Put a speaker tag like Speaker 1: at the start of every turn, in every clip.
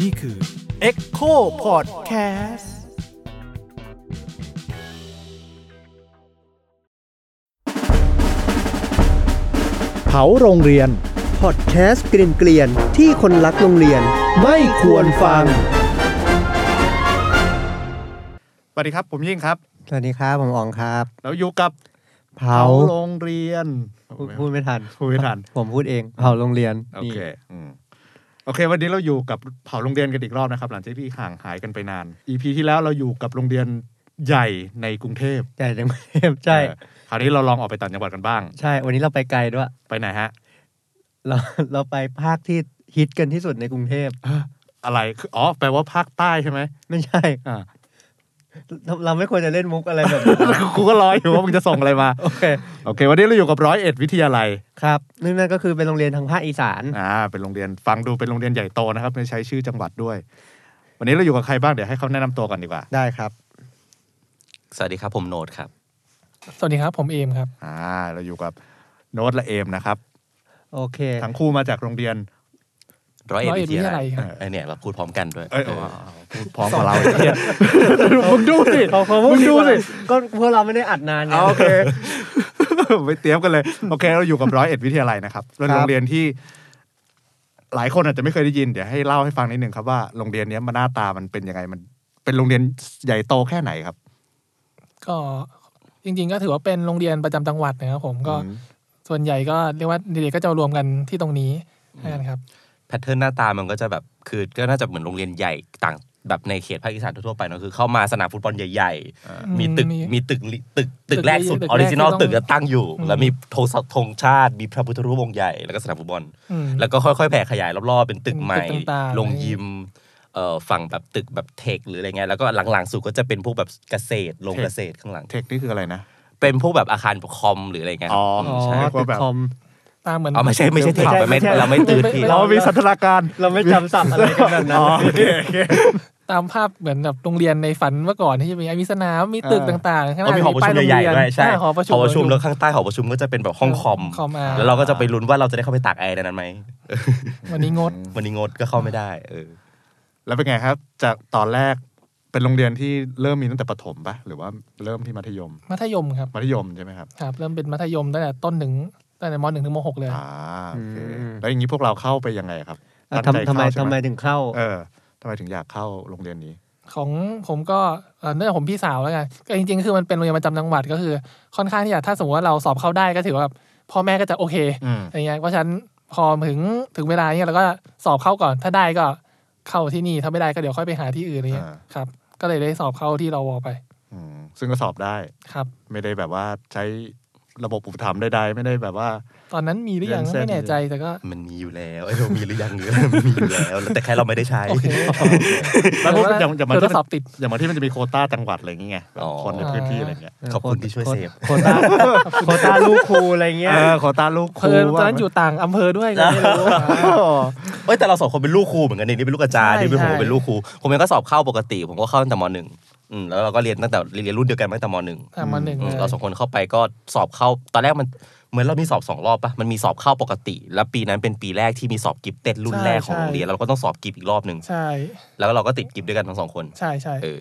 Speaker 1: นี่คือ
Speaker 2: Echo Podcast
Speaker 3: เผาโรงเรียน
Speaker 4: พอดแคสต์เกรียนๆที่คนรักโรงเรียน
Speaker 3: ไม่ควรฟัง
Speaker 1: สวัสดีครับ ผมยิ่งครับ
Speaker 4: สวัสดีครับ ผมอ๋องครับ
Speaker 1: แล้วอยู่กับ
Speaker 4: เผา
Speaker 1: โรงเรียน
Speaker 4: พูดพูดไม่ทัน
Speaker 1: พูดไม่ทัน
Speaker 4: ผมพูดเอง เผาโรงเรียน
Speaker 1: โอ
Speaker 4: นี่
Speaker 1: เคอืมโอเค วันนี้เราอยู่กับเผาโรงเรียนกันอีกรอบนะครับ หลังจากที่ห่างหายกันไปนาน EP ที่แล้วเราอยู่กับโรงเรียนใหญ่ในกรุงเทพ
Speaker 4: ใช่ จังเทพใช่
Speaker 1: เออคราวนี้เราลองออกไปต่างจังหวัดกันบ้าง
Speaker 4: ใช่ วันนี้เราไปไกลด้วย
Speaker 1: ไปไหนฮะ
Speaker 4: เราเราไปภาคที่ฮิตกันที่สุดในกรุงเทพ
Speaker 1: อ่ะอะไรคืออ๋อ แปลว่าภาคใต้ใช่ไหม
Speaker 4: ไม่ใช่
Speaker 1: อ่า
Speaker 4: เราเราไม่ควรจะเล่นมุกอะไรแบบนี้
Speaker 1: กูก็รออยู่ว่ามึงจะส่งอะไรมา
Speaker 4: โอเค
Speaker 1: โอเค วันนี้เราอยู่กับร้อยเอ็ดวิทยาลัย
Speaker 4: ครับนึ่งนั่นก็คือเป็นโรงเรียนทางภาคอีสาน
Speaker 1: อ่า เป็นโรงเรียนฟังดูเป็นโรงเรียนใหญ่โตนะครับไม่ใช้ชื่อจังหวัดด้วย วันนี้เราอยู่กับใครบ้างเดี๋ยวให้เขาแนะนำตัวกันดีกว่า
Speaker 4: ได้ครับ
Speaker 5: สวัสดีครับผมโนดครับ
Speaker 2: สวัสดีครับ ผมเอมครับ
Speaker 1: อ่า เราอยู่กับโน้ตและเอมนะครับ
Speaker 4: โอเค
Speaker 1: ทั้งคู่มาจากโรงเรียน
Speaker 5: ร้อยเอ็ด
Speaker 2: 101
Speaker 5: วิทยาลัย
Speaker 2: วิทยาลัยครับ
Speaker 5: เออเนี่ยเราพูดพร้อมกันด้วย
Speaker 1: เอ้ยเอา
Speaker 5: เออ
Speaker 1: เอาเอาพูดพร้อมกับเราไอ้เหี้ยมึงดูสิ
Speaker 4: เขาเขา
Speaker 1: มึงดูสิ
Speaker 4: ก็พวกเราไม่ได้อัดนานไง
Speaker 1: เอาโอเค ไปเตรียมกันเลย โอเค เราอยู่กับร้อยเอ็ดวิทยาลัยนะครับเป็น
Speaker 4: ครับ
Speaker 1: โรงเรียนที่ หลายคนอาจจะไม่เคยได้ยิน เดี๋ยวให้เล่าให้ฟังนิดหนึ่งครับว่าโรงเรียนเนี้ยมันหน้าตามันเป็นยังไง มัน เป็นโรงเรียนใหญ่โตแค่ไหนครับ
Speaker 2: ก็จริง ๆ ก็ถือว่าเป็นโรงเรียนประจำจังหวัดนะครับผมก็ส่วนใหญ่ก็เรียกว่าเด็กๆก็จะรวมกันที่ตรงนี้นะครับ
Speaker 5: แพทเทิร์นหน้าตามันก็จะแบบคือก็น่าจะเหมือนโรงเรียนใหญ่ต่างแบบในเขตภาคอีสานทั่วๆไปเนอะคือเข้ามาสนามฟุตบอลใหญ่ๆ มีตึก
Speaker 2: มี
Speaker 5: มีตึกลิตึกตึกแรกสุด
Speaker 2: ตึ
Speaker 5: อก อริจินอล
Speaker 2: แรกที่ต้อง
Speaker 5: ตึกจะตั้งอยู่
Speaker 2: อืม
Speaker 5: แล้วมีธงสธงชาติ มีพระพุทธรูปองค์ใหญ่แล้วก็สนามฟุตบอล
Speaker 2: อืม
Speaker 5: แล้วก็ค่อยๆแผ่ขยายรอบๆเป็นตึก
Speaker 2: เป็น
Speaker 5: ใหม่
Speaker 2: ตึกต่างๆ
Speaker 5: โรงยิมเอ่อฝั่งแบบตึกแบบเทคหรืออะไรเงี้ยแล้วก็หลังๆสุดก็จะเป็นพวกแบบเกษตรโรง
Speaker 1: เทค
Speaker 5: เกษตรข้างหลัง
Speaker 1: เทคนี่คืออะไรนะ
Speaker 5: เป็นพวกแบบอาคารปกคอมหรืออะไรเงี้ย
Speaker 1: อ๋อ
Speaker 5: ม
Speaker 4: อ๋อ
Speaker 5: ใช่
Speaker 1: นึก
Speaker 4: ตึ
Speaker 1: ว่าก แบบ
Speaker 4: คอม
Speaker 2: ตามเหมือน
Speaker 5: เอาไม่ใช่ไม่ใช่เทค
Speaker 4: ไม่
Speaker 5: ไม่
Speaker 4: ใช่
Speaker 5: เราไม่ตื่น
Speaker 2: ไม่
Speaker 5: ที
Speaker 2: เรา
Speaker 1: เรามีสันทนาการ
Speaker 4: เราไม่จำศัพท์อะไรกันแบบนั้น
Speaker 1: อ๋อโอเคโอเค
Speaker 2: ตามภาพเหมือนแบบโรงเรียนในฝันเมื่อก่อนที่จะมีมีสนามมีตึก
Speaker 1: เออ
Speaker 2: ต่างๆข้างห
Speaker 5: ก็
Speaker 2: น้า
Speaker 5: มีหอประชุม
Speaker 2: ป้ายโรง
Speaker 5: ใหญ่
Speaker 2: เรียน
Speaker 5: ๆด้วยใช่
Speaker 2: อ่าหอประชุม
Speaker 5: แล้วข้างใต้หอประชุมก็จะเป็นแบบห้องคอม
Speaker 2: คอมอ่า
Speaker 5: แล้วเราก็จะไปลุ้นว่าเราจะได้เข้าไปตากแอร์ในนั้นไหมเออ
Speaker 2: วันนี้งด
Speaker 5: วันนี้งดก็เข้าไม่ได้เออ
Speaker 1: แล้วเป็นไงครับ จากตอนแรกเป็นโรงเรียนที่เริ่มมีตั้งแต่ประถมปะหรือว่าเริ่มที่มัธยม
Speaker 2: มัธยมครับ
Speaker 1: มัธยมใช่ไหมครับ
Speaker 2: ครับ เริ่มเป็นมัธยมตั้งแต่ต้นถึงตั้งแต่มหนึ่งถึงมหกเลย
Speaker 1: อ่าโอเค
Speaker 4: อืม
Speaker 1: แล้วอย่างนี้พวกเราเข้าไปยังไงครับ
Speaker 4: อ่ะ
Speaker 1: ตั้งใจ
Speaker 4: ทำทำไม
Speaker 1: เข้าใช่
Speaker 4: ทำ
Speaker 1: ห
Speaker 4: ไมถึงเข้า
Speaker 1: เออทำไมถึงอยากเข้าโรงเรียนนี้
Speaker 2: ของผมก็เอ่อเนื่องจากผมพี่สาวแล้วกันก็จริงๆ คือมันเป็นโรงเรียนประจำจังหวัดก็คือ ค่อนข้างที่จะถ้าสมมติว่าเราสอบเข้าได้ก็ถือว่าแบบพ่อแม่ก็จะโอเค
Speaker 1: อืม
Speaker 2: อย่างเงี้ยเพราะฉะนั้นพอถึงถึงเวลาเนี้ยเราก็สอบเข้าก่อน ถ้าได้ก็เข้าที่นี่ถ้าไม่ได้ก็เดี๋ยวค่อยไปหาที่อื่นอะไรเงี้ย
Speaker 1: อ่า
Speaker 2: ครับ ก็เลยได้สอบเข้าที่เราวอไป
Speaker 1: อืมซึ่งก็สอบได้
Speaker 2: ครับ
Speaker 1: ไม่ได้แบบว่าใช้ระบบอุปถัมภ์ใดๆไม่ได้แบบว่า
Speaker 2: ตอนนั้นมีหรือยัง
Speaker 1: เรียนเส้น
Speaker 2: ไม่แน่ใจแต่ก็
Speaker 5: มันมีอยู่แล้วไอ้ยเรามีหรือยังหรือมันมีอยู่แล้ว แต่แค่เราไม่ได้ใช้
Speaker 2: โอเค
Speaker 1: แล้วพวกอย่างอย่างมัน
Speaker 2: เดี๋ว
Speaker 1: ที่
Speaker 2: เราสอบติด
Speaker 1: อย่างมันที่มันจะมีโควต้าจังหวัดอะไรอย่างเงี้ยแบบ
Speaker 5: อ๋อ
Speaker 1: คนในพื้นที่อะไรเงี้ย
Speaker 5: ขอบคุณที่ช่วยเซฟ
Speaker 4: โค ต้าโคต้าลูกครูอะไรเงี้ย
Speaker 1: เออโควต้าลูกค
Speaker 2: เพ
Speaker 1: รู
Speaker 2: ลินต
Speaker 1: ว่า
Speaker 2: อนนั้นอยู่ต่างอำเภอด้วยก็ไม่ รู้อ่า
Speaker 5: เอ้ยแต่เราสองคนเป็นลูกครูเหมือนกันนี่นี่เป็นลูกอาจารย์
Speaker 2: ใช่
Speaker 5: นี่เป็นผม
Speaker 2: ใช่
Speaker 5: เป็นลูกครูผมเองก็สอบเข้าปกติ ผมก็เข้าตั้งแต่มหนึ่งอืมแล้วเราก็เรียนตั้งแต่เรียนรุ่นเดียวกันมาตั้งแต่มหนึ่ง
Speaker 2: อ่ามหนึ่ง
Speaker 5: อืม
Speaker 2: เลย
Speaker 5: เราสองคนเข้าไปก็สอบเข้า ตอนแรกมันเหมือนเรามีสอบสองรอบปะมันมีสอบเข้าปกติ แล้วปีนั้นเป็นปีแรกที่มีสอบกิฟเต็ดรุ่น
Speaker 2: ใช่
Speaker 5: แรกของโร
Speaker 2: ใช่
Speaker 5: งเรียนแล้วเราก็ต้องสอบกิฟอีกรอบหนึ่ง
Speaker 2: ใช่
Speaker 5: แล้วเราก็ติดกิฟด้วยกันทั้งสองคน
Speaker 2: ใช่ใช่
Speaker 5: เออ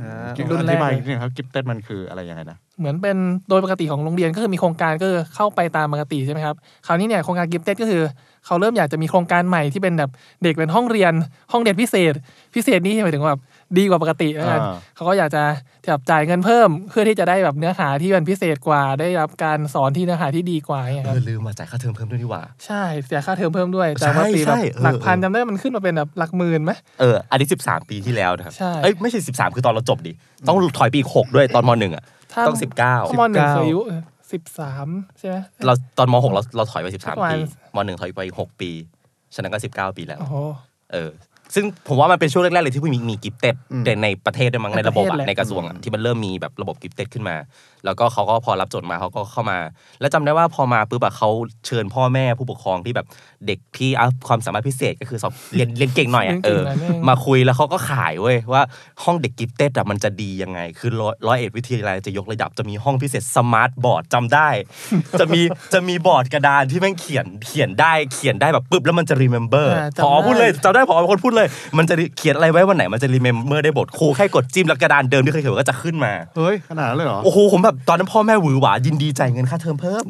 Speaker 4: อ่า
Speaker 1: กิฟ
Speaker 2: รุ่
Speaker 1: ต์อน
Speaker 2: แรก
Speaker 1: ธิบายนิดนึงครับกิฟเต็ดมันคืออะไรยังไงนะ
Speaker 2: เหมือนเป็นโดยปกติของโรงเรียนก็คือมีโครงการก็คือเข้าไปตามปกติใช่ไหมครับคราวนี้เนี่ยโครงการกิฟเต็ดก็คือ เขาเริ่มอยากจะมีโครงการใหม่ที่เป็นแบบเด็กเป็นห้องเรียน ห้องเรียนพิเศษ พิเศษนี่หมายถึงว่าแบบดีกว่าปกติแล้วกัน
Speaker 1: อ่า
Speaker 2: เขาก็อยากจะแบบจ่ายเงินเพิ่ม เพื่อที่จะได้แบบเนื้อหาที่มันพิเศษกว่า ได้รับการสอนที่เนื้อหาที่ดีกว่าอย่างเงี้ย
Speaker 5: เอ
Speaker 2: ครับ
Speaker 5: อลืมมาจ่ายค่าเทอมเพิ่มด้วยนี่หว่า
Speaker 2: ใช่เสียค่าเทอมเพิ่มด้วย
Speaker 5: ใช่
Speaker 2: จากปกติแบบ
Speaker 5: ใช่เออ
Speaker 2: หลักพันจำได้มันขึ้นมาเป็นแบบหลักหมื่นไหม
Speaker 5: เอออันนี้13 ปีที่แล้วนะครับ
Speaker 2: ใช่
Speaker 5: เอ้ยไม่ใช่ 13 คือตอนเราจบดิต้องถอยปีอีกหกด้วยตอนมหนึ่งอ่ะ
Speaker 2: ถ้า
Speaker 5: ต้อง
Speaker 2: ข้อ
Speaker 5: 19
Speaker 2: มหนึ่งคืออายุสิบสามใช่ไหม
Speaker 5: เราตอนมหกเราเราถอยไป
Speaker 2: ประ
Speaker 5: 13
Speaker 2: มาณ
Speaker 5: ปีมหนึ่งถอยไปอีกหกปีฉะนั้นก็ 19 ปีแล้ว
Speaker 2: โอ้โห
Speaker 5: เออ ซึ่งผมว่ามันเป็นช่วงแรกๆเลยที่มีมีกิฟเต็ด
Speaker 1: อืม
Speaker 5: ในประเทศด้วยมั้งในระบบอะ
Speaker 2: ในประเทศแหละ
Speaker 5: ในกระทรวงอะที่มันเริ่มมีแบบระบบกิฟเต็ดขึ้นมา แล้วก็เขาก็พอรับโจทย์มาเขาก็เข้ามา แล้วจำได้ว่าพอมาปุ๊บอะเขาเชิญพ่อแม่ผู้ปกครองที่แบบเด็กที่อ่ะความสามารถพิเศษก็คือสอบเรียนเรียนเก่งหน่อยอะเออ มาคุยแล้วเขาก็ขายเว้ยว่าห้องเด็กกิฟเต็ดอะมันจะดียังไง คือร้อยร้อยเอ็ดวิทยาลัยจะยกระดับจะมีห้องพิเศษสมาร์ทบอร์ดจำได้ จะมีจะมีบอร์ดกระดานที่แม่งเขียนเขียนได้เขียนได้แบบปุ๊บแล้วมันจะรีเมมเบอร์
Speaker 2: อ่าจำ
Speaker 5: พอพูด
Speaker 2: ได้
Speaker 5: เลยจำได้พอเป็นคนพูดเลย มันจะเขียนอะไรไว้วันไหนมันจะรีเมมเบอร์ได้บทครูแค่กดจิ้มแล้วกระดานเดิมที่เคยเขียนไว้ก็จะขึ้นมา
Speaker 1: เฮ้ย ขนาดนั้นเลยเหรอ
Speaker 5: โอ้โหผมแบบตอนนั้นพ่อแม่หวือหวายินดีจ่ายเงินค่าเทอมเพิ่ม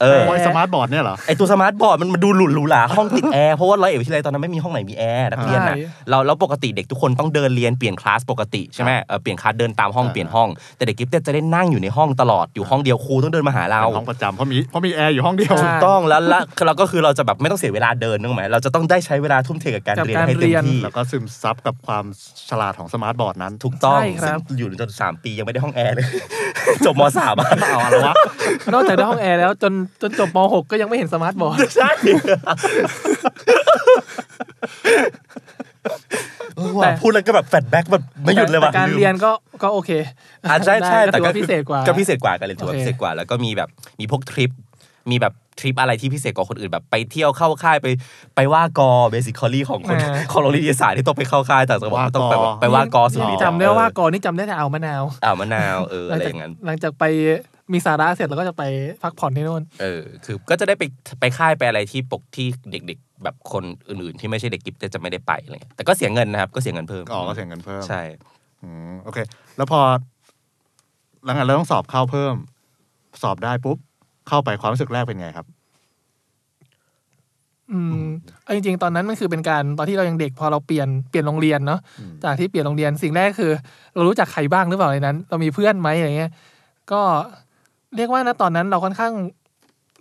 Speaker 5: เออ
Speaker 1: ไอสมาร์ทบอร์ดเนี่ยเหรอ
Speaker 5: ไอตัวสมาร์ทบอร์ดมันมาดูหลุดหรูหราห้องติดแอร์ เพราะว่าร้อยเอ็ดวิทยาลัยตอนนั้นไม่มีห้องไหนมีแอร์นักเรียนนะ
Speaker 2: ใช่
Speaker 5: เราแล้วปกติเด็กทุกคนต้องเดินเรียนเปลี่ยนคลาสปกติใช่ไหมเออเปลี่ยนคลาสเดินตามห้อง
Speaker 1: อ่า
Speaker 5: เปลี่ยนห้อง แต่เด็กกิฟเต็ดจะได้นั่งอยู่ในห้องตลอดอยู่ห้องเดียวครูต้องเดินมาหาเรา
Speaker 1: เป็นห้องประจำเพราะมีเพราะมีแอร์อยู่ห้องเดียว
Speaker 2: ใช่
Speaker 5: ถูกต้องแล้วและเราก็คือเราจะแบบไม่ต้องเสียเวลาเดินนึกออกไหมเราจะต้องได้ใช้เวลาทุ่มเทกับการ
Speaker 2: กับ
Speaker 5: เรียน
Speaker 2: การ
Speaker 5: ให้เต็
Speaker 2: เรี
Speaker 5: ม
Speaker 2: ยน
Speaker 5: ที่
Speaker 1: แล้วก็ซึมซับกับความฉลาดของสมาร์ทบอร์ดนั้น
Speaker 5: ถูกต้อง
Speaker 2: ใช่ครับ
Speaker 5: อยู่จนสามปียังไม่ได้ห้องแอร์เลย จบมสามอะ
Speaker 1: เอาอะไรวะ
Speaker 2: นอกจากได้ห้องแอร์แล้วจนจนจบม .6 ก็ยังไม่เห็นสมาร์ทบอร์ด
Speaker 5: ใช่
Speaker 2: แต่
Speaker 5: แต่พูดแล้วก็แบบแฟลชแบ็กแบบไม่หยุดเลยว่ะ
Speaker 2: แต่การ
Speaker 5: ลืม
Speaker 2: เรียนก็ก็โอเค
Speaker 5: อ่าใช่ใช่
Speaker 2: ได้
Speaker 5: แต่
Speaker 2: ถือ
Speaker 5: ก็
Speaker 2: ว่าพิเศษกว่า
Speaker 5: ก็พิเศษกว่าการเรียนถือว่า
Speaker 2: โอเค
Speaker 5: พิเศษกว่าแล้วก็มีแบบมีพวกทริป มีแบบทริปอะไรที่พิเศษกว่าคนอื่นแบบไปเที่ยวเข้าค่ายไปไปว่ากอเบสิคอลี่ของคน
Speaker 2: อ่า
Speaker 5: ของโรงเรียนวิทยาศาสตร์ที่ต้องไปเข้าค่ายต่างจังหวัด
Speaker 1: ว่ากอ
Speaker 5: ต้องไปแบบไปว่ากอสุรินทร์
Speaker 2: จำได้ว่ากอนี่จำได้แต่เอามะนาว
Speaker 5: อ่าวมะนาวเออ
Speaker 2: หลั
Speaker 5: อะไรอก
Speaker 2: งจา
Speaker 5: ย่างนั้น
Speaker 2: หลังจากไปมีสาระเสร็จเราก็จะไปพักผ่อนที่โน่น
Speaker 5: เออคือก็จะได้ไปไปค่ายไปอะไรที่ปกที่เด็กๆ แบบคนอื่นๆ ที่ไม่ใช่เด็กกิฟต์จะไม่ได้ไปอะไรเงี้ยแต่ก็เสียเงินนะครับก็เสียเงินเพิ่ม
Speaker 1: อ๋อก็เสียเงินเพิ่ม
Speaker 5: ใช่
Speaker 1: อืมโอเค แล้วพอหลังจากเราต้องสอบเข้าเพิ่ม สอบได้ปุ๊บ เข้าไปความรู้สึกแรกเป็นไงครับ
Speaker 2: อืมเอาจริงๆ ตอนนั้นมันคือเป็นการตอนที่เรายังเด็กพอเราเปลี่ยนเปลี่ยนโรงเรียนเนาะ
Speaker 1: อืม
Speaker 2: จากที่เปลี่ยนโรงเรียนสิ่งแรกคือ เรารู้จักใครบ้างหรือเปล่าในนั้น เรามีเพื่อนไหมอะไรเงี้ยก็เรียกว่านะตอนนั้นเราค่อนข้าง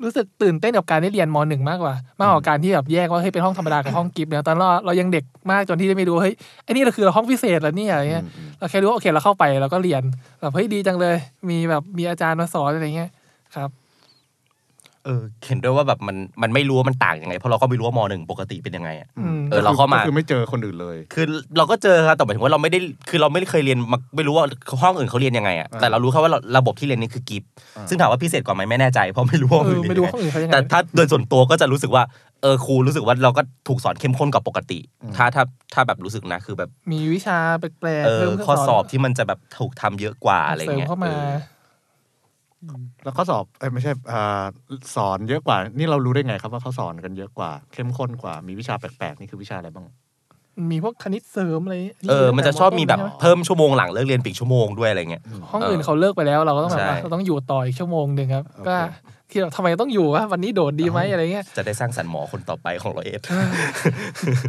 Speaker 2: รู้สึกตื่นเต้นกับการได้เรียนมหนึ่งมากกว่า มากกว่าการที่แบบแยกว่าเฮ้ยเป็นห้องธรรมดากับห้องกิฟต์เนี่ยตอนเราเรายังเด็กมากจนที่ไม่รู้ว่าเฮ้ยไอ้นี่เราคือเราห้องพิเศษแล้วเนี่ยอะไรเงี้ย
Speaker 1: อืม
Speaker 2: เราแค่รู้ว่าโอเคเราเข้าไปเราก็เรียนแบบเฮ้ยดีจังเลย มีแบบมีอาจารย์มาสอนอะไรเงี้ยครับ
Speaker 5: เออเห็นด้วยว่าแบบมันมันไม่รู้ว่ามันต่างยังไงเพราะเราก็ไม่รู้ว่ามหนึ่งปกติเป็นยังไงอะ
Speaker 2: อืม
Speaker 5: เออเราเข้ามา
Speaker 1: ก็คือไม่เจอคนอื่นเลย
Speaker 5: คือเราก็เจอครับแต่หมายถึงว่าเราไม่ได้คือเราไม่ได้เคยเรียนมาไม่รู้ว่าห้องอื่นเขาเรียนยังไงอะ
Speaker 1: อ่า
Speaker 5: แต่เรารู้แค่ว่าเราระบบที่เรียนนี้คือกิฟต์
Speaker 1: อ่า
Speaker 5: ซึ่งถามว่าพิเศษกว่าไหมไม่แน่ใจเพราะไม่รู้ว่า
Speaker 2: เอ
Speaker 5: อื่
Speaker 2: อน
Speaker 5: เรีย
Speaker 2: ไม่
Speaker 5: น
Speaker 2: รู้
Speaker 5: ยังไง
Speaker 2: ว่าคนอื่นเขายังไง
Speaker 5: แต่ถ้าโดยส่วนตัวก็จะรู้สึกว่าเออครูรู้สึกว่าเราก็ถูกสอนเข้มข้นกว่าปกติ ถ้าถ้าถ้าแบบรู้สึกนะคือแบบ
Speaker 2: มีวิชาแปลก
Speaker 5: เอ
Speaker 2: ๆ
Speaker 5: อ
Speaker 2: เพิ่มขึ้น
Speaker 5: ข้อสอบ
Speaker 2: น
Speaker 5: ที่มันจะแบบถูกทำเยอะกว่าอะไร
Speaker 2: เสริม
Speaker 5: เงี้ย
Speaker 2: เข้ามา
Speaker 5: เออ
Speaker 1: แล้วเขาสอบเอ้ยไม่ใช่อ่าสอนเยอะกว่า นี่เรารู้ได้ไงครับว่าเขาสอนกันเยอะกว่า เข้มข้นกว่า มีวิชาแปลกๆนี่คือวิชาอะไรบ้าง
Speaker 2: มีพวกคณิตเสริมอะไร
Speaker 5: เออมันจะชอบมีแบบ
Speaker 2: ใไห
Speaker 5: เพิ่มชั่วโมงหลังเลิกเรียนปีกชั่วโมงด้วยอะไรเงี้ย
Speaker 2: ห้องอื่นเขาเลิกไปแล้วเราก็ต้องแบบ
Speaker 5: ใช่
Speaker 2: ว่าเราต้องอยู่ต่ออีกชั่วโมงหนึ่งครับ
Speaker 1: โอเค
Speaker 2: ก็ที่เราทำไมต้องอยู่วะวันนี้โดดดีไหมอะไรเงี้ย
Speaker 5: จะได้สร้างสรรค์หมอคนต่อไปของร้อยเอ็ด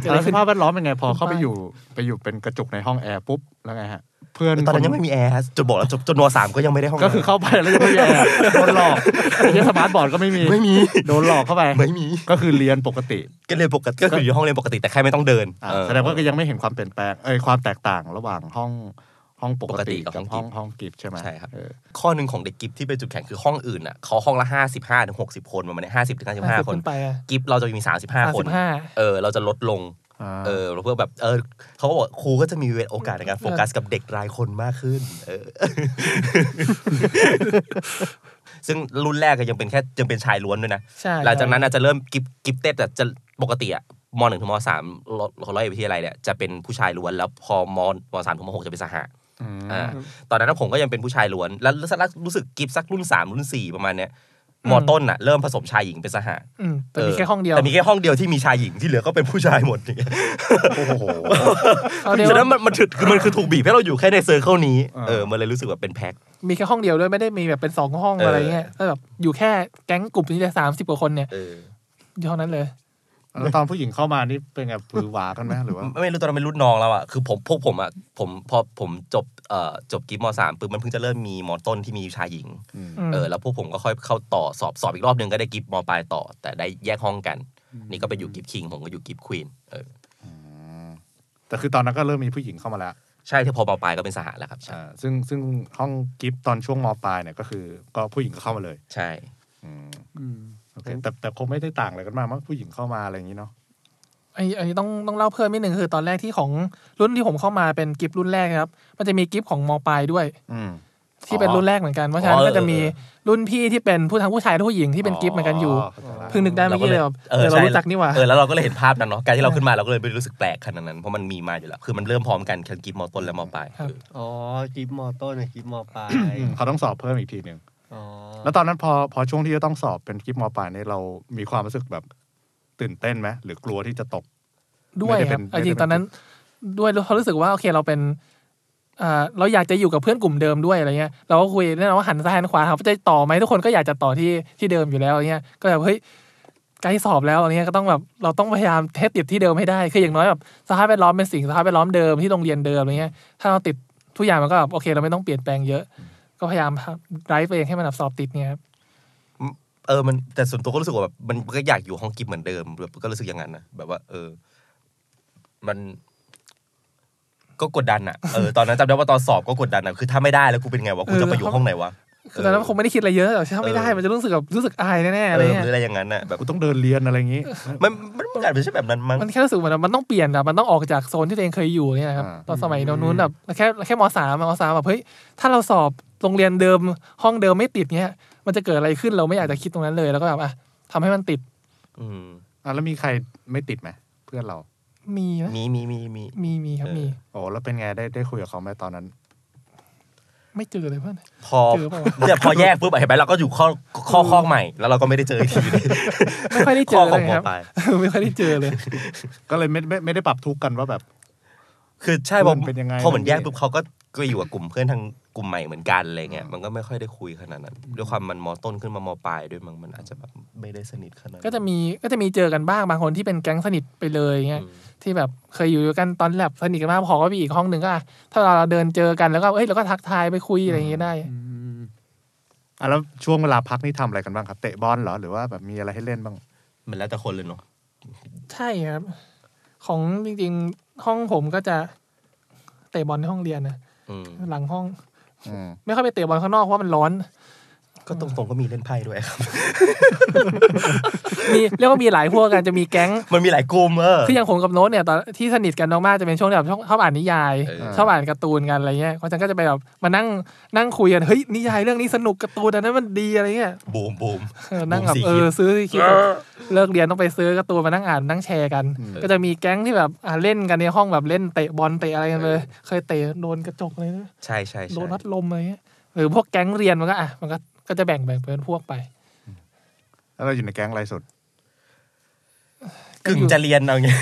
Speaker 2: จะได้
Speaker 1: แล้วส
Speaker 2: ขึ้น
Speaker 1: ภาพแวดล้อมเป็นไงพอเข้าไป
Speaker 2: ขึ้นไป
Speaker 1: อยู่ไปอยู่เป็นกระจกในห้องแอร์ปุ๊บแล้วไงฮะ เพื่อน
Speaker 5: ตอนนั้นยัง
Speaker 1: ค
Speaker 5: ไม่มีแอร์ฮะจนบอกแล้วจบจนมสามก็ยังไม่ได้ห้อง
Speaker 1: ก็คือเข้าไปแล้วยังไม่มีแอร์โดนหล อกยังสมาร์ทบอร์ดก็ไม่มี
Speaker 5: ไม่มี
Speaker 1: โดนหลอกเข้าไป
Speaker 5: ไม่มี
Speaker 1: ก็คือเรียนปกติ
Speaker 5: ก็เรียนปกติก็คืออยู่ห้องเรียนปกติแต่แค่ไม่ต้องเดิน
Speaker 1: อ่ะ
Speaker 5: เออ
Speaker 1: แสดงว่าก็ยังไม่เห็นความเปลี่ยนแปลงเอ้ยความแตกต่างระหว่างห้องห้องปกติ
Speaker 5: ปกติกับห้
Speaker 1: กัห้อ
Speaker 5: อบง
Speaker 1: งห้องกิฟต์ใช่ไหม
Speaker 5: ใช่ครับ
Speaker 1: เออ
Speaker 5: ข้อหนึ่งของเด็กกิฟที่เป็นจุดแข็งคือห้องอื่นอ่ะเขาห้องละห้าสิบห้าถึงหกสิบคนประมาณห้าสิบถึงห้าสิบห้า
Speaker 2: 50
Speaker 5: คน
Speaker 2: ขึ้นไปอ่ะ
Speaker 5: กิฟเราจะมีสามสิบห้าคน
Speaker 2: 35
Speaker 5: เออเราจะลดลง
Speaker 1: อ่า
Speaker 5: เออเพื่อแบบเออเขาก็บอกครูก็จะมีเวลโอกาสในการโฟกัสกับเด็กรายคนมากขึ้นเออ ซึ่งรุ่นแรกก็ยังเป็นแค่ยังเป็นชายล้วนด้วยนะ
Speaker 2: ใช่
Speaker 5: หลังจากนั้นอาจจะเริ่มกิฟกิฟเต็ดแต่จะปกติอะมหนึ่งถึงมสามของร้อยเอ็ดวิทยาลัยเนี่ยจะเป็นผู้ชายล้วนแล้วพอมมสามถึงมหกจะเป็นสหะ
Speaker 1: อืม
Speaker 5: อ่าตอนนั้นผมก็ยังเป็นผู้ชายล้วน แล้วสักรู้สึกกิฟสักรุ่นสามรุ่นสี่ประมาณเนี้ยมต้นอะเริ่มผสมชายหญิงเป็นสหะ
Speaker 2: อืมแต่มีแค่ห้องเดียว
Speaker 5: แต่มีแค่ห้องเดียวที่มีชายหญิงที่เหลือก็เป็นผู้ชายหมดอย่างเงี้ย
Speaker 1: โอ้โห
Speaker 2: เอาเดียว
Speaker 5: ฉะนั้นมันมันถึกคือมันคือถูกบีบให้เราอยู่แค่ในเซอร์เคิลนี้
Speaker 1: อ่า
Speaker 5: เออมันเลยรู้สึกแบบเป็นแพ็ค
Speaker 2: มีแค่ห้องเดียวด้วยไม่ได้มีแบบเป็นสองห้อง
Speaker 5: เอออ
Speaker 2: อะไรเงี้ยก็แบบอยู่แค่แก๊งกลุ่มนี้เลยสามสิบกว่าคนเนี่ย
Speaker 5: เออ
Speaker 2: อยู่เท่านั้นเลย
Speaker 1: แล้วตอนผู้หญิงเข้ามานี่เป็นไง ปือหวากันไหมหรือว่า
Speaker 5: ไม่ไม่รู้ตอนนั้นเป็นรุ่นน้องแล้วอะคือผมพวกผมอะผมพอผมจบเอ่อจบกิฟมสามปุ๊บมันเพิ่งจะเริ่มมีมต้นที่มีชายหญิง
Speaker 2: อืม
Speaker 5: เออแล้วพวกผมก็ค่อยเข้าต่อสอบสอบอีกรอบหนึ่งก็ได้กิฟต์มปลายต่อ แต่ได้แยกห้องกัน นี่ก็ไปอยู่กิฟต์คิงผมก็อยู่กิฟต์ควีนเออ
Speaker 1: แต่คือตอนนั้นก็เริ่มมีผู้หญิงเข้ามาแล้ว
Speaker 5: ใช่ที่พอมปลายก็เป็นสหแล้วครับใช่
Speaker 1: อ่าซึ่งซึ่งห้องกิฟต์ตอนช่วงมปลายเนี่ยก็คือ ก็ผู้หญิงก็เข้ามาเลย
Speaker 5: ใช่
Speaker 1: อืมโอเคแต่แต่คงไม่ได้ต่างอะไรกันมากมั้งผู้หญิงเข้ามาอะไรอย่างนี้เนาะ
Speaker 2: อันนี้อันนี้ต้องต้องเล่าเพิ่มนิดหนึ่งคือตอนแรกที่ของรุ่นที่ผมเข้ามาเป็นกิฟต์รุ่นแรกนะครับ มันจะมีกิฟต์ของมปลายด้วย
Speaker 1: อืม
Speaker 2: ที่เป็นรุ่นแรกเหมือนกันเพราะฉะนั้
Speaker 5: อ๋
Speaker 2: น
Speaker 5: อ
Speaker 2: ก็จะมี
Speaker 5: เออ
Speaker 2: รุ่นพี่ที่เป็นผู้ทั้งผู้ชายและผู้หญิงที่เป็นกิฟต์เหมือนกันอยู่ เพิ่งนึกได้เมื่อกี้เลยแบบเออเรารู้จักนี่หว่า
Speaker 5: เออแล้วเราก็เลยเห็นภาพนั้นเนาะการที่เราขึ้นมาเราก็เลยไม่รู้สึกแปลกขนาดนั้นเพราะมันมีมาอยู่แล้ว คือมันเริ่มพร้อมกันทั้งกิฟมอต้นและมอปลาย
Speaker 2: ครับ
Speaker 4: อ๋อคลิปมอต้นกับคลิปมอปลาย
Speaker 1: อืมเขาต้องสอบเพิ่มอีกทีหนึ่ง
Speaker 4: อ๋อ
Speaker 1: แล้วตอนนั้นพอพอช่วงที่จะต้องสอบเป็นคลิปมปลายเนี่ยเรามีความรู้สึกแบบตื่นเต้นไหมหรือกลัวที่จะตก
Speaker 2: ด้วย
Speaker 1: ไม่ได้
Speaker 2: ค
Speaker 1: เป็
Speaker 2: รับ
Speaker 1: น
Speaker 2: เอาจริง
Speaker 1: ไม่ได้เป็น
Speaker 2: ตอนนั้นด้วยเรารู้สึกว่าโอเคเราเป็นอ่าเราอยากจะอยู่กับเพื่อนกลุ่มเดิมด้วยอะไรเงี้ยเราก็คุยแน่นอนว่าหันซ้ายหันขวาครับจะต่อไหมทุกคนก็อยากจะต่อที่ที่เดิมอยู่แล้วอะไรเงี้ยก็แบบเฮ้ยใกล้สอบแล้วอะไรเงี้ยก็ต้องแบบเราต้องพยายามเทสติดที่เดิมให้ได้คืออย่างน้อยแบบสภาพแวดล้อมเป็นสิ่งสภาพแวดล้อมเดิมที่โรงเรียนเดิมอะไรเงี้ยถ้าเราติดทุกอย่างมันก็แบบโอเคเราไม่ต้องเปลี่ยนแปลงเยอะ ก็พยายามไดรฟ์เองให้มันแบบสอบติดเนี่ยครับ
Speaker 5: เออมันแต่ส่วนตัวก็รู้สึกว่าแบบมันก็อยากอยู่ห้องกิฟเหมือนเดิมแบบก็รู้สึกอย่างนั้นนะแบบว่า เออ มันก็กดดันอ่ะ เออตอนนั้นจำได้ว่าตอนสอบก็กดดันอ่ะคือถ้าไม่ได้แล้วกูเป็นไงวะกูจะไปอยู่ห้องไหนวะ
Speaker 2: คือตอนนั้นคงไม่ได้คิดอะไรเยอะหรอกถ้าไม่ได้
Speaker 5: เออ
Speaker 2: มันจะรู้สึกแบบรู้สึกอายแน่ๆ
Speaker 5: เอ
Speaker 2: อะไร
Speaker 5: อ
Speaker 2: เงี้ย
Speaker 5: หรืออะไรอย่างนั้นน่ะแบบ
Speaker 1: กูต้องเดินเรียนอะไรอย่างนี้
Speaker 5: มันมันมันอาจจะไม่ใช่แบบนั้นมั้ง
Speaker 2: มันแค่รู้สึกเหมือนแบบมันต้องเปลี่ยนอะมันต้องออกจากโซนที่ตัวเองเคยอยู่เนี่ยนะครับ ตอนสมัยนู้นแบบแค่แค่มสามอะมสามแบบเฮ้ย ถ้าเราสอบโรงเรียนเดิมห้องเดิมไม่ติดเนี่ยมันจะเกิดอะไรขึ้นเราไม่อยากจะคิดตรงนั้นเลย แล้วก็แบบอ่ะทำให้มันติด
Speaker 5: อืม
Speaker 1: อ่ะแล้วมีใครไม่ติดไหมเพื่อนเรา
Speaker 2: มีนะ
Speaker 5: มีมีมีมี
Speaker 2: มีมีครับ
Speaker 5: เออ
Speaker 2: มี
Speaker 1: โอ้แล้วเป็นไงได้ได้คุยกับเขาไหมตอนนั้น
Speaker 2: ไม่เจอเลยเพื่อน
Speaker 5: พอ
Speaker 2: เจอเปล่าวะ
Speaker 5: เนี่ยพอแยกปุ๊บอะเห็นไหมเราก็อยู่ข้อข้อข้อใหม่ แล้วเราก็ไม่ได้เจออีกทีนึง
Speaker 2: ไม่ค่อยได้เจ
Speaker 5: ข้อ
Speaker 2: อ
Speaker 5: ข
Speaker 2: เล
Speaker 5: อง
Speaker 2: ย
Speaker 5: หมอ
Speaker 2: ครับ
Speaker 5: ปลาย
Speaker 2: ไม่ค่อยได้เจอเลย
Speaker 1: ก็เลยไม่ไม่ไม่ได้ปรับทุกข์กันว่าแบบ
Speaker 5: คือใช่
Speaker 1: เพื่
Speaker 5: พ
Speaker 1: อ
Speaker 5: อน
Speaker 1: เป็นยังไง
Speaker 5: พอเหมือน
Speaker 1: นั่น
Speaker 5: แยก
Speaker 1: นี่
Speaker 5: ปุ๊บเขาก็ก็อยู่กับกลุ่มเพื่อนทางกลุ่มใหม่เหมือนกันอะไรเงี้ยมันก็ไม่ค่อยได้คุยขนาดนั้นด้วยความมันมอต้นขึ้นมามอปลายด้วยมันมันอาจจะแบบไม่ได้สนิทขนาดนั้น
Speaker 2: ก็จะมีก็จะมีเจอกันบ้างบางคนที่เป็นแก๊งสนิทไปเลยเงี้ย
Speaker 5: อืม
Speaker 2: ที่แบบเคยอยู่ด้วยกันตอนแลบสนิทกันมากพอก็มีอีกห้องหนึ่งก็อ่ะถ้าเราเดินเจอกันแล้วก็เอ้ยเราก็ทักทายไปคุยอะไรอย่างเงี้ยได้
Speaker 1: อ่ะแล้วช่วงเวลาพักนี่ทำอะไรกันบ้างครับเตะบอลเหรอหรือว่าแบบมีอะไรให้เล่นบ้าง
Speaker 5: มันแล้วแต่คนเลยเนาะ
Speaker 2: ใช่ครับ ของจริงๆห้องผมก็จะเตะบอลในห้องเรียนนะ
Speaker 5: อืม
Speaker 2: หลังห้อง
Speaker 1: อืม
Speaker 2: ไม่ค่อยไปเตะบอลข้างนอกเพราะว่ามันร้ อน
Speaker 5: ก็ตรงๆก็มีเล่นไพ่ด้วยครับ
Speaker 2: มีเรียกว่ามีหลายพวกกันจะมีแก๊ง
Speaker 5: มันมีหลายกลุ่มเออ
Speaker 2: คืออย่างผมกับโน้ตเนี่ยตอนที่สนิทกันมากๆจะเป็นช่วงที่แบบชอบชอบอ่านนิยาย
Speaker 5: เออ
Speaker 2: ชอบอ่านการ์ตูนกันอะไรเงี้ยเพราะฉะนั้นก็จะไปแบบมานั่งนั่งคุยกันเฮ้ยนิยายเรื่องนี้สนุกการ์ตูนอันนั้นมันดีอะไรเงี้ย
Speaker 5: บูมบูม
Speaker 2: เออนั่งแบบ
Speaker 5: สี่
Speaker 2: เอ
Speaker 5: คิด
Speaker 2: อซื้อสี่คิดเลิกเรียนต้องไปซื้อการ์ตูนมานั่งอ่านนั่งแชร์กัน ก็จะมีแก๊งที่แบบอ่ะเล่นกันในห้องแบบเล่นเตะบอลเตะอะไรกันเลย เคยเตะโดนกระจกเลยนะ
Speaker 5: ใช่ใช่
Speaker 2: โด
Speaker 5: ใช่
Speaker 2: นัดลมอะไรเงี้ยหรือพวกแก๊งเรียนมันก็อ่ะมันก็ก็จะแบ่งแบ่งเป็นพวกไป
Speaker 1: แล้วเราอยู่ในแก๊งอะไรสุด
Speaker 5: กึ่งจะเรียนเอาเงี้ย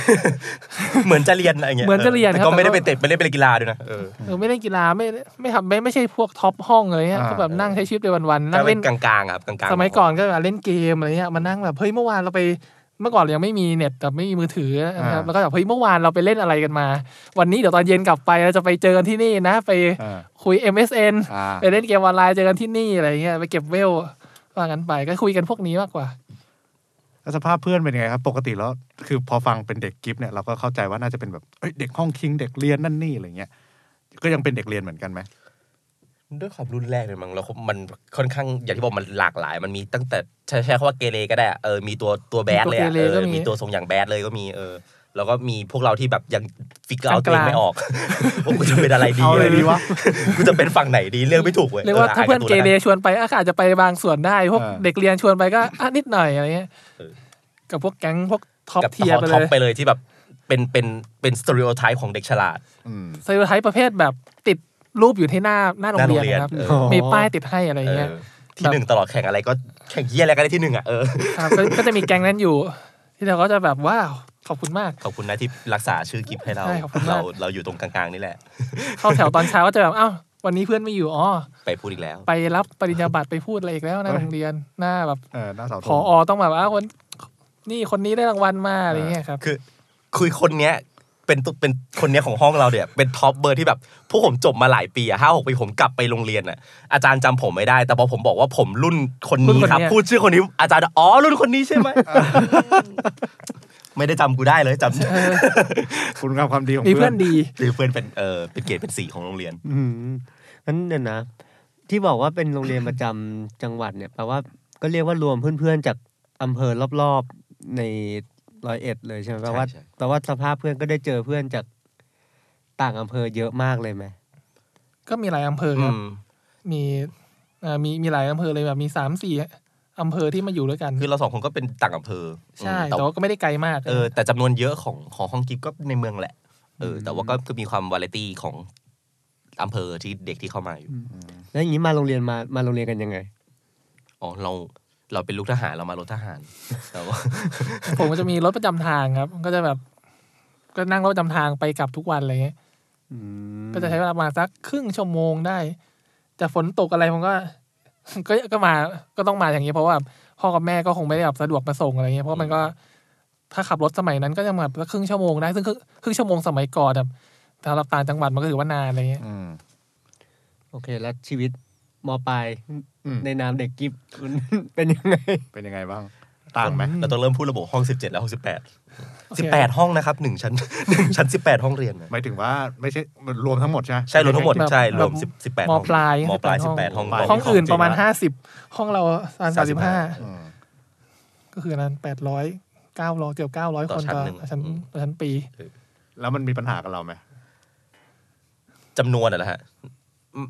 Speaker 5: เหมือนจะเรียนอะไรเงี้ย
Speaker 2: เหมือนจะเรียน
Speaker 5: แต่
Speaker 2: ครับ
Speaker 5: ก็ไม่ได้
Speaker 2: แต่
Speaker 5: ไปเตะ
Speaker 2: ว่า
Speaker 5: ไปเล่นไปเล่นกีฬาด้วยนะเออ
Speaker 2: เออไม่เล่นกีฬาไม่ไม่ทำไม่ไม่ใช่พวกท็อปห้องอะไรเงี้ย
Speaker 1: อ่า
Speaker 2: ก็แบบนั่งใช้ชีวิตไปวันๆ
Speaker 5: แต่
Speaker 2: นั่ง
Speaker 5: เป็
Speaker 2: เล่น
Speaker 5: นกลางๆอะครับกลางๆ
Speaker 2: สมัยก่อนก็แบบเล่นเกมอะไรเงี้ยมานั่งแบบเฮ้ยเมื่อวานเราไปเมื่อก่อนเรายังไม่มีเน็ตแบบไม่มีมือถือนะครับแล้วก็แบบเฮ้ยเมื่อวานเราไปเล่นอะไรกันมา วันนี้เดี๋ยวตอนเย็นกลับไปเราจะไปเจอกันที่นี่นะไป
Speaker 1: อ่า
Speaker 2: คุย MSN
Speaker 1: อ่า
Speaker 2: ไปเล่นเกมออนไลน์เจอกันที่นี่อะไรเงี้ยไปเก็บเวลว่ากันไปก็คุยกันพวกนี้มากกว่า
Speaker 1: แล้วสภาพเพื่อนเป็นไงครับ ปกติแล้วคือพอฟังเป็นเด็กกิฟต์เนี่ยเราก็เข้าใจว่าน่าจะเป็นแบบเอ้ยเด็กห้องคิงเด็กเรียนนั่นนี่อะไรเงี้ยก็ยังเป็นเด็กเรียนเหมือนกันไหม
Speaker 5: ด้วยความรุ่นแรกเลยมั้งแล้วมันค่อนข้างอย่างที่บอกมันหลากหลาย มันมีตั้งแต่ใช้ใช้คำว่าเกเรก็ได้อะเออมีตัวตัวแบดเลยอะ
Speaker 2: ตัวเกเร
Speaker 5: เอ
Speaker 2: ก็
Speaker 5: อ
Speaker 2: มี
Speaker 5: มีตัวทรงอย่างแบดเลยก็มีเออ แล้วก็มีพวกเราที่แบบยังฟิกเอา
Speaker 2: ก
Speaker 5: ตัวเอ
Speaker 2: ลาง งๆ
Speaker 5: ไม่ ออก ว่ากูจะเป็นอะไรดี
Speaker 1: เอาอะไรดีวะ
Speaker 5: กูจะเป็นฝั่งไหนดีเลือกไม่ถูกเว้ย
Speaker 2: เรียกว่าถ้าเพื่อนเกเร
Speaker 5: เร
Speaker 2: ชวนไปอะก็อาจจะไปบางส่วนได้พวก
Speaker 1: อ่า
Speaker 2: เด็กเรียนชวนไปก็อ่ะนิดหน่อยอะไรเงี้ย
Speaker 5: เออ
Speaker 2: กับพวกแก๊งพวกท็อป
Speaker 5: กับ
Speaker 2: เทียร์ไป
Speaker 5: ท็อป
Speaker 2: เลย
Speaker 5: ไปเลยที่แบบเป็นเป็นเป็นสตอริโอไทป์ของเด็กฉลาด
Speaker 1: อืม
Speaker 2: สเตอริโอไทป์ประเภทแบบติดรูปอยู่ที่หน้าหน้าโรงเรียนนะครับ
Speaker 5: หน้าโรงเรียนเออ
Speaker 2: มีป้ายติดให้อะไร
Speaker 5: เออ
Speaker 2: เงี้ย
Speaker 5: ที่หนึ่งตลอดแข่งอะไรก็แข่งเยี่ยอะไรก็ได้ที่หนึ่งอ่ะเออ
Speaker 2: ครับก็ก็จะมีแก๊งนั้นอยู่ ที่เราก็จะแบบว้าวขอบคุณมาก
Speaker 5: ขอบคุณนะที่รักษาชื่อกิฟให้เรา
Speaker 2: ใช่ขอบคุณมาก
Speaker 5: เราเราอยู่ตรงกลางๆนี่แหละ
Speaker 2: เข้าแถวตอนเช้าก็จะแบบอ้าววันนี้เพื่อนไม่อยู่อ๋อ
Speaker 5: ไปพูดอีกแล้ว
Speaker 2: ไปรับปริญญาบัตรไปพูดอะไรอีกแล้วหน้า
Speaker 1: เอ้ย
Speaker 2: โรงเรียนหน้าแบบ
Speaker 1: เออหน้าเสาธ
Speaker 2: ผ
Speaker 1: ง
Speaker 2: อต้องแบบอ้าวคนนี่คนนี้ได้รางวัลมาอะไรเงี้ยครับ
Speaker 5: คือคุยคนเนี้ยเป็นตุ๊เป็นคนเนี้ยของห้องเราเนี่ยเป็นท็อปเบอร์ที่แบบพวกผมจบมาหลายปีอะห้าหกปีผมกลับไปโรงเรียนอะอาจารย์จำผมไม่ได้ แต่พอผมบอกว่าผมรุ่นคน
Speaker 2: รุ่น
Speaker 5: นี้
Speaker 2: คน
Speaker 5: ครับ
Speaker 2: เนี้ย
Speaker 5: พูดชื่อคนนี้อาจารย์อ๋อรุ่นคนนี้ใช่ไหม ไม่ได้จำกูได้เลยจำ
Speaker 2: เออ
Speaker 1: คุณงามความดีของ
Speaker 2: มี
Speaker 1: เพื่
Speaker 2: เพื่
Speaker 1: อ
Speaker 2: อน นดี
Speaker 5: หรือเพื่อนเป็นเออเป็นเกรดเป็นสีของโรงเรียน
Speaker 4: อืมงั้นเดี๋ยวนะ ที่บอกว่าเป็นโรงเรียนประจำจังหวัดเนี่ยแปลว่าก็เรียกว่ารวมเพื่อนๆจากอำเภอรอบๆใน ร้อยเอ็ดเลยใช่ไหม
Speaker 5: ใช่
Speaker 4: แปลว่า
Speaker 5: ใช่
Speaker 4: แปลว่าสภาพเพื่อนก็ได้เจอเพื่อนจากต่างอำเภอเยอะมากเลยไหม
Speaker 2: ก็มีหลายอำเภอ
Speaker 5: อื
Speaker 2: ครับ
Speaker 5: ม
Speaker 2: มีเอ่อมีมีหลายอำเภอเลยแบบมีสามสี่อำเภอที่มาอยู่ด้วยกัน
Speaker 5: คือเราสองคนก็เป็นต่างอำเภอ
Speaker 2: ใช่
Speaker 5: อืมแต่
Speaker 2: แต่
Speaker 5: ว่า
Speaker 2: ว่าก็ไม่ได้ไกลมาก
Speaker 5: เออแต่จำนวนเยอะของของห้องกิฟก็ในเมืองแหละเอออแต่ว่าก็ก็มีความวาไรตี้ของอำเภอที่เด็กที่เข้ามาอยู่
Speaker 4: แล้วอย่างนี้มาโรงเรียนมามาโรงเรียนกันยังไง
Speaker 5: อ๋อเราเราเป็นลูกทหารเรามารถทหารแต่ว่า
Speaker 2: ผมก็จะ มีรถประจำทางครับ ก็จะแบบ ก็นั่งรถประจำทางไปกลับทุกวันอะไรเงี้ย
Speaker 4: อืม
Speaker 2: ก็จะใช้เวลาประมาณสักครึ่งชั่วโมงได้จะฝนตกอะไรผมก็ ก็ก็มาก็ต้องมาอย่างเงี้ยเพราะว่าพ่อกับแม่ก็คงไม่ได้แบบสะดวกมาส่งอะไรเงี้ยเพราะมันก็ ถ้าขับรถสมัยนั้นก็จะแบบสักครึ่งชั่วโมงได้ซึ่งครึ่งครึ่งชั่วโมงสมัยก่อนแบบสำหรับต่างจังหวัดมันก็ถือว่านานอะไรเงี้ย
Speaker 1: อืม
Speaker 4: โอเค แล้วชีวิตมปลาย
Speaker 1: อืม
Speaker 4: ในนามเด็กกิฟต์มัน เป็นยังไง
Speaker 1: เป็นยังไงบ้างต่างไหม
Speaker 2: อืม
Speaker 5: เราต้องเริ่มพูดระบบห้อง 17 และห้อง 18
Speaker 2: โอเค
Speaker 5: 18 ห้องนะครับหนึ่งชั้น หนึ่งชั้น 18 ห้องเรียนนะ
Speaker 1: หมายถึงว่าไม่ใช่รวมทั้งหมดใช่ไหม
Speaker 5: ใช่รวมทั้งหมด
Speaker 2: แบบ
Speaker 5: ใช่รวม
Speaker 2: แบบ
Speaker 5: 10 18
Speaker 2: ม
Speaker 5: ห้อง
Speaker 2: ปลาย
Speaker 5: มปลาย
Speaker 2: 18
Speaker 5: 18 ห้อง
Speaker 1: ปลาย
Speaker 2: ห้องอื่นประมาณ
Speaker 1: จริงๆ
Speaker 2: ห้าสิบห้องเราอันสามสิบห้า
Speaker 1: อืม
Speaker 2: ก็คืออันนั้นแปดร้อยเก้าร้อยเกือบเก้าร้อย
Speaker 5: ต่
Speaker 2: ค
Speaker 5: อน ชั้น
Speaker 2: ต่อ
Speaker 5: หนึ่ง
Speaker 2: ชั้น
Speaker 5: อืม
Speaker 2: ต่อชั้นปี
Speaker 1: แล้วมันมีปัญหากับเราไหม
Speaker 5: จำนวนอะนะฮะอืม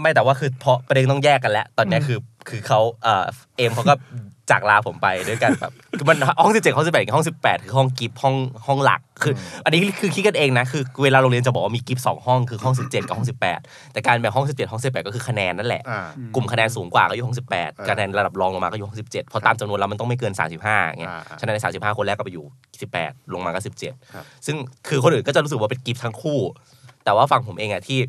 Speaker 5: ไม่แต่ว่าคือเพราะประเด็นต้องแยกกันแล้ว ตอนเนี้ย
Speaker 2: อืม
Speaker 5: คือคือเขาเอ่อเอ็มเขาก็ จากลาผมไปด้วยกันแบบคือมันห้อง 17 ห้อง 18กับห้อง 18 คือห้องกิฟต์ห้องห้องหลักคือ อันนี้คือคิดกันเองนะคือเวลาโรงเรียนจะบอกว่ามีกิฟต์สองห้องคือห้อง 17 กับห้อง 18 แต่การแบ่งห้อง 17 ห้อง 18 ก็คือคะแนนนั่นแหละ
Speaker 1: อ่า
Speaker 5: กลุ่มคะแนนสูงกว่าก็อยู่ห้องสิบแปด
Speaker 1: เออ
Speaker 5: คะแนนระดับรองลงมาก็อยู่ห้องสิบเจ็ดพอตามจำนวนเรามันต้องไม่เกินสามสิบห้าเงี้ย
Speaker 1: อ่าๆ
Speaker 5: ฉะนั้นในสามสิบห้าคนแรกก็ไปอยู่สิบแปดลงมาก็สิบเจ็ด
Speaker 1: ครับ
Speaker 5: ซึ่งคือคนอื่นก็จะรู้สึกว่าเป็นกิฟต์ทั้งคู่ แต่ว่าฝั่งผมเองอะที่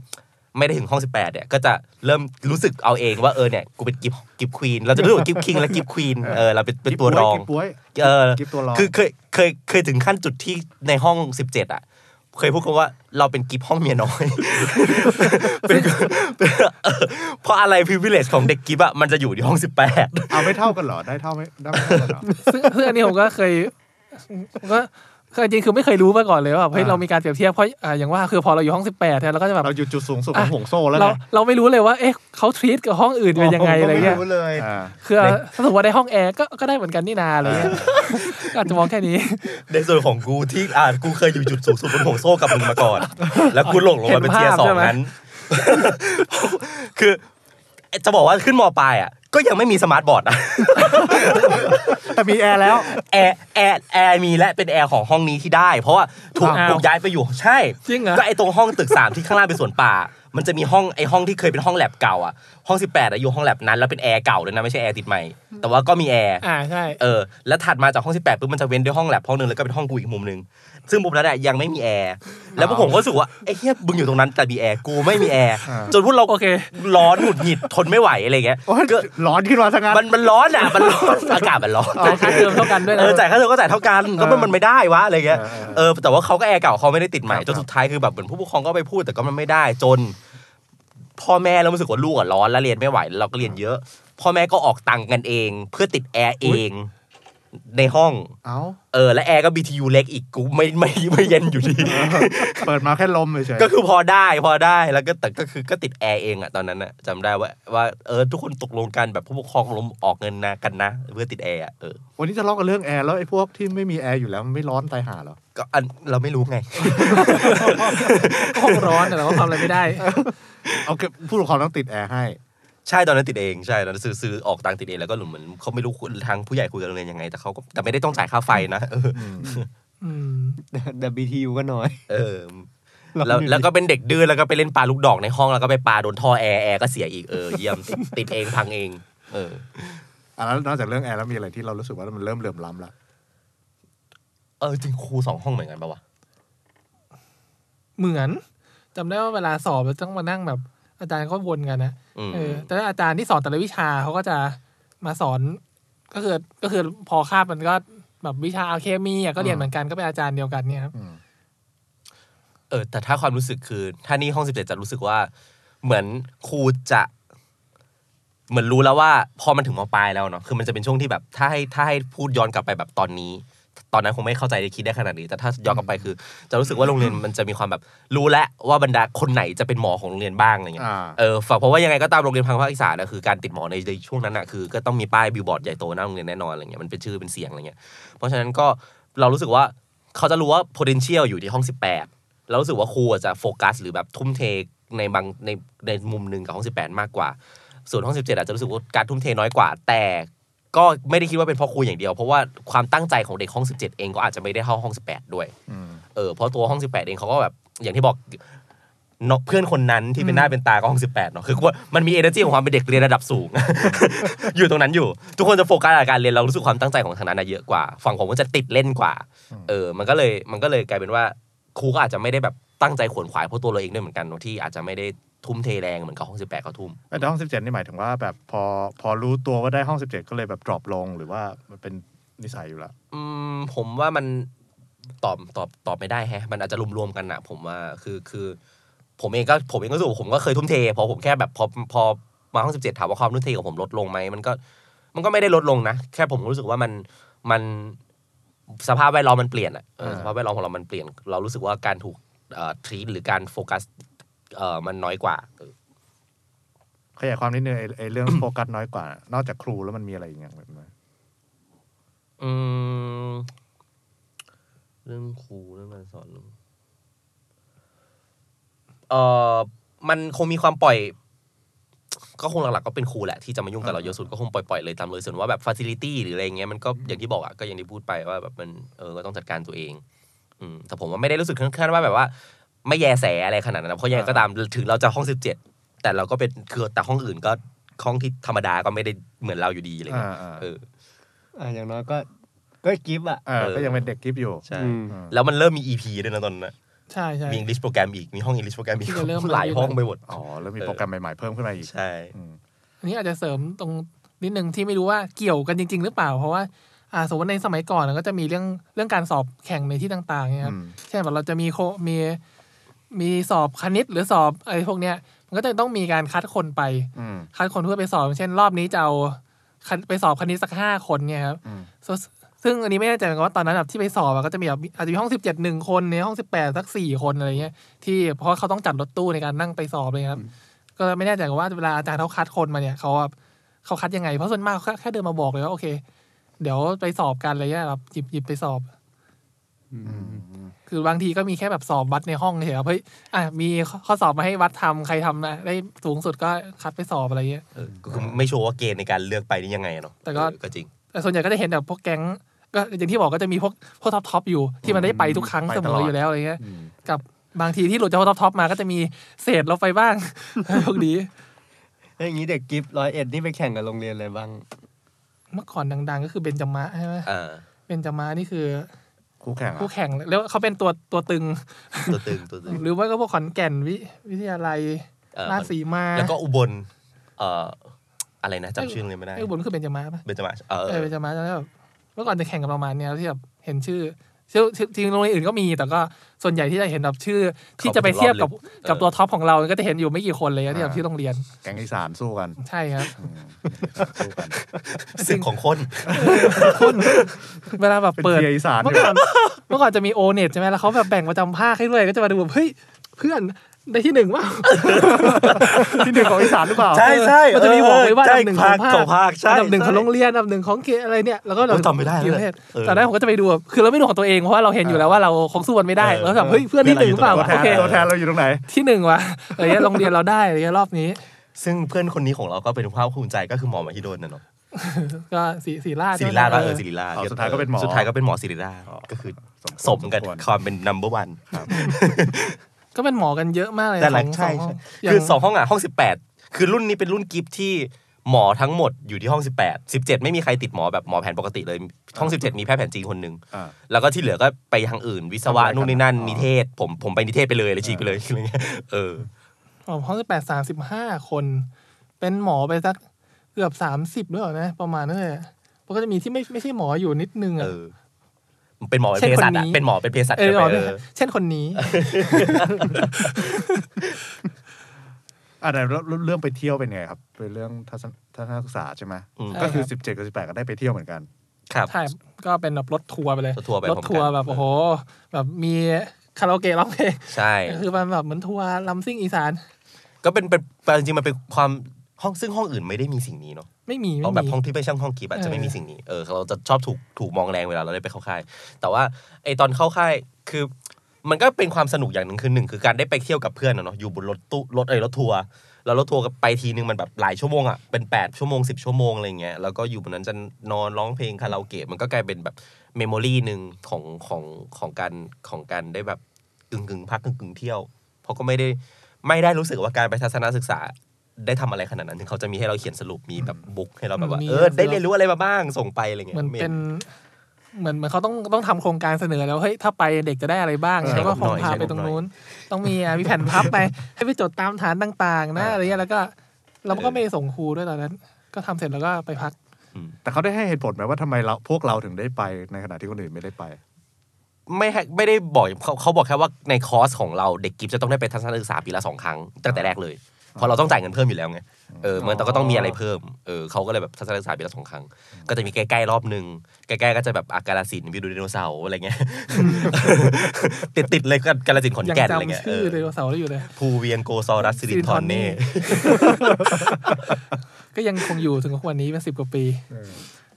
Speaker 5: ไม่ได้ถึงห้องสิบแปดเนี่ยก็จะเริ่มรู้สึกเอาเองว่าเออเนี่ยกูเป็นกิฟต์กิฟต์ควีนเราจะรู้สึกว่ากิฟต์คิงและกิฟต์ควีน
Speaker 1: เออ
Speaker 5: เออเราเป็นเป็นตัวรอง
Speaker 1: กิ๊บป่วย
Speaker 5: เออ
Speaker 1: กิ๊บตัวรอง
Speaker 5: คือเคยเคยเคยถึงขั้นจุดที่ในห้องสิบเจ็ดอะเคยพูดกันว่าเราเป็นกิฟห้องเมียน้อย เป็นเป็นเออเพราะอะไรพิเวเลชของเด็กกิฟอะมันจะอยู่ที่ห้องสิบแปด
Speaker 1: เอาไม่เท่ากันเหรอได้เท่าไหมได้ไม่เท่ากันเหรอ
Speaker 2: ซึ่ง ซึ่งอันนี้ผมก็เคยผมก็คือจริงๆคือไม่เคยรู้มาก่อนเลยว่าแบบเฮ้ย
Speaker 1: อ่า
Speaker 2: เรามีการเปรียบเทียบเพราะอ่าอย่างว่าคือพอเราอยู่ห้องสิบแปดเราก็จะแบบ
Speaker 1: เราอยู่จุดสูงสุดของห่วงโซ่แล้ว
Speaker 2: เรา
Speaker 1: นะ
Speaker 2: เราไม่รู้เลยว่าเอ๊ะเขาทรีตกับห้องอื่นเป็นยังไงอะไรเงี้
Speaker 4: ผ
Speaker 2: ย
Speaker 4: มก็ม่เลย
Speaker 1: อ่า
Speaker 2: คือถ้าสมมติว่าได้ห้องแอร์ก็ก็ได้เหมือนกันนี่นาอะไรเงี้ยก็อาจจะมองแค่นี้
Speaker 5: ในส่วนของกูที่อ่ากูเคยอยู่จุดสูงสุดบนห่วงโซ่กับมึงมาก่อน แล้วกูหลงลงมาเป็นเทียร์สองนั้น คือจะบอกว่าขึ้นมปลายอะก็ยังไม่มีสมาร์ทบอร์ดอะ
Speaker 1: แต่มีแอร์แล้ว
Speaker 5: แอร์แอร์แอร์มีและเป็นแอร์ของห้องนี้ที่ได้ เพราะว่าถูก
Speaker 2: อ้าว
Speaker 5: ถูกย้ายไปอยู่ใช่
Speaker 2: จริงเหรอ
Speaker 5: ก็ไอตรงห้องตึกสามที่ข้างล่างเป็นสวนป่า มันจะมีห้องไอห้องที่เคยเป็นห้องแลบเก่าอ่ะห้อง 18อะอยู่ห้องแลบนั้นแล้วเป็นแอร์เก่าเลยนะไม่ใช่แอร์ติดใหม่ แต่ว่าก็มีแอร์
Speaker 2: อ่าใช่
Speaker 5: เออแล้วถัดมาจากห้อง 18ปุ๊บมันจะเว้นด้วยห้องแลบห้องนึงแล้วก็เป็นห้องกูอีกมุมนึงซึ่งมุมนั้นอะยังไม่มีแอร์แล้วพวกผมก็รู้สึกว่าไอ้เฮียมึงอยู่ตรงนั้นแต่มีแอร์กูไม่มีแอร์
Speaker 1: อ่า
Speaker 5: จนพวกเรา
Speaker 2: โอเค
Speaker 5: ร้อนหงุดหงิดทนไม่ไหวอะไรเงี้ย
Speaker 1: โอ้ย
Speaker 5: ก็
Speaker 1: ร้อนขึ้นมาซะงั้น
Speaker 5: มันมันร้อนอะมันร้อนอากาศมันร้อน
Speaker 2: จ่ายค่าเทอมเท่ากันด้วย
Speaker 5: เอ
Speaker 2: นะ
Speaker 5: อจ่ายค่าเทอมก็จ่ายเท่ากันก็มันมันไม่ได้วะอะไรเงี้ย
Speaker 1: เออเออ
Speaker 5: เออแต่ว่าเขาก็แอร์เก่าเขาไม่ได้ติดใหม่
Speaker 1: ครับ
Speaker 5: จนสุดท้ายคือแบบเหมือนผู้ปกครองก็ไปพูดแต่ก็มันไม่ได้จน พ่อแม่เรารู้สึกว่าลูกอะร้อนแล้วเรียนไม่ไหวแล้วเราก็เรียนเยอะ พ่อแม่ก็ออกตังค์กันเอง เพื่อติดแอร์เองในห้อง
Speaker 1: เอ้า
Speaker 5: เออ และแอร์ก็ BTU เล็กอีกกูไม่ไม่ไม่เย็นอยู่ดี
Speaker 1: เปิดมาแค่ลมเฉยๆ
Speaker 5: ก็คือพอได้พอได้แล้วก็แต่ก็คือก็ติดแอร์เองอะตอนนั้นอะจำได้ว่าว่าเออทุกคนตกลงกันแบบผู้ปกครองลงออกเงินนะกันนะ เพื่อติดแอร์อะเออ
Speaker 1: วันนี้จะเล่ากันเรื่องแอร์แล้วไอ้พวกที่ไม่มีแอร์อยู่แล้วมันไม่ร้อนตายห่าเหรอ
Speaker 5: ก็อันเราไม่รู้ไง
Speaker 2: ก็ห้องร้อนแต่เราก็ทำอะไรไม่ได้
Speaker 1: เอาเก็บผู้ปกครองต้องติดแอร์ให้
Speaker 5: ใช่ตอนนั้นติดเองใช่ตอนนั้นซื้อซื้อออกตังค์ติดเองแล้วก็เหมือนเขาไม่รู้คุณทางผู้ใหญ่คุยกับโรงเรียนยังไง แต่เขาก็แต่ไม่ได้ต้องจ่ายค่าไฟนะ เออ
Speaker 2: อืม
Speaker 4: แต่ BTU ก็น้อย
Speaker 5: เออแล้วแล้วก็เป็นเด็กดื้อแล้วก็ไปเล่นปลาลูกดอกในห้องแล้วก็ไปปลาโดนท่อแอร์แอร์ก็เสียอีกเออเยี่ยม ติดติดเองพังเอง เออ
Speaker 1: อ่ะแล้วนอกจากเรื่องแอร์แล้วมีอะไรที่เรารู้สึกว่ามันเริ่มเหลื่อมล้ำละ
Speaker 5: เออจริงครูสองห้องเหมือนกันปะวะ
Speaker 2: เหมือนจำได้ว่าเวลาสอบเราต้องมานั่งแบบ อาจารย์ก็วนกันนะ
Speaker 5: อืม
Speaker 2: เออแต่ว่าอาจารย์ที่สอนแต่ละวิชาเขาก็จะมาสอนก็คือก็คือพอคาบมันก็แบบวิชาเคมีอ่ะก็เรียนเหมือนกันก็เป็นอาจารย์เดียวกันเนี่ยครับ
Speaker 1: อืม
Speaker 5: เออแต่ถ้าความรู้สึกคือ ถ้านี่ห้องสิบเจ็ดจะรู้สึกว่า เหมือนครูจะ เหมือนรู้แล้วว่า พอมันถึงมปลายแล้วเนาะคือมันจะเป็นช่วงที่แบบถ้าให้ถ้าให้พูดย้อนกลับไปแบบตอนนี้ ตอนนั้นคงไม่เข้าใจคิดได้ขนาดนี้ แต่ถ้าย้อนกลับไปคือ จะรู้สึกว่าโรงเรียนมันจะมีความแบบรู้แล้วว่าบรรดาคนไหนจะเป็นหมอของโรงเรียนบ้างอะไรเงี้ย
Speaker 1: อ่า
Speaker 5: เออฝากเพราะว่ายังไงก็ตามโรงเรียนพังภาคอีสานนะคือการติดหมอในในช่วงนั้นอะคือก็ต้องมีป้ายบิลบอร์ดใหญ่โตหน้าโรงเรียนแน่นอนอะไรเงี้ยมันเป็นชื่อเป็นเสียงอะไรเงี้ยเพราะฉะนั้นก็เรารู้สึกว่าเขาจะรู้ว่า potential อยู่ที่ห้อง 18 เรารู้สึกว่าครูอาจจะโฟกัสหรือแบบทุ่มเทในบางในในมุมหนึ่งกับห้อง 18 มากกว่า ส่วนห้อง 17 อาจจะรู้สึกว่าการทุ่มเทน้อยกว่า แต่ก็ไม่ได้คิดว่าเป็นเพราะครูอย่างเดียว เพราะว่าความตั้งใจของเด็กห้อง 17 เองก็อาจจะไม่ได้เท่าห้อง 18 ด้วย เออเพราะตัวห้อง 18 เองเขาก็แบบอย่างที่บอกเนาะเพื่อนคนนั้นที่เป็นหน้าเป็นตาก็ห้อง 18 เนาะคือว่ามันมี energy ของความเป็นเด็กเรียนระดับสูง อยู่ตรงนั้นอยู่ ทุกคนจะโฟกัสกับการเรียนเรารู้สึกความตั้งใจของทางนั้นน่ะเยอะกว่า ฝั่งผมก็จะติดเล่นกว่า เออ มันก็เลยมันก็เลยกลายเป็นว่าครูก็อาจจะไม่ได้แบบตั้งใจขวนขวายเพราะตัวเราเองด้วยเหมือนกันเนอะที่อาจจะไม่ได้ทุ่มเทแรงเหมือนกับห้อง 18เขาทุ่ม
Speaker 1: แต่ห้องสิบเจ็ดนี่หมายถึงว่าแบบพอพอรู้ตัวว่าได้ห้องสิบเจ็ดก็เลยแบบดรอปลงหรือว่ามันเป็นนิสัยอยู่ละ
Speaker 5: อืมผมว่ามันตอบตอบตอบไม่ได้แฮะ มันอาจจะรวมๆกันอะผมว่าคือคือ ผมเองก็ผมเองก็รู้สึกว่าผมก็เคยทุ่มเทพอผมแค่แบบพอพอมาห้องสิบเจ็ดถามว่าความทุ่มเทของผมลดลงไหมมันก็ มันก็ไม่ได้ลดลงนะ แค่ผมรู้สึกว่ามันมันสภาพแวดล้อมมันเปลี่ยนอะเออ
Speaker 1: อ่า
Speaker 5: สภาพแวดล้อมของเรามันเปลี่ยน เรารู้สึกว่าการถูกทรีตหรือการโฟกัสเอ่อมันน้อยกว่า
Speaker 1: ขยายความนิดนึงไอ้ไอ้เรื่อง โฟกัสน้อยกว่า นอกจากครูแล้วมันมีอะไรอีกอย่างแบบนั้น
Speaker 5: อืมเรื่องครูเรื่องการสอนเรื่องเอ่อมันคงมีความปล่อย ก็คงหลักๆก็เป็นครูแหละที่จะมายุ่งกับเราเยอะสุดก็คงปล่อยๆเลยตามเลยส่วนว่าแบบฟ a ซิลิตี้หรืออะไรอย่างเงี้ยมันก็อย่างที่บอกอะก็อย่างที่พูดไปว่าแบบมันเออก็ต้องจัดการตัวเอง อืมแต่ผมว่าไม่ได้รู้สึกขั้นๆว่าแบบว่า ไม่แยแสอะไรขนาดนั้นนะเพราะยังไงก็ตามถึงเราจะห้องสิบเจ็ดแต่เราก็เป็นคือแต่ห้องอื่นก็ห้องที่ธรรมดาก็ไม่ได้เหมือนเราอยู่ดีอะไร
Speaker 1: อ่า
Speaker 5: เงี้ย
Speaker 1: อ่า
Speaker 5: เออ
Speaker 4: อ่ะอย่างน้อยก็ก็กิฟต์อ่ะ
Speaker 1: เออก็ยังเป็นเด็กกิฟอยู่
Speaker 5: ใช่
Speaker 4: อืม
Speaker 1: อืม
Speaker 5: แล้วมันเริ่มมี EP ด้วยนะตอนนั้นนะ
Speaker 2: ใช่ใช่
Speaker 5: มี English โปรแกรมอีก มีห้อง English โปรแกรมอีก
Speaker 2: ที่จะเริ่ม
Speaker 5: หลายห้องไปหมด
Speaker 1: อ๋อแล้วมีโปรแกรมใหม่ๆเพิ่มขึ้นมาอีก
Speaker 5: ใช่
Speaker 1: อืม
Speaker 2: อันนี้อาจจะเสริมตรงนิดนึงที่ไม่รู้ว่าเกี่ยวกันจริง ๆ หรือเปล่า เพราะว่าอ่าสมมติในสมัยก่อนเราก็จะมีเรื่องเรื่องการสอบแข่งในที่ต่างๆเนี่ยครับ
Speaker 1: อืม
Speaker 2: เช่นแบบเราจะมีโคมีมีสอบคณิตหรือสอบอะไรพวกเนี้ยมันก็จะต้องมีการคัดคนไป
Speaker 1: อืม
Speaker 2: คัดคนเพื่อไปสอบ เช่นรอบนี้จะเอาคันไปสอบคณิตสักห้าคนเนี่ยครับ
Speaker 1: อืม
Speaker 2: ซึ่งซึ่งอันนี้ไม่แน่ใจเหมือนกันว่าตอนนั้นแบบที่ไปสอบอะก็จะมีแบบอาจจะมีห้องสิบเจ็ดหนึ่งคนในห้องสิบแปดสักสี่คนอะไรเงี้ยที่เพราะว่าเขาต้องจัดรถตู้ในการนั่งไปสอบเลยครับ ก็ไม่แน่ใจว่าเวลาอาจารย์เขาคัดคนมาเนี่ยเขาแบบเขาคัดยังไง เพราะส่วนมากเขาแค่แค่เดินมาบอกเลยว่าโอเค เดี๋ยวไปสอบกันอะไรเงี้ยแบบหยิบหยิบไปสอบ คือบางทีก็มีแค่แบบสอบวัดในห้องเฉยๆครับเฮ้ยอ่ะมีข้อสอบมาให้วัดทำใครทำนะได้สูงสุดก็คัดไปสอบอะไรเงี้ย
Speaker 5: เออก็คือไม่ชัวร์ว่าเกณฑ์ในการเลือกไปนี่ยังไงเนาะ
Speaker 2: แต่ก็
Speaker 5: เออก็จริง
Speaker 2: แต่ส่วนใหญ่ก็จะเห็นแบบพวกแก๊งก็อย่างที่บอกก็จะมีพวกพวกท็อปท็อปอยู่ที่มันได้ไปทุกครั้ง
Speaker 1: ไป
Speaker 2: เส
Speaker 1: ต
Speaker 2: ม
Speaker 1: ลอ
Speaker 2: อ
Speaker 1: ด
Speaker 2: อยู่แล้วอะไรเงี้ยกับบางทีที่หลุดจากพวกท็อปท็อปมาก็จะมีเศษเราไปบ้าง พวกนี้
Speaker 4: แล้วอย่างนี้เด็กกิฟร้อยเอ็ดนี่ไปแข่งกับโรงเรียนอะไรบ้าง
Speaker 2: เมื่อก่อนดัง ๆ ก็คือเบนจามะใช่ไหม
Speaker 5: อ่า
Speaker 2: เบนจามะนี่คือ
Speaker 1: คู่แข่ง
Speaker 2: คู่
Speaker 1: อ่ะ
Speaker 2: แข่งแล้วเขาเป็นตัวตัวตึง
Speaker 5: ตัวตึง ตัว ตึง
Speaker 2: หรือว่าก็พวกขอนแก่นวิวิทยาลัย
Speaker 5: เออ
Speaker 2: ราชสีมา
Speaker 5: แล้วก็อุบล เอ่อ อะไรนะจำชื่อเลยไม่ได้
Speaker 2: ไอ้บนคือเบนจามะปะ
Speaker 5: เบนจมาศเออ
Speaker 2: เอ
Speaker 5: เอ
Speaker 2: อ
Speaker 5: อ
Speaker 2: เป็นจะมาแล้วแบบเมื่อก่อนจะแข่งกันประมาณเนี้ยที่แบบเห็นชื่อชื่อชื่อจริงโรงเรียนอื่นก็มีแต่ก็ส่วนใหญ่ที่จะเห็นแบบชื่อ ที่จะไปเทียบกับ
Speaker 5: อ
Speaker 2: กับตัวท็อปของเราก็จะเห็นอยู่ไม่กี่คนเลยนะที่แบบที่โรงเรียน
Speaker 1: แก๊งอีสานสู้กัน
Speaker 2: ใช่ครับ
Speaker 1: อืมสู้กัน
Speaker 5: สิ่งของคน
Speaker 2: เวลาแบบ
Speaker 1: เป็น
Speaker 2: เปิด
Speaker 1: เชียร์อีสานอ
Speaker 2: เมื่อยู่ ก่อนเมื่อก่อนจะมีโอเน็ตใช่ไหมแล้วเขาแบบแบ่งประจำภาคให้ด้วยก็จะมาดูแบบเฮ้ยเพื่อนได้ที่หนึ่งว่า
Speaker 1: ที่หนึ่งของอีสานหรือเปล่า
Speaker 2: มันจะมีบอกไว้ว่า
Speaker 5: ใช่
Speaker 2: อันดับหนึ่งข
Speaker 5: ภา
Speaker 2: อ
Speaker 5: ค
Speaker 2: งภาค
Speaker 5: ของภาคใช่
Speaker 2: อันดับหนึ่งของ
Speaker 5: ใช่
Speaker 2: โรงเรียนอันดับหนึ่งของเขตอะไรเนี่ย แล้วก็เรา
Speaker 5: โอ้ยจำไม่ได้
Speaker 2: อยู่
Speaker 5: แล้ว
Speaker 2: เนี่ย
Speaker 5: เออ
Speaker 2: ตอนแรกผมก็จะไปดูแบบคือเราไม่ดูของตัวเองเพราะว่าเราเห็นอยู่แล้วว่าเราคงสู้มันไม่ได้
Speaker 5: เออ
Speaker 2: แล้วแบบเฮ้ยเพื่อนที่หนึ่งหรือเปล่า
Speaker 1: ตัวแท
Speaker 2: โอนเค
Speaker 1: ตัวแทนเราอยู่ตรงไหน
Speaker 2: ที่หนึ่งวะอะไรเงี้ยโรงเรียนเราได้อะไรเงี้ยรอบนี้
Speaker 5: ซึ่งเพื่อนคนนี้ของเราก็เป็นภาพภูมิใจก็คือหมอมหิดลนะเนาะ
Speaker 2: ก็สีสีราช
Speaker 5: ศิริราชว่า
Speaker 2: เอ
Speaker 5: เออ
Speaker 2: อ
Speaker 5: ศิริราช
Speaker 1: อ๋อสุดท้ายก็เป็นหมอ
Speaker 5: สุดท้ายก็เป็นหมอศิริราชก็คือสมกันความเป็น number one
Speaker 2: ก็เป็นหมอกันเยอะมากเลย
Speaker 5: แต่หลั
Speaker 2: ข
Speaker 5: ง
Speaker 2: อง
Speaker 5: ใช่
Speaker 2: ข
Speaker 5: ใช่
Speaker 2: อง
Speaker 5: คือย่าง สองห้องอ่ะห้องสิบแปดคือรุ่นนี้เป็นรุ่นกิฟที่หมอทั้งหมดอยู่ที่ห้องสิบแปดสิบเจ็ดไม่มีใครติดหมอแบบหมอแผนปกติเลยห้องสิบเจ็ดมีแพทย์แผนจีนคนหนึ่ง
Speaker 1: อ่า
Speaker 5: แล้วก็ที่เหลือก็ไปทางอื่น วิศวะ
Speaker 1: ทำอะไรกัน
Speaker 5: นู่นนี่นั่น
Speaker 1: อ๋อ
Speaker 5: นิเทศ ผมผมไปนิเทศไปเลยเลยฉีกไปเลย อะไรเงี้ยเออ
Speaker 2: อ๋อห้องสิบแปดสามสิบห้าคน เป็นหมอไปสักเกือบสามสิบด้วยเหรอนะประมาณนั้นเลยมันก็จะมีที่ไม่ไม่ใช่หมออยู่นิดนึง
Speaker 5: เอ
Speaker 2: อะ
Speaker 5: อเป็นหมอเป็น
Speaker 2: เช่น
Speaker 5: เภสัช
Speaker 2: คนนี้
Speaker 5: อะเป็นหมอเป็นเภสัช
Speaker 2: เออ
Speaker 5: เกิน
Speaker 2: หม
Speaker 5: ไป
Speaker 2: อ
Speaker 5: เออ
Speaker 2: เช่นคนนี้
Speaker 1: อ่ะแต่เรื่องไปเที่ยวเป็นไงครับเป็นเรื่องทัศนทัศนศึกษาใช่ไหม
Speaker 5: อืม
Speaker 2: ใช่
Speaker 1: ก็คือ
Speaker 2: ครับ
Speaker 1: สิบเจ็ดกับสิบแปดก็ได้ไปเที่ยวเหมือนกัน
Speaker 5: ครับ
Speaker 2: ใช่ก็เป็นแบบรถทัวร์ไปเลย
Speaker 5: รถทัวร์ไป
Speaker 2: รถทัว
Speaker 5: พร้
Speaker 2: ร์
Speaker 5: อมกัน
Speaker 2: แบบโอ้โห แบบมีคาราโอเกะร้องเพลง
Speaker 5: ใช่
Speaker 2: คือมันแบบเหมือนทัวร์ลัมซิ่งอีสาน
Speaker 5: ก็เป็นเป็นเป็นจริงๆมันเป็นความห้องซึ่งห้องอื่นไม่ได้มีสิ่งนี้เนาะ
Speaker 2: ไม่มี
Speaker 5: ห้อ
Speaker 2: ไม่
Speaker 5: งแบบ
Speaker 2: มี
Speaker 5: ห้องที่ไม่ใช่ห้องกีบอะ
Speaker 2: เออ
Speaker 5: จะไม่มีสิ่งนี้เออเราจะชอบถูกถูกมองแรงเวลาเราได้ไปเข้าค่าย แต่ว่าไอตอนเข้าค่ายคือมันก็เป็นความสนุกอย่างหนึ่งคือหนึ่งคือการได้ไปเที่ยวกับเพื่อนอะเนาะอยู่บนรถตู้รถไอยรถทัวร์แล้วรถทัวร์ก็ไปทีนึงมันแบบหลายชั่วโมงอะเป็นแปดชั่วโมงสิบชั่วโมงอะไรเงี้ยแล้วก็อยู่บนนั้นจะนอนร้องเพลงคาราโอเกะมันก็กลายเป็นแบบเมมโมรีหนึ่งของของของการของการได้แบบกึ่งกึ่งๆพักกึ่งกึ่งๆเที่ยว เพราะก็ไม่ได้ไม่ได้รู้สึกว่าการไปทัศนศึกษาได้ทำอะไรขนาดนั้นถึงเขาจะมีให้เราเขียนสรุปมีแบบบุ๊กให้เราแบบว่า
Speaker 2: มี
Speaker 5: เออได้
Speaker 2: ให้เรา
Speaker 5: เรียนรู้อะไรมาบ้างส่งไปอะไรเงี้ย
Speaker 2: เหมือน
Speaker 5: ไ
Speaker 2: เป็นเหมือนเหมือนเขาต้องต้องทำโครงการเสนอแล้วเฮ้ยถ้าไปเด็กจะได้อะไรบ้าง
Speaker 1: เออ
Speaker 2: เนี่ยก็
Speaker 5: ใช้
Speaker 2: ค
Speaker 5: งบหน่อย
Speaker 2: งพา
Speaker 5: ใช้งบ
Speaker 2: ไปตรง
Speaker 5: หน่อย
Speaker 2: นู้น ต้องมีอ่ะมีแผ่นพับไป ให้ไปจดตามฐานต่างๆนะ
Speaker 5: เอออ
Speaker 2: อะไรเงี้ยแล้วก็เราก็
Speaker 5: เออ
Speaker 2: ไม่ได้ส่งครูด้วยตอนนั้น ก็ทำเสร็จแล้วก็ไปพัก
Speaker 1: แต่เขาได้ให้เหตุผลไหมว่าทำไมเราพวกเราถึงได้ไปในขณะที่คนอื่นไม่ได้ไป
Speaker 5: ไม่ให้ไม่ได้บอกเขาเขาบอกแค่ว่าในคอร์สของเราเด็กกิฟจะต้องได้ไปทัศนศึกษาปีละสองครั้งตั้งแต่แรกเลยเพราะเราต้องจ่ายเงินเพิ่มอยู่แล้วไงเออมันก็ต้องมีอะไรเพิ่มเออเขาก็เลยแบบทัศนศึกษาปีละสองครั้ง ก็จะมีใกล้ๆรอบหนึ่งใกล้ๆก็จะแบบอากาลสินธุ์วิวดูไดโนเสาร์อะไรเงี้ย ติดติดๆเลยกับกาลสินธุ์ขอน
Speaker 2: ยัง
Speaker 5: แก่นอะไรเงี้ย
Speaker 2: จำ
Speaker 5: เอ
Speaker 2: ชื่อ
Speaker 5: อ
Speaker 2: ไดโนเสาร์ได้อยู่เลย
Speaker 5: ภูเวียงโกซอรัสซิรินทอนเน่
Speaker 2: ก็ยังคงอยู่ถึงทุกวันนี้เป็นสิบกว่าปี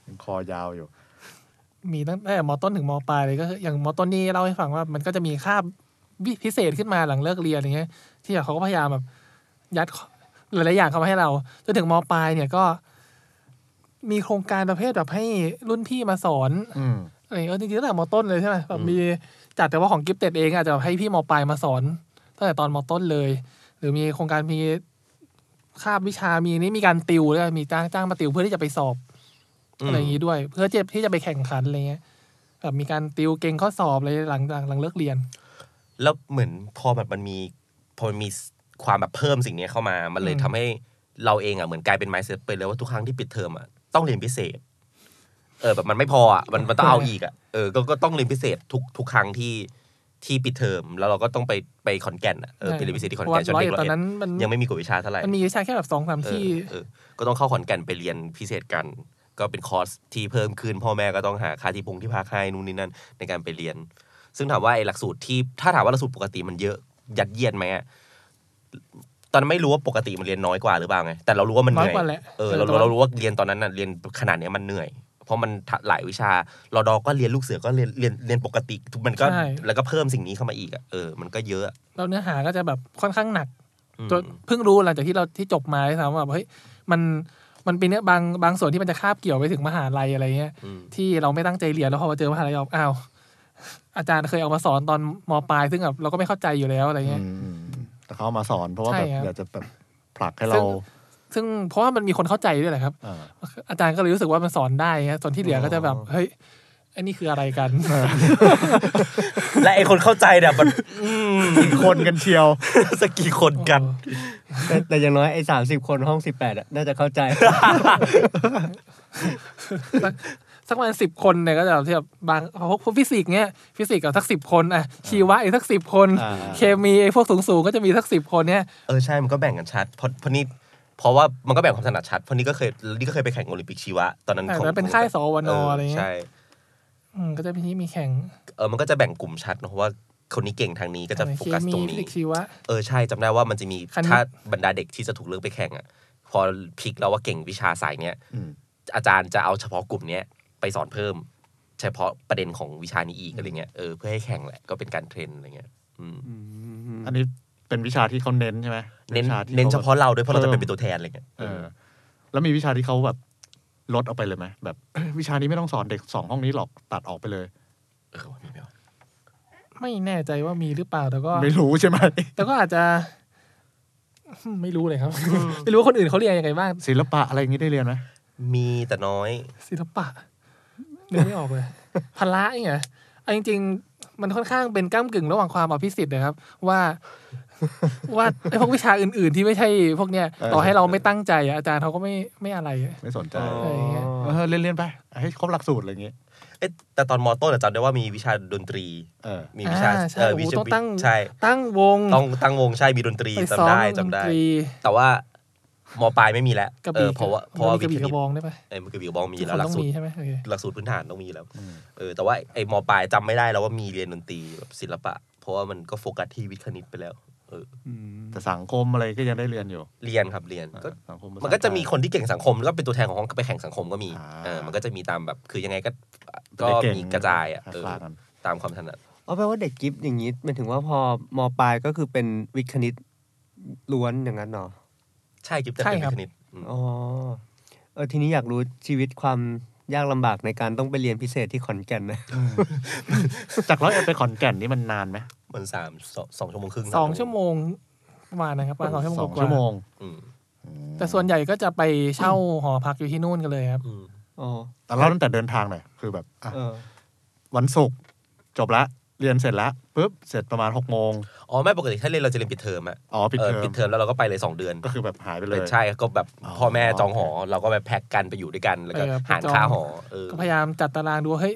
Speaker 1: ยังคอยาวอยู่
Speaker 2: มีตั้งแต่มต้นถึงมปลายเลยก็คืออย่างมต้นนี่เล่าให้ฟังว่ามันก็จะมีค่าบวิพิเศษขึ้นมาหลังเลิกเรียนอย่างเงี้ย ที่เขาก็พยายามแบบยัดหลายๆอย่างเข้ามาให้เราจนถึงมปลายเนี่ยก็ มีโครงการประเภทแบบให้รุ่นพี่มาสอน
Speaker 1: อืม
Speaker 2: อะไรเงี้ยเออจริงๆตั้งแต่มต้นเลยใช่ไหมแบบ
Speaker 5: อืม
Speaker 2: มีจัดแต่ว่าของกิฟเต็ดเองอาจจะแบบให้พี่มปลายมาสอนตั้งแต่ตอนมต้นเลย หรือมีโครงการมีคาบวิชามีนี่มีการติวด้วยมีจ้างจ้างมาติวเพื่อที่จะไปสอบ อะไรอย่างนี้ด้วย เพื่อที่ที่จะไปแข่งขันอะไรเงี้ยแบบมีการติวเก่งข้อสอบอะไรหลังหลังหลังเลิกเรียน
Speaker 5: แล้วเหมือนพอแบบมันมีพอมันมีความแบบเพิ่มสิ่งนี้เข้ามา มันเลย
Speaker 2: อืม
Speaker 5: ทำให้เราเองอ่ะเหมือนกลายเป็นไมซ์เซ็ตไปเลยว่าทุกครั้งที่ปิดเทอมอ่ะต้องเรียนพิเศษ เออแบบมันไม่พออ่ะมันมันต้องเอาอีกอ่ะเออก็ก็ต้องเรียนพิเศษทุกทุกครั้งที่ที่ปิดเทอมแล้วเราก็ต้องไปไปขอนแก่นอ่ะเออไปเรียนพิเศษที่ขอนแก่นจน
Speaker 2: ร้อย
Speaker 5: เด็ก
Speaker 2: เอ็ดต
Speaker 5: เรา
Speaker 2: อนนั้นมัน
Speaker 5: ยังไม่มีกฎวิชาเท่าไหร่
Speaker 2: มันมีวิชาแค่แบบสองสามที่
Speaker 5: เออเออก็ต้องเข้าขอนแก่นไปเรียนพิเศษกัน ก็เป็นคอร์สที่เพิ่มขึ้น พ่อแม่ก็ต้องหาค่าที่พงที่พักให้นู่นนี่นั่นในการไปเรียน ซึ่งถามว่าไอ้หลักสูตรที่ถ้าถามว่าหลักสูตรปกติมันเยอะยัดเยียดไหมอะตอนนนไม่รู้ว่าปกติมันเรียนน้อยกว่าหรือเปล่าไงแต่เรารู้ว่ามันเหนื่
Speaker 2: น้
Speaker 5: อ
Speaker 2: อย ยกว่าแหละ
Speaker 5: เออเรา
Speaker 2: แต่
Speaker 5: รู้
Speaker 2: ว่า
Speaker 5: เรารู้ว่าเรียนตอนนั้นน่ะเรียนขนาดเนี้ยมันเหนื่อย เพราะมันหลายวิชารอดอก็เรียนลูกเสือก็เรียนเรียนเรียนปกติทุกมันก็
Speaker 2: ใช่
Speaker 5: แล้วก็เพิ่มสิ่งนี้เข้ามาอีกอะเออมันก็เยอะ
Speaker 2: แล้วเนื้อหาก็จะแบบค่อนข้างหนัก
Speaker 5: อืม
Speaker 2: จนเพิ่งรู้หลังจากที่เราที่จบมาเลยซ้ำว่าแบบเฮ้ยมันมันเป็นเนี้ยบางบางส่วนที่มันจะคาบเกี่ยวไปถึงมหาลัยอะไรเงี้ย
Speaker 5: อืม
Speaker 2: ที่เราไม่ตั้งใจเรียนแล้วพอมาเจอมหาลัยออกอ้าวอาจารย์เคยเอามาสอนตอนมปลายซึ่งแบบเราก็ไม่เข้าใจอยู่แล้วอะไรเงี้ย
Speaker 1: อืมแต่เขาเอามาสอนเพราะว่าแบบ
Speaker 2: ใช่ครับ
Speaker 1: อยากจะแบบผลักให้เรา
Speaker 2: ซึ่ง ซึ่งเพราะว่ามันมีคนเข้าใจด้วยแหละครับ
Speaker 1: อ่า
Speaker 2: อาจารย์ก็เลยรู้สึกว่ามันสอนได้ฮะส่วนที่เหลือก็จะแบบ เฮ้ยอันนี้คืออะไรกัน
Speaker 5: และไอคนเข้าใจเนี่ยมัน
Speaker 1: อีกคนกันเชียว
Speaker 5: สักกี่คนกัน
Speaker 4: แต่แต่อย่างน้อยไอ้สามสิบคนห้องสิบแปดน่าจะ เข้าใจ
Speaker 2: สักประมาณสิบคนเนี่ยก็จะแบบที่แบบบางพวกฟิสิกส์เนี่ยฟิสิกส์กับสักสิบคนอ่ะชีวะอีกสักสิบคน
Speaker 1: อ่า
Speaker 2: เคมีไอ้พวกสูงสูงๆก็จะมีสักสิบคนเนี่ย
Speaker 5: เออใช่ มันก็แบ่งกันชัด เพราะเพราะนี่เพราะว่ามันก็แบ่งความถนัดชัด เพราะนี่ก็เคยนี่ก็เคยไปแข่งโอลิมปิกชีวะ ตอนนั้น
Speaker 2: อ่า
Speaker 5: ของ
Speaker 2: แล้วเป็นค่ายสวนอะไรเงี้ย
Speaker 5: ใช่
Speaker 2: อืมก็จะมีที่มีแข่ง
Speaker 5: เออมันก็จะแบ่งกลุ่มชัดเนอะว่าคนนี้เก่งทางนี้ก็จะโฟ
Speaker 2: เค
Speaker 5: กัส
Speaker 2: มี
Speaker 5: ตรง
Speaker 2: ฟิ
Speaker 5: นี้
Speaker 2: สิกส์ชีวะ
Speaker 5: เออใช่จำได้ว่ามันจะมี
Speaker 2: คณิต
Speaker 5: ถ้าบรรดาเด็กที่จะถูกเลือกไปแข่งอ่ะพอพลิกแล้วว่าเก่งวิชาสายเนี้ย
Speaker 1: อืม
Speaker 5: อาจารย์จะเอาเฉพาะกลุ่มเนี้ยไปสอนเพิ่ม เฉพาะประเด็นของวิชานี้อีกอะไรเงี้ยเออเพื่อให้แข่งแหละก็เป็นการเทรนอะไรเงี้ยอืม
Speaker 1: อันนี้เป็นวิชาที่เขาเน้นใช่ไหม
Speaker 5: เน้น
Speaker 1: วิชที่
Speaker 5: เน้นเฉ
Speaker 1: แบบ
Speaker 5: พาะเราด้วยเพราะเราจะเป็นตัวแทนอะไรเงี้ย
Speaker 1: เอ
Speaker 5: เอ
Speaker 1: อ
Speaker 5: อ
Speaker 1: แล้วมีวิชาที่เขาแบบลดออกไปเลยไหมแบบ วิชานี้ไม่ต้องสอนเด็กสองห้องนี้หรอกตัดออกไปเลย
Speaker 5: เออว่ามีไหมวะ
Speaker 2: ไม่แน่ใจว่ามีหรือเปล่าแต่ก็
Speaker 1: ไม่รู้ใช่ไหม
Speaker 2: แต่ก็อาจจะ ไม่รู้เลยครับ ไม่รู้ว่าคนอื่นเขาเรียนยังไงบ้าง
Speaker 1: ศิลปะอะไรอย่างนี้ได้เรียนไหม
Speaker 5: มีแต่น้อย
Speaker 2: ศิลปะนึกไม่ออกเลยพละอย่างเงี้ยเอาจริง ๆ มันค่อนข้างเป็นก้ามกึ่งระหว่างความอภิสิทธิ์นะครับ ว่า ว่าไอ้พวกวิชาอื่น ๆ ที่ไม่ใช่พวกเนี้ยต่อให้เราไม่ตั้งใจอะอาจารย์เขาก็ไม่ไม่อะไรอะ
Speaker 1: ไม่สนใจ
Speaker 4: อ๋อ
Speaker 2: อะไรเงี้ย
Speaker 1: เออเรียนเรียนไปให้ครบหลักสูตรอะไรอย่างนี้
Speaker 5: เอ๊ะแต่ตอนมอต้นอะจำได้ว่ามีวิชาดนตรี
Speaker 1: เออ
Speaker 5: มีวิชา
Speaker 2: อ่าใช่
Speaker 5: เออ
Speaker 2: โอ้โห
Speaker 5: วิชา
Speaker 2: ต้องตั้ง
Speaker 5: ใช่
Speaker 2: ตั้งวง
Speaker 5: ต้องตั้งวงใช่มีดนตรี
Speaker 2: ไป
Speaker 5: จำ
Speaker 2: ซ้อม
Speaker 5: ได้
Speaker 2: ด
Speaker 5: จำ
Speaker 2: น
Speaker 5: ได้
Speaker 2: ตรี
Speaker 5: แต่ว่า มปลายไม่มีแล้ว
Speaker 2: กระ
Speaker 5: เอ
Speaker 2: บี่
Speaker 5: อเพราะว่าเพราะว่า
Speaker 2: วิ
Speaker 5: วิ
Speaker 2: ท
Speaker 5: ท
Speaker 2: ย์
Speaker 5: ย์ค
Speaker 2: กระ
Speaker 5: ณิต
Speaker 2: บองได้ปะ
Speaker 5: เออมันกระบี่กระบองมี
Speaker 2: ทุก
Speaker 5: แล้วนหลั
Speaker 2: คต้
Speaker 5: ก
Speaker 2: อง
Speaker 5: สูต
Speaker 2: มี
Speaker 5: ร
Speaker 2: ใช่ไหมโอเค
Speaker 5: หลักสูตรพื้นฐานต้องมีแล้ว
Speaker 1: อืม
Speaker 5: เออแต่ว่าไอ้มปลายจำไม่ได้แล้วว่ามีเรียนดนตรีแบบศิลปะ เพราะว่ามันก็โฟกัสที่วิทย์คณิตไปแล้ว เออ
Speaker 1: แต่สังคมอะไรก็ยังได้เรียนอยู่
Speaker 5: เรียนครับเรียนก็
Speaker 1: สังคม
Speaker 5: มันก็จะมีคนที่เก่งสังคมแล้วก็เป็นตัวแทนของห้องไปแข่งสังคมก็มี
Speaker 1: อ่า
Speaker 5: เออมันก็จะมีตามแบบคือยังไงก็ก็มีกระจายอ่ะเออ
Speaker 1: คลาดกัน
Speaker 5: ตามความถนัด
Speaker 4: เอาแปลว่าเด็กกิฟต์อย่างนี้หมันถึงว่าพอมปลายก็คือเป็นวิทย์คณิตล้วนอย่างนั้นเนาะ
Speaker 5: ใช่กิฟแต่เป็นวิทย์คณิตอืม
Speaker 4: อ๋อเออทีนี้อยากรู้ชีวิตความยากลำบากในการต้องไปเรียนพิเศษที่ขอนแก่นนะ
Speaker 1: จากร้อยเอ็ดไปขอนแก่นนี่มันนานไหม
Speaker 5: มันสามสองสองชั่วโมงครึ่ง
Speaker 2: สองชั่วโมงประมาณนะครับประมาณสองชั่วโมง
Speaker 1: สอง
Speaker 2: กว่า
Speaker 1: ชั่วโมง
Speaker 5: อืม
Speaker 2: แต่ส่วนใหญ่ก็จะไปเช่าหอพักอยู่ที่นู่นกันเลยครับ
Speaker 5: อืม
Speaker 4: อ๋อ
Speaker 1: แต่เราตั้งแต่เดินทางหน่อยคือแบบอ่ะ
Speaker 4: เออ
Speaker 1: วันศุกร์จบละเรียนเสร็จละปุ๊บเสร็จประมาณหกโมง
Speaker 5: อ๋อไม่ปกติถ้าเรียนเราจะเรียนปิดเทอมอะ
Speaker 1: อ๋อปิด
Speaker 5: เออ
Speaker 1: เทอ
Speaker 5: ปิด
Speaker 1: ม
Speaker 5: เทอมแล้วเราก็ไปเลยสองเดือน
Speaker 1: ก็คือแบบหายไปเลย
Speaker 5: ใช่ก็แบบ
Speaker 1: อ๋อ
Speaker 5: พ่อแม่จองหอเราก็ไปแพ็กกันไปอยู่ด้วยกันแล้วก็
Speaker 2: เออ
Speaker 5: หาร
Speaker 2: จอง
Speaker 5: ค่าหอเออ
Speaker 2: ก็พยายามจัดตารางดูว่าเฮ้ย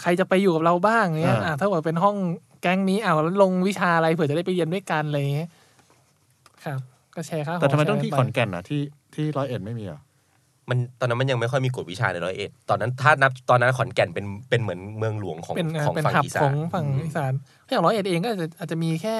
Speaker 2: ใครจะไปอยู่กับเราบ้างเนี้ย
Speaker 1: อ่า
Speaker 2: อ่ะถ้าเกิดเป็นห้องแก๊งนี้อ้าวแล้วลงวิชาอะไรเผื่อจะได้ไปเรียนด้วยกันอะไรอย่างเงี้ยครับก็แชร์ค่าห
Speaker 1: แต่ทำไมต้อง
Speaker 2: แชร์
Speaker 1: ที่
Speaker 2: ไป
Speaker 1: ขอนแก่นอ่ะที่ที่ร้อยเอ็ดไม่มีเหรอ่ะ
Speaker 5: มันตอนนั้นมันยังไม่ค่อยมีกฎวิชาในร้อยเอ็ดตอนนั้นถ้านับตอนนั้นขอนแก่นเป็นเป็นเหมือนเมืองหลวงของ
Speaker 2: เป็นอ่า
Speaker 5: ของ
Speaker 2: เป็น
Speaker 5: ฝั่ง
Speaker 2: หับ
Speaker 5: อีสา
Speaker 2: ข
Speaker 5: น
Speaker 2: องฝั่งอีสานอย่างร้อยเอ็ดเองก็อาจจะอาจจะมีแค่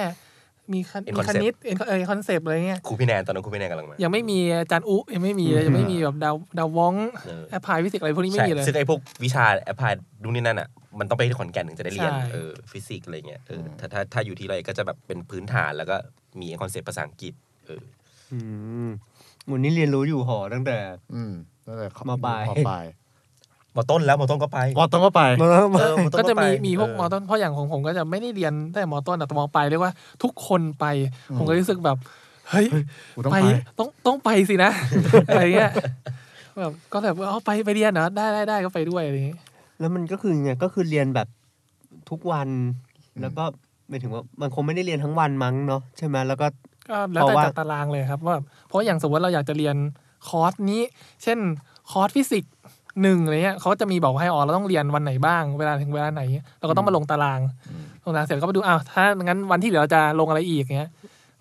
Speaker 2: มีค
Speaker 5: เป็น
Speaker 2: มีค
Speaker 5: concept
Speaker 2: ณิตเอ็นคอนเซปต์อะไรเงี้ย
Speaker 5: ครูพี่แนนตอนนั้นครูพี่แนนกำลังมา
Speaker 2: ยังไม่มีอาจารย์อุยังไม่มีเลยยังไม่มีแบบดาวดาววอง
Speaker 5: เออ
Speaker 2: แอปพลายฟิสิกส์อะไรพวกนี้ไม่
Speaker 5: ใช่
Speaker 2: มีเลย
Speaker 5: ซึ่งไอ้พวกวิชาแอพพลายดูนนี่นั่นอ่ะ มันต้องไปที่ขอนแก่นถึงจะได้เรียน
Speaker 2: ใช่
Speaker 5: เออ ฟิสิกส์อะไรเงี้ย เออ ถ้าถ้าถ้าอยู่ที่ไรก็จะแบบเป็นพื้นฐานแล้วก็มีคอนเซปต์ภาษาอังกฤษ เออ
Speaker 4: อืมวันนี้เรียนรู้อยู่หอตั้งแต่
Speaker 1: อืมตั้งแต่ข
Speaker 4: มาบ่าย
Speaker 1: มาบ่าย
Speaker 5: มาต้นแล้วมาต้นก็ไป
Speaker 1: ก็ต้องก็ไป
Speaker 5: เออต้น
Speaker 2: ก็จะมี
Speaker 5: ไป
Speaker 2: มีพวก
Speaker 5: เ
Speaker 2: มอต้นเพราะอย่างของผมก็จะไม่ได้เรียนตั้งแต่มอต้นแต่มอปลายเรียกว่าทุกคนไป ผมก็รู้สึกแบบเฮ้ย
Speaker 1: กูต้อง
Speaker 2: ไป
Speaker 1: ไป
Speaker 2: ต้องต้องไปสินะ อะไรเงี้ยแบบก็แบบว่าเอาไปไปเรียนเหรอได้ได้ได้ก็ไปด้วยอะไรอย่างงี้
Speaker 4: แล้วมันก็คือไงก็คือเรียนแบบทุกวัน แล้วก็หมายถึงว่ามันคงไม่ได้เรียนทั้งวันมั้งเนาะใช่ไหมแล้วก็
Speaker 2: ก็แล้ว
Speaker 4: เพ
Speaker 2: แต่
Speaker 4: ราะว่า
Speaker 2: จัดตารางเลยครับว่าเพราะอย่างสมมติเราอยากจะเรียนคอร์สนี้ เช่นคอร์สฟิสิกส์หนึ่งอะไรเงี้ยเขาจะมีบอกว่าให้อ๋อเราต้องเรียนวันไหนบ้างเวลาถึงเวลาไหนเราก็ต้องมาลงตารางลงตารางเสร็จก็ไปดูอ้าวถ้างั้นวันที่เหลือเราจะลงอะไรอีกเงี้ย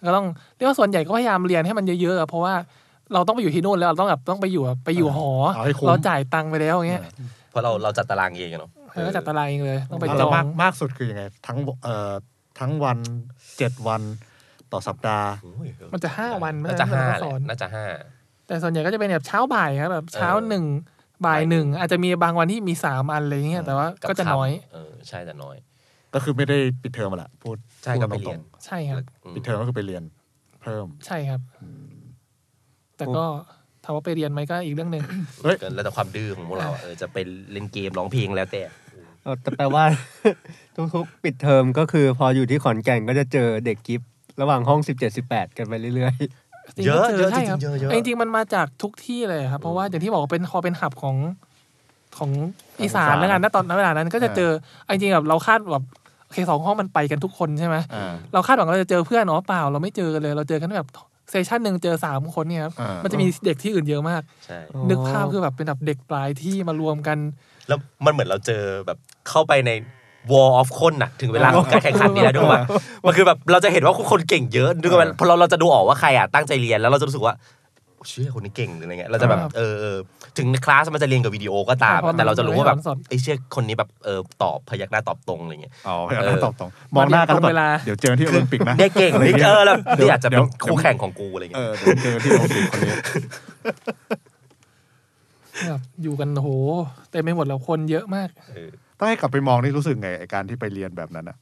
Speaker 2: ก็ต้องเรียกว่าส่วนใหญ่ก็พยายามเรียนให้มันเยอะๆอะเพราะว่าเราต้องไปอยู่ที่นู่นแล้วเราต้องแบบต้องไปอยู่แบบไปอยู่หอ
Speaker 1: เอาให้คุ้ม
Speaker 2: เราจ่ายตังค์ไปแล้วอย่างเงี้ย
Speaker 5: เพราะเราเราจัดตารางเองอะเนาะ
Speaker 2: แล้วก็จัดตารางเองเลยต้องไป
Speaker 1: อ่ะ
Speaker 2: จ
Speaker 1: แล้ว
Speaker 2: อ
Speaker 1: มาง กมากสุดคือยังไง ทั้งเอ่อทั้งวันเจ็ดวันต่อสัปดาห์
Speaker 5: โอ้ย
Speaker 2: มันจะห้าวัน
Speaker 5: น่าจะ
Speaker 2: ไม่
Speaker 5: ห้าแหละ
Speaker 2: ได้สอน
Speaker 5: น่าจะห้า
Speaker 2: แต่ส่วนใหญ่ก็จะเป็นแบบเช้าบ่ายครับแบบเช้า
Speaker 5: เออ
Speaker 2: หนึ่งบ่าย
Speaker 5: บ่ายห
Speaker 2: ห
Speaker 5: นึ่
Speaker 2: นึ่
Speaker 5: ง
Speaker 2: งอาจจะมีบางวันที่มีสามอันอะไรเงี้ยแต่ว่าก็จะ
Speaker 5: บคำ
Speaker 2: น้อย
Speaker 5: เออ ใช่แต่น้อย
Speaker 1: ก็คือไม่ได้ปิดเทอมมาละพูด
Speaker 5: ใช่
Speaker 1: พูด
Speaker 5: ก็ไปเรี
Speaker 1: ต
Speaker 5: ย
Speaker 1: ง
Speaker 5: น
Speaker 2: ใช่ครับ
Speaker 5: อืม
Speaker 1: ๆปิดเทอมก็คือไปเรียนเพิ่ม
Speaker 2: ใช่ครับ แต่ก็ถามว่าไปเรียนไหมก็อีกเรื่องหนึ่ง
Speaker 1: เฮ้ย
Speaker 5: ก็แล้วแต่ความดื้อของพวกเราอะเออจะไปเล่นเกมร้องเพลงแล้วแต่
Speaker 4: เออแต่แปลว่า ทุกๆ ปิดเทอมก็คือพออยู่ที่ขอนแก่นก็จะเจอเด็กกิฟต์ระหว่างห้อง 17-18 กันไปเรื่อย
Speaker 5: เยอะ
Speaker 2: จ
Speaker 5: เยอะ
Speaker 2: ริงๆใช่ครับ
Speaker 5: จริงๆเยอะเยอะ
Speaker 2: แต่จริงๆมันมาจากทุกที่เลยครับ เพราะว่าอย่างที่บอกว่าเป็นคอเป็นหับของของอีสานแล้วกันณตอนณเวลานั้นก็จะเจอเอาจริงๆแบบเราคาดแบบโอเคสองห้องมันไปกันทุกคนใช่ไหม
Speaker 1: อ่า
Speaker 2: เราคาดหวังว่าเราจะเจอเพื่อนอ๋อเปล่า เราไม่เจอกันเลย เราเจอกันแบบเซสชั่นหนึ่งเจอสามคนเนี่ยครับ
Speaker 1: อ่ามั
Speaker 2: มันจะมีเด็กที่อื่นเยอะมาก
Speaker 5: ใช่
Speaker 4: ๆ
Speaker 2: นึกภาพคือแบบเป็นแบบเด็กปลายที่มารวมกัน
Speaker 5: แล้วมันเหมือนเราเจอแบบเข้าไปใน wall of คนน่ะ ถึงเวลาของการแข่งขันนี้แล้วด้วยว่ามันคือแบบเราจะเห็นว่าคนเก่งเยอะด้วยกันเพราะเราเราจะดูออกว่าใครอ่ะตั้งใจเรียนแล้วเราจะรู้สึกว่าเชื่อคนนี้เก่งหรืออะไรเงี้ยเราจะแบบ
Speaker 2: ครับ
Speaker 5: เออเออถึงคลาสมันจะเรียนกับวิดีโอก็ตาม
Speaker 2: ใช่เพราะมัน
Speaker 5: แต่เราจะรู้ว่าแบบ
Speaker 2: มันสอน
Speaker 5: ไอ้เชื่อคนนี้แบบเออตอบพยักหน้าตอบตรงอะไรเงี้ย
Speaker 1: อ๋อ
Speaker 5: เออ
Speaker 1: แล้วตอบตรงมองหน้ากันแล้ว
Speaker 2: ตร
Speaker 1: แบ
Speaker 2: งเวลา
Speaker 1: บ เดี๋ยวเจอที่โอลิมปิกนะ
Speaker 5: เนี่ยเก่งนี่เออแล้ว
Speaker 1: เดี๋ยว
Speaker 5: นี่อาจจะเป็น
Speaker 1: เดี๋ยว
Speaker 5: คู่แข่งของกูอะไร
Speaker 1: เอ
Speaker 5: เงี้ย
Speaker 1: อเดี๋ยวเจอที่โอลิมปิกคนนี้
Speaker 2: แบบอยู่กันโหเต็มไปหมดแล้วคนเยอะมาก
Speaker 5: เออ
Speaker 1: ถ้าให้กลับไปมองนี่รู้สึกไงไอการที่ไปเรียนแบบนั้นอ่ะ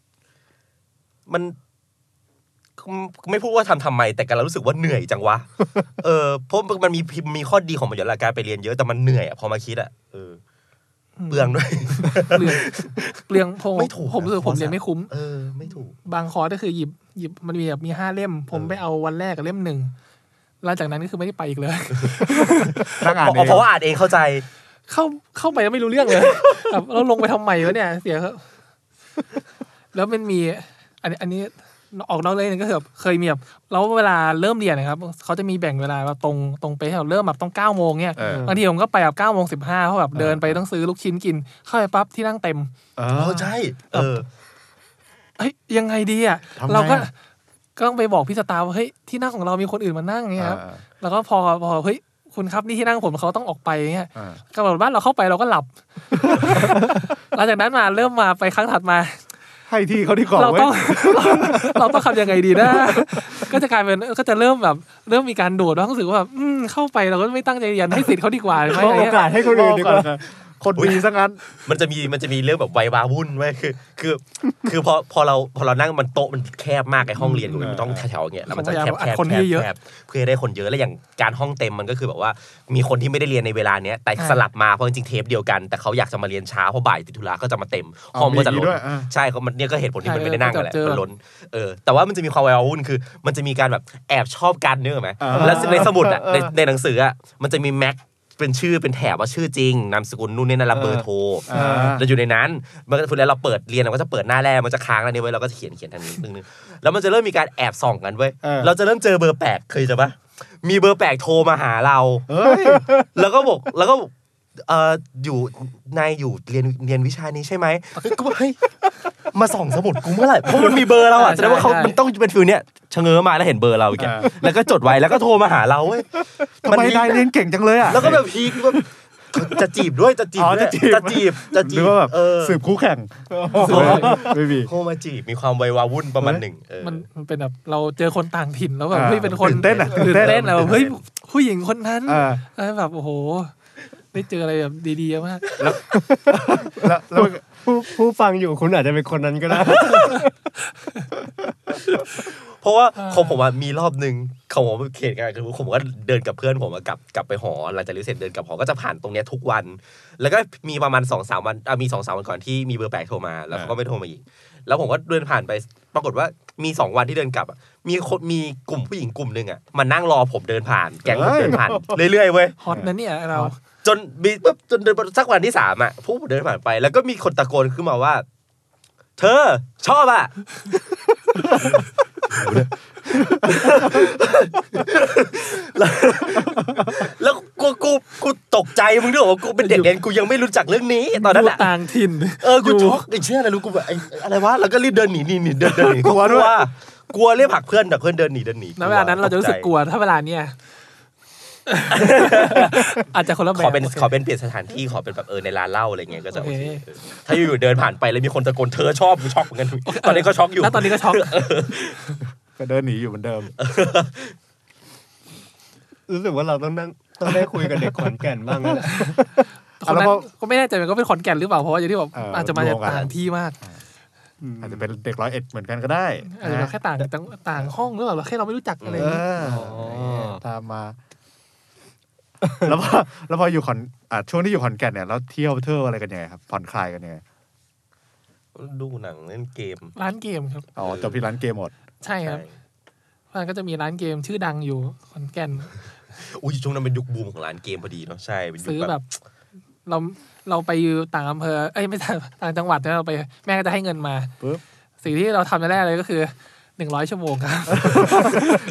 Speaker 5: มันไม่พูดว่าทำทำไมแต่การเรารู้สึกว่าเหนื่อยจัง วะเออเพราะมันมีมีข้อดีของมันอยู่แล้วการไปเรียนเยอะแต่มันเหนื่อยอะพอมาคิดอะเออเปลือง ด้วย
Speaker 2: เปลืองเปลืองผม
Speaker 5: ไม่ถูก
Speaker 2: ผมรู้สึก
Speaker 5: นะ
Speaker 2: ผมเรี
Speaker 5: ค
Speaker 2: ย
Speaker 5: อร์สอะ
Speaker 2: นไม่คุ้ม
Speaker 5: เออ ไม่ถูก
Speaker 2: บางคอร์สก็คือหยิบหยิบมันมีแบบมีห้าเล่ม ผม
Speaker 5: เออ
Speaker 2: ไปเอาวันแรกกับเล่มหนึ่งหลังจากนั้นก็คือไม่ได้ไปอีกเลย
Speaker 1: นั่งอ่านเอ
Speaker 5: เพราะ
Speaker 1: ง
Speaker 5: เพราะว่าอ่านเองเข้าใจ
Speaker 2: เข้าเข้าไปแล้วไม่รู้เรื่องเลย แบบเราลงไปทำไมวะเนี่ย เสียครับแล้วมันมี อันนี้อันนี้ออกนอกเลยนึงก็คือแบบเคยมีแบบแล้วเวลาเริ่มเรียนนะครับเขาจะมีแบ่งเวลาแบบตรงตรงไปะให้เราเริ่มแบบต้องเก้าโมงเนี่ย
Speaker 1: เออบ
Speaker 2: างทีผมก็ไปแบบเก้าโมงสิบห้าเพราะแบบเดินไปต้องซื้อลูกชิ้นกิน เข้าไปปั๊บที่นั่งเต็ม
Speaker 1: เอ
Speaker 5: เอ
Speaker 1: อ
Speaker 5: อใช่ เออ
Speaker 2: เอ้ยยังไงดีอ่ะ
Speaker 1: ทำไงอะ
Speaker 2: เราก็ ก็ต้องไปบอกพี่สตาร์ว่าเฮ้ยที่นั่งของเรามีคนอื่นมานั่งเงี้ยครับ
Speaker 1: อ่า
Speaker 2: แล้วก็พอพอเฮ้ยคุณครับนี่ที่นั่งผมเขาต้องออกไปเงี้ย
Speaker 1: อ่า
Speaker 2: กำหนดบ้านเราเข้าไปเราก็หลับ หลังจากนั้นมาเริ่มมาไปครั้งถัดมา
Speaker 1: ให้ที่เขาที่ก่อน
Speaker 2: เรา
Speaker 1: ไว้
Speaker 2: ต้อง เราเราต้องทำยังไงดีนะ ก็จะกลายเป็นก็จะเริ่มแบบ เริ่มมีการโดดแล้วรู้สึกว่าแบบอืมเข้าไปเราก็ไม่ตั้งใจเรียนให้สิทธิ์เขาดีกว่าไหม
Speaker 4: มอบ
Speaker 2: อะไร
Speaker 4: โอ
Speaker 2: เงี้ย
Speaker 4: กาสให้คนอื่นดีกว่า
Speaker 1: คนดีซะงั้น
Speaker 5: มันจะมีมันจะมีเรื่องแบบไวยวาวุ่นไว้ยคือ คือ คือพอพอเราพอเรานั่งมันโต๊ะมันแคบมากไอห้องเรียนกูเนี่ยมันต้องแถวๆอย่างเงี้ยแล้วมันจะแคบแคบแคบแคบเพื่อให้ได้คนเยอะแล้วอย่างการห้องเต็มมันก็คือแบบว่า มีคนที่ไม่ได้เรียนในเวลาเนี้ยแต่สลับมาเพราะจริงๆเทปเดียวกัน แต่เขาอยากจะมาเรียนช้าเพราะบ่ายติดธุระก็จะมาเต็มห้องก็จะ
Speaker 1: เอา
Speaker 5: ล้
Speaker 1: มีอย่างนี้ด้
Speaker 5: น
Speaker 1: วยอ่า
Speaker 5: ใช่เขามันเนี่ยก็เหตุผลที่มันไม่ได้นั่งกันแหละมันล้นเออแต่ว่ามันจะมีความไวยวาวุ่นคือ มันจะมีการแบบแอบชอบกันเนื้อะไหมแล้วในสมุดอ่ะในในหนังสืออ่ะมันจะมีแม็กเป็นชื่อเป็นแถบว่าชื่อจริงนามสกุลนู่นนี่นั่นและเบอร์โทร
Speaker 1: อ่า
Speaker 5: จะอยู่ในนั้นมันก็ทุนแล้วเราเปิดเรียนเราก็จะเปิดหน้าแรกมันจะค้างอันนี้ไว้เราก็จะเขียนเขียนทางนี้นึงนึงแล้วมันจะเริ่มมีการแอบส่องกันเว้ย
Speaker 1: เออ
Speaker 5: เราจะเริ่มเจอเบอร์แปลกเคยจะปะมีเบอร์แปลกโทรมาหาเรา
Speaker 1: เฮ้ย
Speaker 5: แล้วก็บอกแล้วก็บอกเอ่ออยู่นายอยู่เรียนเรียนวิชานี้ใช่ไหมก็บอกเฮ้ยมาส่องสมุดกูเมื่อไหร่เพราะมันมีเบอร์เราอ่ะแสดงว่าเขามันต้องเป็นฟิลเนี้ยชะเง้อมาแล้วเห็นเบอร์เราอีกอะ
Speaker 1: เออ
Speaker 5: แล้วก็จดไว้แล้วก็โทรมาหาเราเว้ย
Speaker 1: ทำไมนายเรียนเก่งจังเลยอ่ะ
Speaker 5: แล้วก็แบบพีคแบบจะจีบด้วยจะจีบ
Speaker 1: อ๋อ
Speaker 5: ด้ว
Speaker 1: จะ
Speaker 5: ย
Speaker 1: จีบ
Speaker 5: จะจีบจะจี
Speaker 1: หรื
Speaker 5: บ
Speaker 1: อว่าแบบ
Speaker 5: เออ
Speaker 1: สืบคู่แข่ง
Speaker 5: สืบ
Speaker 1: ไม่มี
Speaker 5: โทรมาจีบมีความไวยวาวุ่นประมาณหนึ่งเออ
Speaker 2: มันมันเป็นแบบเราเจอคนต่างถิ่นแล้วแบบ
Speaker 1: อ่า
Speaker 2: เฮ้ยเป็นคน
Speaker 1: ตื่นเต้นอะตื่
Speaker 2: ตื่
Speaker 1: น
Speaker 2: น
Speaker 1: เต้น
Speaker 2: เต้นแล้วแบบเฮ้ยผู้หญิงคนนั้น
Speaker 1: อ่า
Speaker 2: แล้วแบบโอ้โห ได้เจออะไรแบบดีๆมาก
Speaker 1: แล้วแล้ว
Speaker 4: ผู้ผู้ฟังอยู่คุณอาจจะเป็นคนนั้นก็ ได้
Speaker 5: เพราะว่าของผมอะมีรอบหนึ่งของผมเขตงานคือผมก็เดินกับเพื่อนผมอะกลับกลับไปหอหลังจากเรียนเสร็จเดินกลับหอก็จะผ่านตรงเนี้ยทุกวัน แล้วก็มีประมาณสองสามวันอ่ะมีสองสามวันก่อนที่มีเบอร์แปลกโทรมาแล้วเขาก็ไม่โทรมาอีก แล้วผมก็เดินผ่านไปปรากฏว่ามีสองวันที่เดินกลับอะมีคนมีกลุ่มผู้หญิงกลุ่มหนึ่งอะมานั่งรอผมเดินผ่าน แก๊งผม
Speaker 1: เฮ้ย
Speaker 5: เดินผ่านเรื่อยๆเว้ย
Speaker 2: ๆ ฮอตนะเนี่ยเรา
Speaker 5: จนมีปุ๊บจนเดินสักวันที่สามอะพวกผมเดินผ่านไป แล้วก็มีคนตะโกนขึ้นมาว่า เธอชอบอะ แล้วกูกูกูตกใจมึงด้วยเหรอว่ากูเป็นเด็กเรียนกูยังไม่รู้จักเรื่องนี้ตอนนั้นอะ
Speaker 2: ยู่ต่างถิ่น
Speaker 5: เออกู
Speaker 2: ยู่
Speaker 5: ช็อกไอ้เชี่ยอะไรรู้กูแบบไอ้อะไรวะแล้วก็รีบเดินหนีหนีหนีเดินเดินหนี
Speaker 1: กลัวด้วย
Speaker 5: กลัวเรียกผลักเพื่อนแต่เพื่อนเดินหนีเดินหนี
Speaker 2: ณเวลานั้นเราจะรู้สึกกลัวถ้าเวลาเนี้ย อาจจะคนละแบ
Speaker 5: ขอบ เป็น
Speaker 2: โค
Speaker 5: ขอเป็นเปลี่ยนสถานที่ขอเป็นแบบเออในร้านเหล้าอะไรเงี้ยก็จะโอ
Speaker 2: โอ
Speaker 5: เค
Speaker 2: เค
Speaker 5: เออถ้าอยู่ๆเดินผ่านไปแล้วมีคนตะโกนเธอชอบกูช็อกเหมือนกัน ตอนนี้ก็ช็อกอยู่
Speaker 2: แล้วตอนนี้ก็ช็อก
Speaker 1: ก็เดินหนีอยู่เหมือนเดิม
Speaker 4: รู้สึกว่าเราต้องนั่งต้องได้คุยกับเด็กขอนแก่นบ้างแล้วแหละ
Speaker 2: ค
Speaker 1: อ่ะ
Speaker 2: น
Speaker 1: แล้ว
Speaker 2: นั้น
Speaker 1: ก็
Speaker 2: ก็ไม่แน่ใจเหมือนก็เป็นขอนแก่นหรือเปล่าเพราะว่าอย่างที่บอก
Speaker 1: เอออ
Speaker 2: อาจจะมาจาก
Speaker 1: รวมกัน
Speaker 2: ต่างที่มาก
Speaker 1: อาจจะเป็นเด็กร้อยเอ็ดเหมือนกันก็ได้
Speaker 2: อาจจะแบบแค่ต่างต่างต่างห้องหรือเปล่าเราแค่เราไม่รู้จักอะไรอ
Speaker 1: เอย่าง
Speaker 2: เงี้ย
Speaker 1: อตามมา แล้วพอแล้วพออยู่ขอนอ่ะช่วงที่อยู่ขอนแก่นเนี่ยแล้วเที่ยวเที่ยวอะไรกันยังไงครับผ่อนคลายกันยังไง
Speaker 5: ดูหนังเล่นเกม
Speaker 2: ร้านเกมครับ
Speaker 1: อ๋อจบที่ร้านเกมหมด
Speaker 2: ใช่ครับมันก็จะมีร้านเกมชื่อดังอยู่ขอนแก่น
Speaker 5: อุ้ยช่วงนั้นเป็นยุคบูมของร้านเกมพอดีเนาะใช่เป็นยุ
Speaker 2: ซื้
Speaker 5: ค
Speaker 2: อ
Speaker 5: แบ
Speaker 2: แบบบ เราเราไปอยู่ต่างอำเภอเอ้ยไม่ใช่ต่างจังหวัดแล้วเราไปแม่ก็จะให้เงินมา
Speaker 1: ปึ๊บ
Speaker 2: สิ่งที่เราทำแรกเลยก็คือหนึ่งร้อยชั่วโมงครับ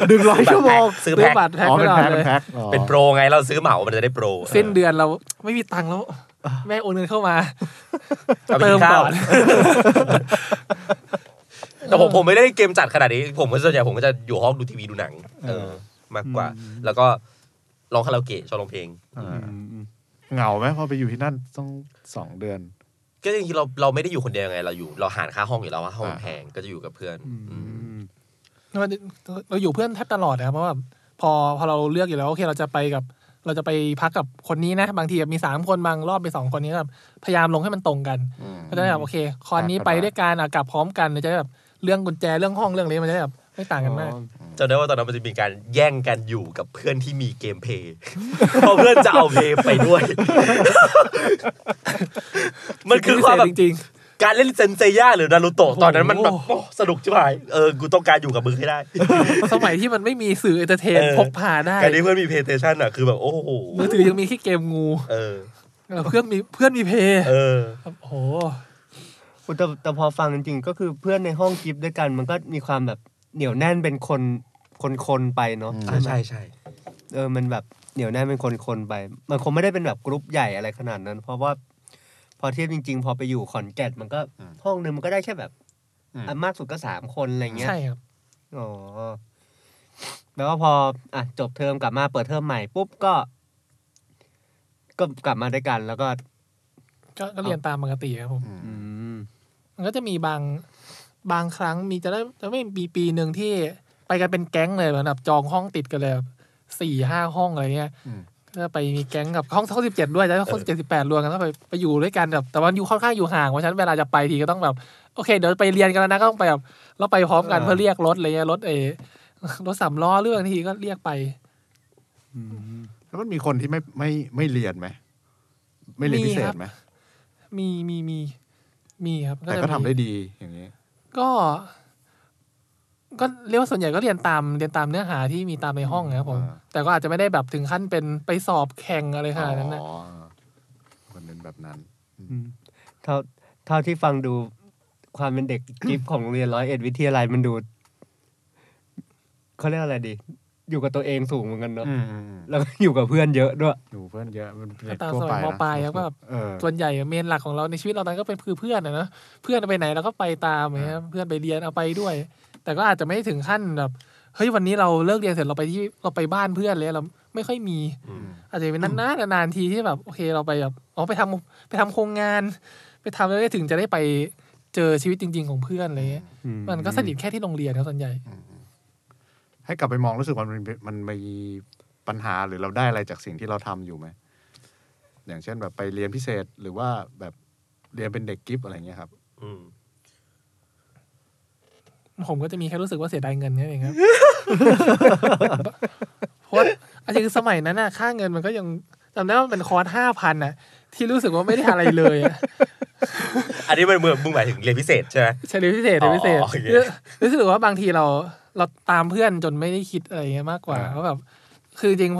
Speaker 1: หนึ่งร้อยชั่วโมง
Speaker 5: ซื้อ
Speaker 2: ซื้
Speaker 5: แพ็ค
Speaker 2: บัตรแพ็ค
Speaker 1: อ๋อ
Speaker 2: ไป
Speaker 1: เป็น
Speaker 2: ก่อ
Speaker 1: แพ็คเป็น
Speaker 2: นเลย
Speaker 1: แพ็คอ๋อ
Speaker 5: เป็นโปรไงเราซื้อเหมามันจะได้โปร
Speaker 2: สิ้นเดือนเราไม่มีตังค์แล้ว แม่โอนเงินเข้ามา
Speaker 5: อาไป
Speaker 2: เติ
Speaker 5: กิ
Speaker 2: ม
Speaker 5: ข้าว
Speaker 2: ก่อน
Speaker 5: แต่ผมผมไม่ได้เล่นเกมจัดขนาดนี้ ผมก็ส่วนใหญ่ผมก็จะอยู่ห้องดูทีวีดูหนัง เออ มากกว่า แล้วก็ร้องคาราโอเกะชอบร้องเพลง
Speaker 1: อ่าเหงาไหมพอไปอยู่ที่นั่นต้องสองเดือน
Speaker 5: ก็จริงๆเราเราไม่ได้อยู่คนเดียวไงเราอยู่เราหารค่าห้องอยู่แล้วว่าห้อง
Speaker 1: อ่า
Speaker 5: แพงก็จะอยู่กับเพื่อนอืม
Speaker 2: เราเราอยู่เพื่อนแทบตลอดนะครับเพราะว่าพอพอเราเลือกอยู่แล้วโอเคเราจะไปกับ เราจะไปพักกับคนนี้นะ บางทีแบบมีสามคนบางรอบไปสองคนนี้แบบพยายามลงให้มันตรงกัน
Speaker 5: อืม
Speaker 2: ก็จะได้แบบโอเค คอนนี้ไปด้วยกันอ่ะกลับพร้อมกันจะได้แบบเรื่องกุญแจเรื่องห้องเรื่องอะไรมันจะได้แบบไม่ต่างกันมาก
Speaker 5: จำได้ว่าตอนนั้นมันจะมีการแย่งกันอยู่กับเพื่อนที่มีเกมเพล ย์เพราะเพื่อนจะเอาเพลย์ไป ด้วย มันคือความแบบ
Speaker 2: จริง
Speaker 5: การเล่นเซนเซย่าหรือนารูโตะ
Speaker 2: โอ้โห
Speaker 5: ตอนนั้นมันแบบโอ้สนุกชิบหายเออ กูต้องการอยู่กับมึงให้ได้
Speaker 2: ๆ สมัยที่มันไม่มีสื่อเอนเตอร์เทน
Speaker 5: เออ
Speaker 2: พกพาได้
Speaker 5: การที่เพื่อนมีเพลย์สเตชันอ่ะ คือแบบ โอ้โห
Speaker 2: มือถือยังมีแค่เกมงู
Speaker 5: เออ
Speaker 2: แล้วเพื่อนมีเพื่อนมีเพย์
Speaker 5: เออ
Speaker 2: ครับโอ้โห
Speaker 4: แต่แต่พอฟังจริงๆก็คือเพื่อนในห้องกิฟต์ด้วยกัน มันก็มีความแบบเหนียวแน่นเป็นคนคนคนๆไปเนาะ
Speaker 1: อืม
Speaker 5: ใช่
Speaker 4: ใช่ไหม
Speaker 5: ใช่ใช่
Speaker 4: เออมันแบบเหนียวแน่นเป็นคนคนๆไป มันคงไม่ได้เป็นแบบกรุ๊ปใหญ่อะไรขนาดนั้น เพราะว่า พอเทียบจริง ๆ พอไปอยู่ขอนแก่นมันก็ห้องหนึ่งมันก็ได้แค่แบบ
Speaker 1: อืม
Speaker 4: อันมากสุดก็สามคนอะไรเงี้ย
Speaker 2: ใช่ครับ
Speaker 4: อ๋อแล้วก็พออ่ะจบเทอมกลับมาเปิดเทอมใหม่ปุ๊บก็ ก็กลับมาด้วยกัน แล้วก็
Speaker 2: ก็ก็เรียนตามปกติครับผม
Speaker 4: อืม
Speaker 2: มันก็จะมีบางบางครั้งมีจะได้จะไม่มีปีหนึ่งที่ไปกันเป็นแก๊งเลยเหมือนแบบจองห้องติดกันเลยแบบสี่ห้าห้องอะไรเงี้ย
Speaker 1: อืม
Speaker 2: ก็ไปมีแก๊งกับห้องห้องสิบเจ็ดด้วยแล้วห้องสิบเจ็ดสิบแปดรวมกันก็ไปไปอยู่ด้วยกันแบบแต่ว่าอยู่ค่อนข้างอยู่ห่างเพราะฉะนั้นเวลาจะไปทีก็ต้องแบบโอเคเดี๋ยวไปเรียนกันแล้วนะก็ต้องไปแบบเราไปพร้อมกัน
Speaker 4: เออ
Speaker 2: เพื่อเรียกรถอะไรเงี้ยรถเออรถสามล้อเรื่องทีก็เรียกไป
Speaker 4: อืม
Speaker 1: แล้วมันมีคนที่ไม่ไม่ไม่เรียนไหมไม่เรียน
Speaker 2: มี
Speaker 1: พิเศ
Speaker 2: ครั
Speaker 1: ษ
Speaker 2: บ
Speaker 1: ไหม
Speaker 2: มีมีมีมีครับ
Speaker 1: แต่
Speaker 2: จะ
Speaker 1: ก็
Speaker 2: มี
Speaker 1: ทำได้ดีอย่างนี้
Speaker 2: ก็ ก็เรียกว่าส่วนใหญ่ก็เรียนตามเรียนตามเนื้อหาที่มีตามในห้องนะครับผม
Speaker 1: อ่า
Speaker 2: แต่ก็อาจจะไม่ได้แบบถึงขั้นเป็นไปสอบแข่งอะไรขนาดนั้นนะ
Speaker 1: อ๋อมันเป็นแบบนั้น
Speaker 4: อืมเท่าเท่าที่ฟังดูความเป็นเด็ก กิฟของโรงเรียนร้อยเอ็ดวิทยาลัยมันดูเขาเรียกอะไรดี อยู่กับตัวเองสูงเหมือนกันเนาะ
Speaker 1: อืม
Speaker 4: แล้วก็อยู่กับเพื่อนเยอะด้วย
Speaker 1: หนูเพื่อนเยอะมันเป็นเด็ก
Speaker 2: ตาม
Speaker 1: ทั่ว
Speaker 2: ส
Speaker 1: ไป
Speaker 2: มัยม
Speaker 1: นะ
Speaker 2: ปลายครับก็
Speaker 1: เออ
Speaker 2: ส่วนใหญ่เมนหลักของเราในชีวิตเรานั้นก็เป็นคือเพื่อนนะเนอะเพื่อนไปไหนเราก็ไปตามอย่างเงี้ยเพื่อนไปเรียนเอาไปด้วย แต่ก็อาจจะไม่ถึงขั้นแบบเฮ้ยวันนี้เราเลิกเรียนเสร็จเราไปที่เราไปบ้านเพื่อนเลยเราไม่ค่อยมี
Speaker 5: อืม
Speaker 2: อาจจะเป็นนานๆนานๆทีที่แบบโอเคเราไปแบบอ๋อไปทำไปทำโครงงาน ไปทำแล้วถึงจะได้ไปเจอชีวิตจริง ๆ ของเพื่อนอะไรเงี้ย
Speaker 4: อื
Speaker 2: มันก็สนิทแค่ที่โรงเรียนครับส่วนใหญ่
Speaker 1: ให้กลับไปมองรู้สึกว่ามันเป็นมันมีปัญหาหรือเราได้อะไรจากสิ่งที่เราทำอยู่ไหม อย่างเช่นแบบไปเรียนพิเศษหรือว่าแบบเรียนเป็นเด็กกิฟต์อะไรเงี้ยครับ
Speaker 5: อืม
Speaker 2: ผมก็จะมีแค่รู้สึกว่าเสียดายเงินแค่นั้นเองครับ เพราะว่าอาจจะคือสมัยนั้นน่ะ ค่าเงินมันก็ยังจำได้ว่ามันเป็นคอร์สห้าพันน่ะ ที่รู้สึกว่าไม่ได้อะไรเลยอะ
Speaker 5: อันนี้มันเหมือนมึงหมายถึงเรียนพิเศษใช่ไหม
Speaker 2: ใช่เรียนพิเศษเรียนพิเศษ
Speaker 5: อ๋อโอเค
Speaker 2: รู้รู้สึกว่าบางทีเราเราตามเพื่อนจนไม่ได้คิดอะไรเงี้ยมากกว่า
Speaker 1: อ่า
Speaker 2: ว่าแบบ คือจริง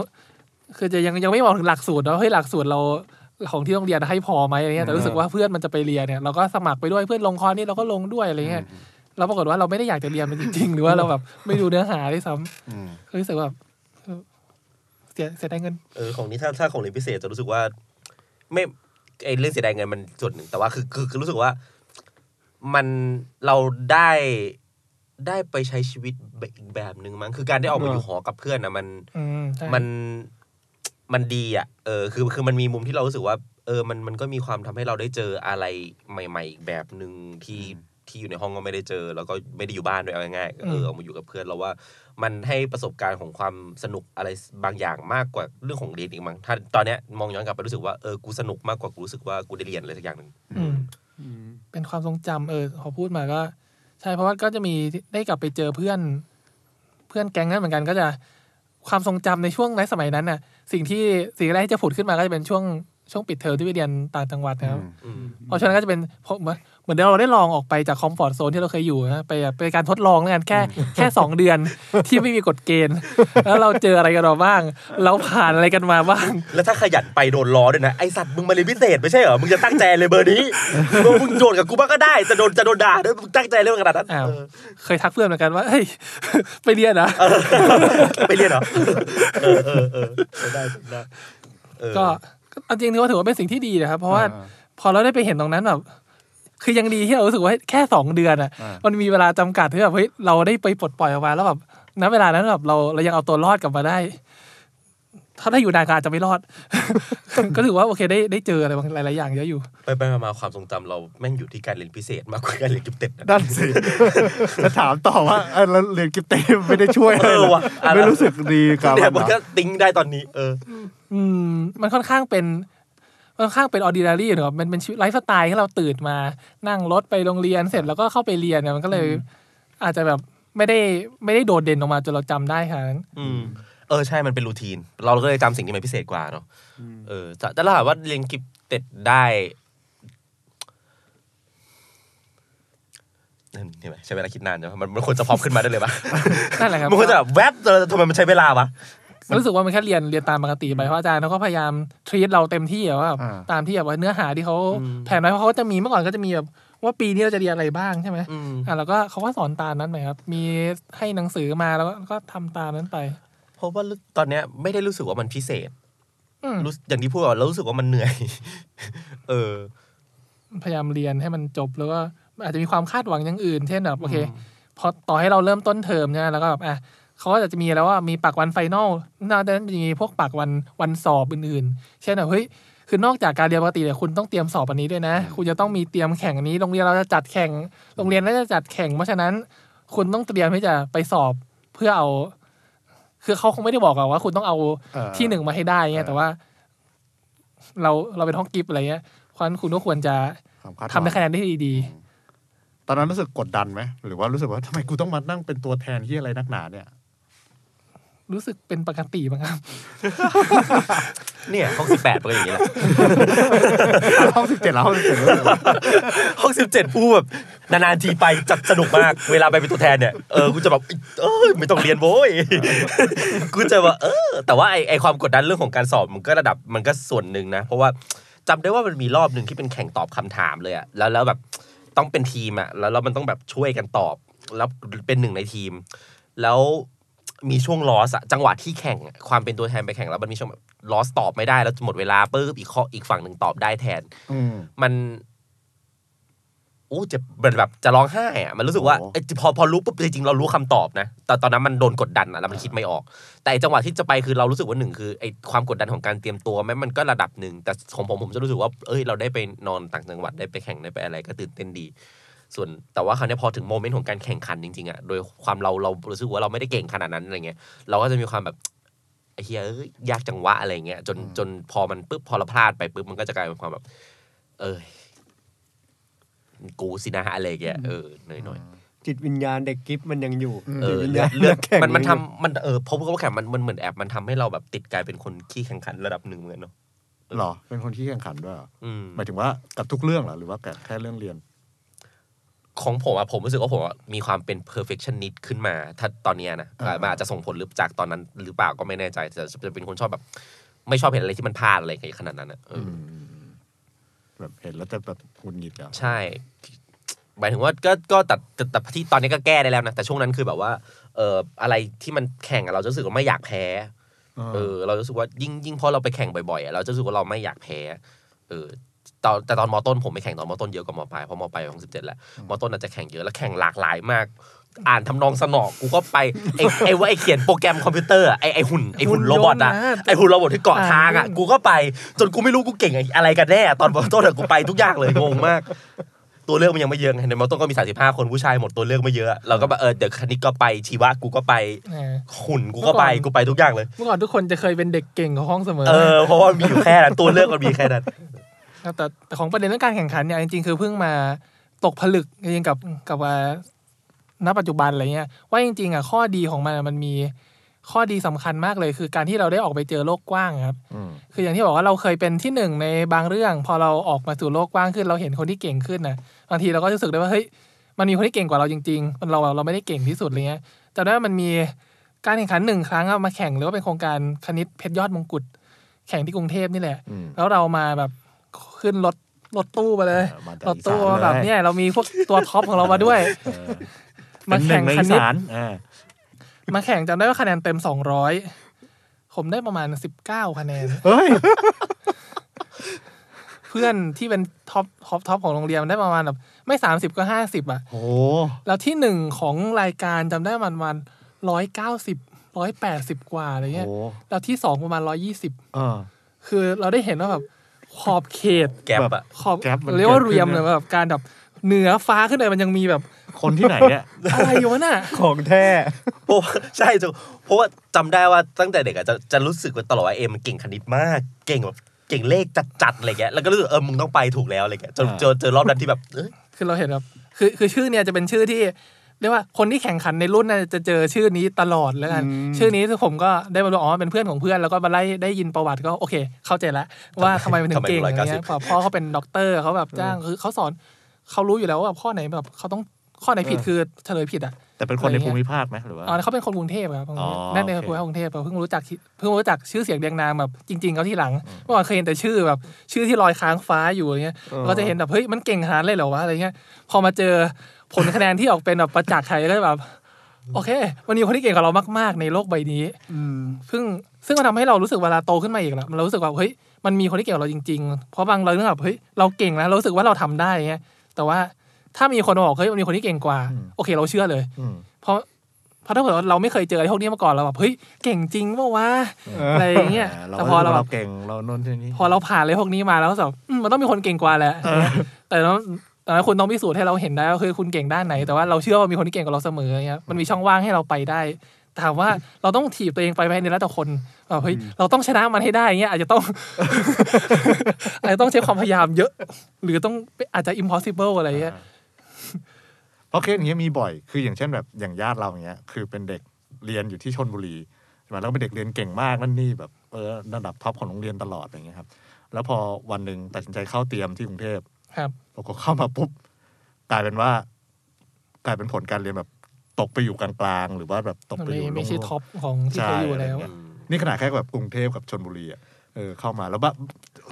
Speaker 2: คือจะยังยังไม่มองถึงหลักสูตรเนาะเฮ้ยหลักสูตรเราของที่โรงเรียนให้พอไหมอะไรเงี้ยแต่รู้สึกว่าเพื่อนมันจะไปเรียนเนี่ยเราก็สมัครไปด้วยเพื่อนลงคอร์สนี่เราก็ลงด้วยอะไรเงี้ยเราปรากฏว่าเราไม่ได้อยากจะเรียนมันจริงๆ หรือว่าเราแบบไม่ดูเนื้อหาด้วยซ้
Speaker 1: อืม
Speaker 2: ำรู้สึกว่าแบบเออเสียเสียดายเงิน
Speaker 5: เออของนี้ถ้าถ้าของเรียนพิเศษจะรู้สึกว่า ไม่ไอเรื่องเสียดายเงินมันส่วนหนึ่งแต่ว่าคือคือคือรู้สึกว่า มันเราได้ได้ไปใช้ชีวิตแบบอีกแบบหนึ่งมั้งคือการได้ออกมา
Speaker 4: เอออ
Speaker 5: อยู่หอกับเพื่อนนะมัน
Speaker 2: อืมใช่
Speaker 5: มันมันดีอ่ะเออคือคือมันมีมุมที่เรารู้สึกว่า เออมันมันก็มีความทำให้เราได้เจออะไรใหม่ๆอีกแบบหนึ่งที่ที่อยู่ในห้องก็ไม่ได้เจอ แล้วก็ไม่ได้อยู่บ้านด้วยเอาง่ายๆเอออเอามาอยู่กับเพื่อนเราว่า มันให้ประสบการณ์ของความสนุกอะไรบางอย่างมากกว่าเรื่องของเรียนอีกมั้งถ้าตอนเนี้ยมองย้อนกลับไปรู้สึกว่าเออกูสนุกมากกว่ากูรู้สึกว่ากูได้เรียนอะไรสักอย่างหนึ่ง
Speaker 2: อืม
Speaker 4: อืม
Speaker 2: เป็นความทรงจำเออพอพูดมาก็ ใช่เพราะว่าก็จะมีได้กลับไปเจอเพื่อน เพื่อนแก๊งนั้นเหมือนกันก็จะความทรงจำในช่วงในสมัยนั้นน่ะ สิ่งที่สิ่งแรกที่จะผุดขึ้นมาก็จะเป็นช่วงช่วงปิดเทอมที่ไปเรียนต่างจังหวัดนะครับ
Speaker 1: อืม
Speaker 5: อืม
Speaker 2: เพราะฉะนั้นก็จะเป็นเพราะเหมือนเหมือนเราได้ลองออกไปจากคอมฟอร์ทโซนที่เราเคยอยู่นะไปไปการทดลองแล้วกันแค่แค่สองเดือนที่ไม่มีกฎเกณฑ์ แล้วเราเจออะไรกันมาบ้าง เราผ่านอะไรกันมาบ้าง
Speaker 5: แล้วถ้าขยันไปโดนล้อด้วยนะไอสัตว์มึงมาเรียนพิเศษไม่ใช่เหรอมึงจะตั้งใจเลยเบอร์นี้ มึงมึงโยนกับกูบ้างก็ได้จะโดนจะโดนด่าด้วยมึงตั้งใจเรื่องขนาดนั้น
Speaker 2: อ้าว
Speaker 5: เออ
Speaker 2: เคยทักเพื่อนเหมือนกันว่าเฮ้ย ไปเรียนนะ
Speaker 5: ไปเรียนเหรอเออเออเออเออได้ได้เออ
Speaker 2: ก็ก็เอาจริงๆว่าถือว่าเป็นสิ่งที่ดีนะครับ เพราะว่า
Speaker 1: อ่
Speaker 2: พอเราได้ไปเห็นตรงนั้นแบบคือยังดีที่เรารู้สึกว่าแค่สองเดือนอ่ะ
Speaker 1: อ่ามั
Speaker 2: มันมีเวลาจำกัดที่แบบเฮ้ยเราได้ไปปลดปล่อยออกมาแล้วแบบณเวลานั้นแบบเราเรายังเอาตัวรอดกลับมาได้ ถ้าได้อยู่นานก็อาจจะไม่รอด ก็ถือว่าโอเคได้ได้เจออะไรบางหลายๆอย่างเยอะอยู่
Speaker 5: ไปไปมาๆความทรงจำเราแม่งอยู่ที่การเรียนพิเศษมากกว่าการเรียนกิฟเต็ดนะ
Speaker 1: าด้านสิ จะถามต่อว่าเออแล้วเรียนกิฟเต้ไม่ได้ช่วยอะไร
Speaker 5: เออ
Speaker 1: เหรอ
Speaker 5: ว่ะอะไร
Speaker 1: ไม่รู้สึกดีกับ
Speaker 5: เนี่ย
Speaker 1: มัน
Speaker 5: มัน
Speaker 1: เหร
Speaker 5: ก็
Speaker 1: อ
Speaker 5: ติ้งได้ตอนนี้ เออ
Speaker 2: อืมมันค่อนข้างเป็นมันค่อนข้างเป็นออร์ดินารี่เนอะมันเป็นชีวิตไลฟ์สไตล์ที่เราตื่นมา นั่งรถไปโรงเรียนเสร็จแล้วก็เข้าไปเรียนเนี่ยมันก็เลย อาจจะแบบไม่ได้ไม่ได้โดดเด่นออกมาจนเราจำได้ค่ะนั้น
Speaker 5: อืมเออใช่มันเป็นรูทีน เราก็เลยจำสิ่งที่มันพิเศษกว่าเนาะเออแต่แต่ถ้าถามว่าเรียนกิฟเต็ดได้นั่นเห็นไหมใช้เวลาคิดนานเนาะมันมันควรจะพร้อมขึ้นมาได้เลยปะ
Speaker 2: นั่นแหละครับ
Speaker 5: มันควรจะแบบแวบเออทำไมมันใช้เวลาวะ
Speaker 2: รู้สึกว่ามันแค่เรียนเรียนตามปกติไปเพราะอาจารย์เขาก็พยายามทรีตเราเต็มที่อะว่าแบบ
Speaker 1: อ่า
Speaker 2: ตามที่แบบว่าเนื้อหาที่เขาแผนไว้เพราะเขาก็จะมีเมื่อก่อนก็จะมีแบบว่าปีนี้เราจะเรียนอะไรบ้างใช่ไหม
Speaker 5: อืม
Speaker 2: อ่าแล้วก็เขาก็สอนตามนั้นไปครับ มีให้หนังสือมาแล้วก็ก็ทำตามนั้นไป
Speaker 5: เพราะว่าตอนเนี้ยไม่ได้รู้สึกว่ามันพิเศษ
Speaker 2: อืม
Speaker 5: รู้อย่างที่พูดว่าเรารู้สึกว่ามันเหนื่อย เออ
Speaker 2: พยายามเรียนให้มันจบแล้วก็อาจจะมีความคาดหวังอย่างอื่น เช่นแบบโอเค พอต่อให้เราเริ่มต้นเทอมเนี่ยแล้วก็แบบอ่ะเขาก็จะมีแล้วว่ามีปากวันไฟนอลนอกจากนั้นจะมีพวกปากวันวันสอบอื่นๆ เช่นแบบเฮ้ยคือนอกจากการเรียนปกติเนี่ยคุณต้องเตรียมสอบอันนี้ด้วยนะ คุณจะต้องมีเตรียมแข่งอันนี้ โรงเรียนเราจะจัดแข่งโรงเรียนน่าจะจัดแข่งเพราะฉะนั้น คุณต้องเตรียมที่จะไปสอบเพื่อเอา คือเขาคงไม่ได้บอกอะว่า คุณต้องเอา
Speaker 1: เออ
Speaker 2: ที่หนึ่งมาให้ได้เงี้ยแต่ว่า เราเราเป็นห้องกิฟต์อะไรเงี้ยเพราะฉะนั้นคุณก็ควรจะ
Speaker 1: ความคาดห
Speaker 2: ทำ
Speaker 1: วัง
Speaker 2: ได้คะแนนได้ดี
Speaker 1: ตอนนั้นรู้สึกกดดันไหมหรือว่ารู้สึกว่าทำไมกูต้องมานั่งเป็นตัวแทนที่อะไรนักหนาเนี่ย
Speaker 2: ๆรู้สึกเป็นปกติบ้างครับ
Speaker 5: เนี่ยห้องสิบแปดก็อย่างนี้แหละ
Speaker 1: ห้องสิบเจ็ดแล้วห้องสิบเจ็ด
Speaker 5: ห้องสิบเจ็ดผู้แบบนานๆทีไปจัดสนุกมาก เวลาไปเป็นตัวแทนเนี่ยเออกูจะแบบเออไม่ต้องเรียนโว้ย กูจะแบบเออ แต่ว่าไอไอความกดดันเรื่องของการสอบมันก็ระดับมันก็ส่วนหนึ่งนะ เพราะว่าจำได้ว่ามันมีรอบหนึ่งที่เป็นแข่งตอบคำถามเลยอะแล้วแล้วแบบต้องเป็นทีมอะแล้วแล้วมันต้องแบบช่วยกันตอบแล้วเป็นหนึ่งในทีม แล้วมีช่วงลอสอะจังหวะที่แข่งอะความเป็นตัวแทนไปแข่งแล้วมันมีช่วงแบบลอสตอบไม่ได้แล้วหมดเวลาปุ๊บอีกข้ออีกฝั่งหนึ่งตอบได้แทน
Speaker 1: อืม
Speaker 5: มันโอ้เจ็บแบบแบบจะร้องไห้อะมันรู้สึกว่า
Speaker 1: โอ้โห
Speaker 5: เอ้ยพอพอรู้ปุ๊บจริงๆเรารู้คำตอบนะแต่ตอนนั้นมันโดนกดดันอะแล้วมันคิดไม่ออก แต่ไอ้จังหวะที่จะไปคือเรารู้สึกว่าหนึ่งคือไอ้ความกดดันของการเตรียมตัวแม้มันก็ระดับหนึ่งแต่ของผมผมจะรู้สึกว่าเอ้ยเราได้ไปนอนต่างจังหวัดได้ไปแข่งได้ไปอะไรก็ตื่นเต้นดี ส่วนแต่ว่าคราวเนี้ยพอถึงโมเมนต์ของการแข่งขันจริงๆอะโดยความเราเรารู้สึกว่าเราไม่ได้เก่งขนาดนั้นอะไรเงี้ยเราก็จะมีความแบบไอ้เฮียเอ้ยยากจังวะอะไรเงี้ยจนจนพอมันปุ๊บพอเราพลาดไปปุ๊บมันก็จะกลายเป็นความแบบ เอ้ย กูสินะอะไรแกเออหน่อยหน่อย
Speaker 4: จิตวิญญาณเด็กกิฟต์มันยังอยู่
Speaker 5: เอ
Speaker 4: จิต
Speaker 5: อ
Speaker 4: วิญ
Speaker 5: เลื
Speaker 4: ญา
Speaker 5: อ
Speaker 4: ณ
Speaker 5: ดเลือด
Speaker 4: แข่ง
Speaker 5: มันมัน
Speaker 4: ยังอยู่
Speaker 5: ทำมันเออเพราะว่าแข่งมันมันเหมือนแอบมันทำให้เราแบบติดกลายเป็นคนขี้แข่งขันระดับหนึ่งเหมือนกันเนาะ
Speaker 1: หรอ เป็นคนที่แข่งขันด้วยเหรอ
Speaker 5: อืม
Speaker 1: หมายถึงว่ากับทุกเรื่องเหรอหรือว่าแค่เรื่องเรียน
Speaker 5: ของผมอะผมรู้สึกว่าผมอะมีความเป็น perfectionist ขึ้นมา ถ้าตอนเนี้ยนะ
Speaker 1: อ่ามั
Speaker 5: มันอาจจะส่งผลหรือจากตอนนั้น หรือเปล่าก็ไม่แน่ใจแต่จะเป็นคนชอบแบบ ไม่ชอบเห็นอะไรที่มันพลาดอะไรขนาดนั้นอะเอออ
Speaker 1: แบบเห็นแล้วจะแบบหงุนหงิดอ่ะ
Speaker 5: ใช่ หมายถึงว่าก็ก็แต่แต่แต่ที่ตอนนี้ก็แก้ได้แล้วนะ แต่ช่วงนั้นคือแบบว่า เอ่ออะไรที่มันแข่งอะเราจะรู้สึกว่าไม่อยากแพ้ เออ เรารู้สึกว่ายิ่งยิ่งพอเราไปแข่งบ่อยๆอะเราจะรู้สึกว่าเราไม่อยากแพ้ เออตอนแต่ตอนมอต้นผมไปแข่งตอนมอต้นเยอะกว่ามอปลายเพราะมอปลายของสิบเจ็ดแหละมอต้นอาจจะแข่งเยอะแล้วแข่งหลากหลายมาก อ่านทำนองสนอกกูก็ไปไอ้ไอ้ว่าไอ้เขียนโปรแกรมคอมพิวเตอร์อะไอ้ไอ้หุ่นไอ้หุ่น
Speaker 2: หุ่น
Speaker 5: โรบอทอะ
Speaker 2: ยนต์นะ
Speaker 5: ไอ้หุ่นโรบอทที่เกาะทางอะกูก็ไปจนกูไม่รู้กูเก่งอะไรกันแน่ตอนมอต้นอะกูไปทุกอย่างเลยงงมาก ตัวเลือกมันยังไม่เยอะไงในมอต้นก็มี 35 คนผู้ชายหมดตัวเลือกไม่เยอะ เราก็แบบเออเดี๋ยวคณิตก็ไปชีวะกูก็ไป
Speaker 2: อ่า
Speaker 5: หุ่นกูก็ไป
Speaker 2: เมื่อก่อน
Speaker 5: กูไปทุกอย่างเลย
Speaker 2: เมื่อก่อนทุกคนจะเคยเป็นเด็กเก่งของห้องเสมอ
Speaker 5: เออเพราะว่ามีอยู่แค่นั้นตัวเลือกมันมีแค่นั้น
Speaker 2: ครับแต่แต่ของประเด็นเรื่องการแข่งขันเนี่ยจริงๆคือเพิ่งมาตกผลึกจริงๆกับกับว่าณปัจจุบันอะไรเงี้ยว่าจริงๆอ่ะข้อดีของมันอะมันมีข้อดีสำคัญมากเลย คือการที่เราได้ออกไปเจอโลกกว้างครับ
Speaker 1: อืม
Speaker 2: คืออย่างที่บอกว่าเราเคยเป็นที่หนึ่งในบางเรื่อง พอเราออกมาสู่โลกกว้างขึ้นเราเห็นคนที่เก่งขึ้นนะบางทีเราก็รู้สึกได้ว่าเฮ้ยมันมีคนที่เก่งกว่าเราจริงๆมันเราเราไม่ได้เก่งที่สุดอะไรเงี้ยจำได้ว่ามันมีการแข่งขันหนึ่งครั้งอะมาแข่งหรือว่าเป็นโครงการคณิตเพชรยอดมงกุฎแข่งที่กรุงเทพนี่แหละ
Speaker 1: อืม
Speaker 2: แล้วเรามาแบบขึ้นรถรถตู้ไปเลย
Speaker 1: เออมาจาก
Speaker 2: รถตู้
Speaker 1: อีสานเลย
Speaker 2: แบบเนี่ยเรามีพวกตัวท็อปของเรามาด้วย
Speaker 1: เออ
Speaker 2: มา
Speaker 1: เป็นห
Speaker 2: แข่
Speaker 1: นึ่
Speaker 2: ง
Speaker 1: งใน
Speaker 2: ค
Speaker 1: อี
Speaker 2: ณิต
Speaker 1: สานอ่า
Speaker 2: มาแข่งจำได้ว่าคะแนนเต็มสองร้อยผมได้ประมาณสิบเก้าคะแนน
Speaker 1: เฮ้ย
Speaker 2: เพื่อนที่เป็นท็อปท็อปท็อปของโรงเรียนมันได้ประมาณแบบไม่สามสิบก็ห้าสิบอ่ะ
Speaker 1: โอ้
Speaker 2: แล้วที่หนึ่งของรายการจำได้ประมาณร้อยเก้าสิบร้อยแปดสิบกว่าอะไรเงี้ย
Speaker 1: โอ้
Speaker 2: แล้วที่สองประมาณร้อยี่สิบ
Speaker 1: เออ
Speaker 2: คือเราได้เห็นว่าแบบขอบเขต
Speaker 5: แก๊ปอะ
Speaker 2: ขอบ
Speaker 1: แก๊ปมัน
Speaker 2: เรียกว่า
Speaker 1: เกิดขึ้น
Speaker 2: เรียม
Speaker 1: นะ
Speaker 2: เลยแบบการแบบเหนือฟ้าขึ้นเลยมันยังมีแบบ
Speaker 1: คนที่ไหนเนี่ย
Speaker 2: อะไรวะน่ะ
Speaker 4: ของแท้
Speaker 5: เพราะว่า ใช่จ้ะเพราะว่าจำได้ว่าตั้งแต่เด็กอะจะจะรู้สึกว่าตลอดว่าเอมมันเก่งคณิตมาก เก่งแบบเก่งเลขจัดๆอะไรเงี้ยแล้วก็รู้สึกเออมึงต้องไปถูกแล้วอะไรเงี้ยจน
Speaker 1: อ่า
Speaker 5: เจอเจอรอบนั้นที่แบบเอ้ย
Speaker 2: คือเราเห็นแบบคือคือชื่อเนี่ยจะเป็นชื่อที่เรียกว่าคนที่แข่งขันในรุ่นน่ะจะเจอชื่อนี้ตลอดแล้วกัน ชื่อนี้คือผมก็ได้มารู้อ๋อเป็นเพื่อนของเพื่อนแล้วก็มาไล่ได้ยินประวัติก็โอเค เข้าใจละว่าทำไมมันถึงเก่งอย่างเงี้ยพอพ่อเขาเป็นด็อกเตอร์เขาแบบจ้างคือเขาสอนเขารู้อยู่แล้วว่าแบบข้อไหนแบบเขาต้องข้อไหนผิดคือเฉลยผิดอ่ะ
Speaker 1: แต่เป็นคนในภูมิภาคไหมหรือว่า
Speaker 2: อ๋อเขาเป็นคนกรุงเทพครับ
Speaker 1: อ๋อ
Speaker 2: นั่นเอง
Speaker 1: โอเค
Speaker 2: คนกรุงเทพเพิ่งรู้จักที่เพิ่งรู้จักชื่อเสียงเรียงนามแบบจริง ๆเขาที่หลังเมื่อก่อนเคยเห็นแต่ชื่อแบบ ชื่อที่ลอยค้างฟ้าอยู่อย่างเงี้ยก็จะเห็นแบบเฮ้ยมันเก่งขนาดนั้นเลยเหรอวะอะไรเงี้ยพอมาเจอ ผลคะแนนที่ออกเป็นแบบประจักษ์ใครก็จะแบบ โอเคมันมีคนที่เก่งกว่าเรามาก ๆ ในโลกใบนี้ซึ่งซึ่งมันทำให้เรารู้สึกเวลาโตขึ้นมาอีกแล้วมันรู้สึกว่าเฮ้ยมันมีคนที่เก่งกว่าเราจริง ๆ เพราะบางเรื่องแบบเฮ้ยเราเก่งนะเรารู้สึกว่าเราทำได้เงี้ยแต่ว่า ถ้ามีคนมาบอกเฮ้ยมันมีคนที่เก่งกว่า
Speaker 4: อืม
Speaker 2: โอเค เราเชื่อเลย
Speaker 4: อืม
Speaker 2: เพราะเพราะถ้าเกิดว่าเราไม่เคยเจออะไรพวกนี้มาก่อนเราแบบเฮ้ยเก่งจริงปะวะ
Speaker 4: เออ
Speaker 2: อะไรอย่างเงี้ย
Speaker 1: เรา
Speaker 2: แต่
Speaker 1: ก็
Speaker 2: พอเรา
Speaker 1: รู้ว่าเรา
Speaker 2: แบบ
Speaker 1: เก่งเราโน่นเท่านี้
Speaker 2: พอเราผ่านอะไรพวกนี้มาแล้วก็แบบอืมมันต้องมีคนเก่งกว่าแหละแต่แล้วแต่ว่าคุณต้องพิสูจน์ให้เราเห็นได้ว่าคือคุณเก่งด้านไหน แต่ว่าเราเชื่อว่ามีคนที่เก่งกว่าเราเสมออย่างเงี้ยมันมีช่องว่างให้เราไปได้แต่ถามว่าเราต้องถีบตัวเองไปให้ในระดับคนแบบเฮ้ยเราต้องชนะมันให้ได้อย่างเงี้ยอาจจะต้อง อาจจะต้องใช้ความพยายามเยอะ หรือต้องอาจจะ impossible อะไรเงี้ย
Speaker 1: เพราะเคสอย่างเงี้ยมีบ่อย คืออย่างเช่นแบบอย่างญาติเราอย่างเงี้ย คือเป็นเด็กเรียนอยู่ที่ชนบุรีใช่ไหมแล้วก็เป็นเด็กเรียนเก่งมากนั่นนี่แบบเออระดับท็อปของโรงเรียนตลอดอย่างเงี้ยครับ แล้วพอวันหนึ่งตัดสินใจเข้าเตรียมที่กรุงเทพ
Speaker 2: ครับ
Speaker 1: ปรากฏเข้ามาปุ๊บกลายเป็นว่า กลายเป็นผลการเรียนแบบตกไปอยู่กลางๆหรือว่าแบบตกไป
Speaker 2: ไม่
Speaker 1: อยู่
Speaker 2: ไม่ใช่
Speaker 1: โลกๆ
Speaker 2: ท็อปของที่เคยอยู่แล้ว
Speaker 1: ใช่ะไรเงี้นี่ขนาดแค่แบบกรุงเทพกับชนบุรีอ่ะเออเข้ามาแล้วบ้า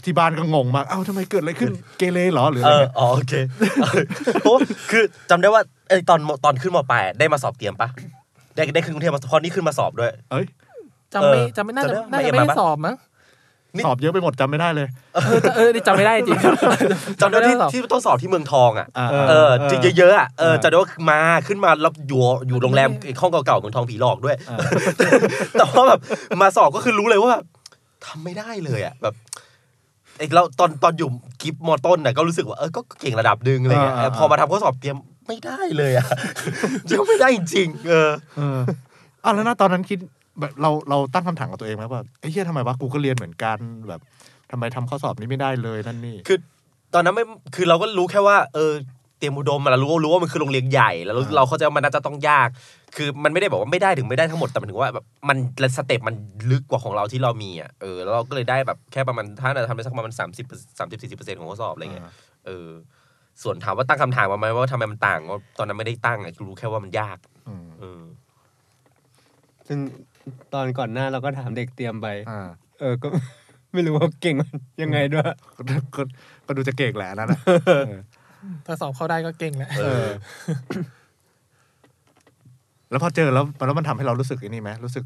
Speaker 1: ที่บ้านก็งงมากเอ้าทำไมเกิดอะไรขึ้นเกเรเหรอหรือ
Speaker 5: เอ
Speaker 1: อะไร
Speaker 5: อ
Speaker 1: เงี้ย
Speaker 5: อ๋อโอเค เออเพราะว่าคือจำได้ว่าไอ้ตอนตอนขึ้นมปลายได้มาสอบเตรียมปะได้ได้ขึ้นกรุงเทพมาเพอนี่ขึ้นมาสอบด้วย
Speaker 1: เอ้ย
Speaker 2: จำ
Speaker 5: เอ
Speaker 2: ไม่
Speaker 5: อ
Speaker 2: จำไม่น่าจะ
Speaker 5: จำได้ว่า
Speaker 2: น่าจะ
Speaker 5: ไม่
Speaker 2: ไม่
Speaker 5: ได้
Speaker 2: ได้
Speaker 5: มา
Speaker 2: สอบมั้ง
Speaker 5: นี่
Speaker 1: สอบเยอะไปหมดจำไม่ได้เลย
Speaker 2: เออเออจำไม่ได้จริง
Speaker 5: จำได้ว่าที่
Speaker 2: สอบ
Speaker 5: ที่ต้องสอบที่เมืองทองอ่ะ
Speaker 1: อ่า
Speaker 5: เออที่เยอะๆอ่ะเออ
Speaker 1: เออ
Speaker 5: จำได้ว่ามาขึ้นมาแล้วอยู่อยู่โรงแรมห้องเก่าๆเมืองทองผีหลอกด้วย แต่ว่าแบบมาสอบก็คือรู้เลยว่าแบบทำไม่ได้เลยอ่ะแบบไอ้เราตอนตอนอยู่กิฟมอต้นน่ะก็รู้สึกว่าเออก็เก่งระดับหนึ่งอะไรเงี้ย
Speaker 1: อ่าอ่า
Speaker 5: แต่พอมาทำข้อสอบเตรียมไม่ได้เลย อ่ะ ยังไม่ได้จริงๆเออ
Speaker 1: เอออ่ะแล้วนะตอนนั้นคิดแบบเราเราตั้งคำถามกับตัวเองไหมว่าไอ้เหี้ยทำไมวะกูก็เรียนเหมือนกันแบบทำไมทำข้อสอบนี้ไม่ได้เลยนั่นนี่
Speaker 5: คือตอนนั้นไม่คือเราก็รู้แค่ว่า เออเตรียมอุดมอะเรารู้ว่ารู้ว่ามันคือโรงเรียนใหญ่แล้วเรา
Speaker 1: อ่า
Speaker 5: เราเข้าใจว่ามันน่าจะต้องยาก คือมันไม่ได้บอกว่าไม่ได้ถึงไม่ได้ทั้งหมดแต่หมันถึงว่าแบบมันสเต็ปมันลึกกว่าของเราที่เรามีอ่ะเออแล้วเราก็เลยได้แบบแค่ประมาณถ้าเราทำได้สักประมาณสามสิบสามสิบสี่สิบเปอร์เซ็นต์ของข้อสอบอะไรเงี้ยเออส่วนถามว่าตั้งคำถามมาไหมว่าทำไมมันต่างว่าตอนนั้นไม่ได้ตั้งอะรู้แค่ว่ามันยาก
Speaker 1: อืม
Speaker 5: เออ
Speaker 4: ซึ่งตอนก่อนหน้าเราก็ถามเด็กเตรียมไป
Speaker 1: อ่า
Speaker 4: เออก็ ไม่รู้ว่าเก่งมันยังไงด้วย
Speaker 1: ก็ก็ก็ดูจะเก่งแหละอันนั่นนะเออ
Speaker 2: ถ้าสอบเข้าได้ก็เก่งแหละ
Speaker 5: เออ
Speaker 1: แล้วพอเจอแล้วแล้วมันทำให้เรารู้สึกไอันนี้ไหมรู้สึก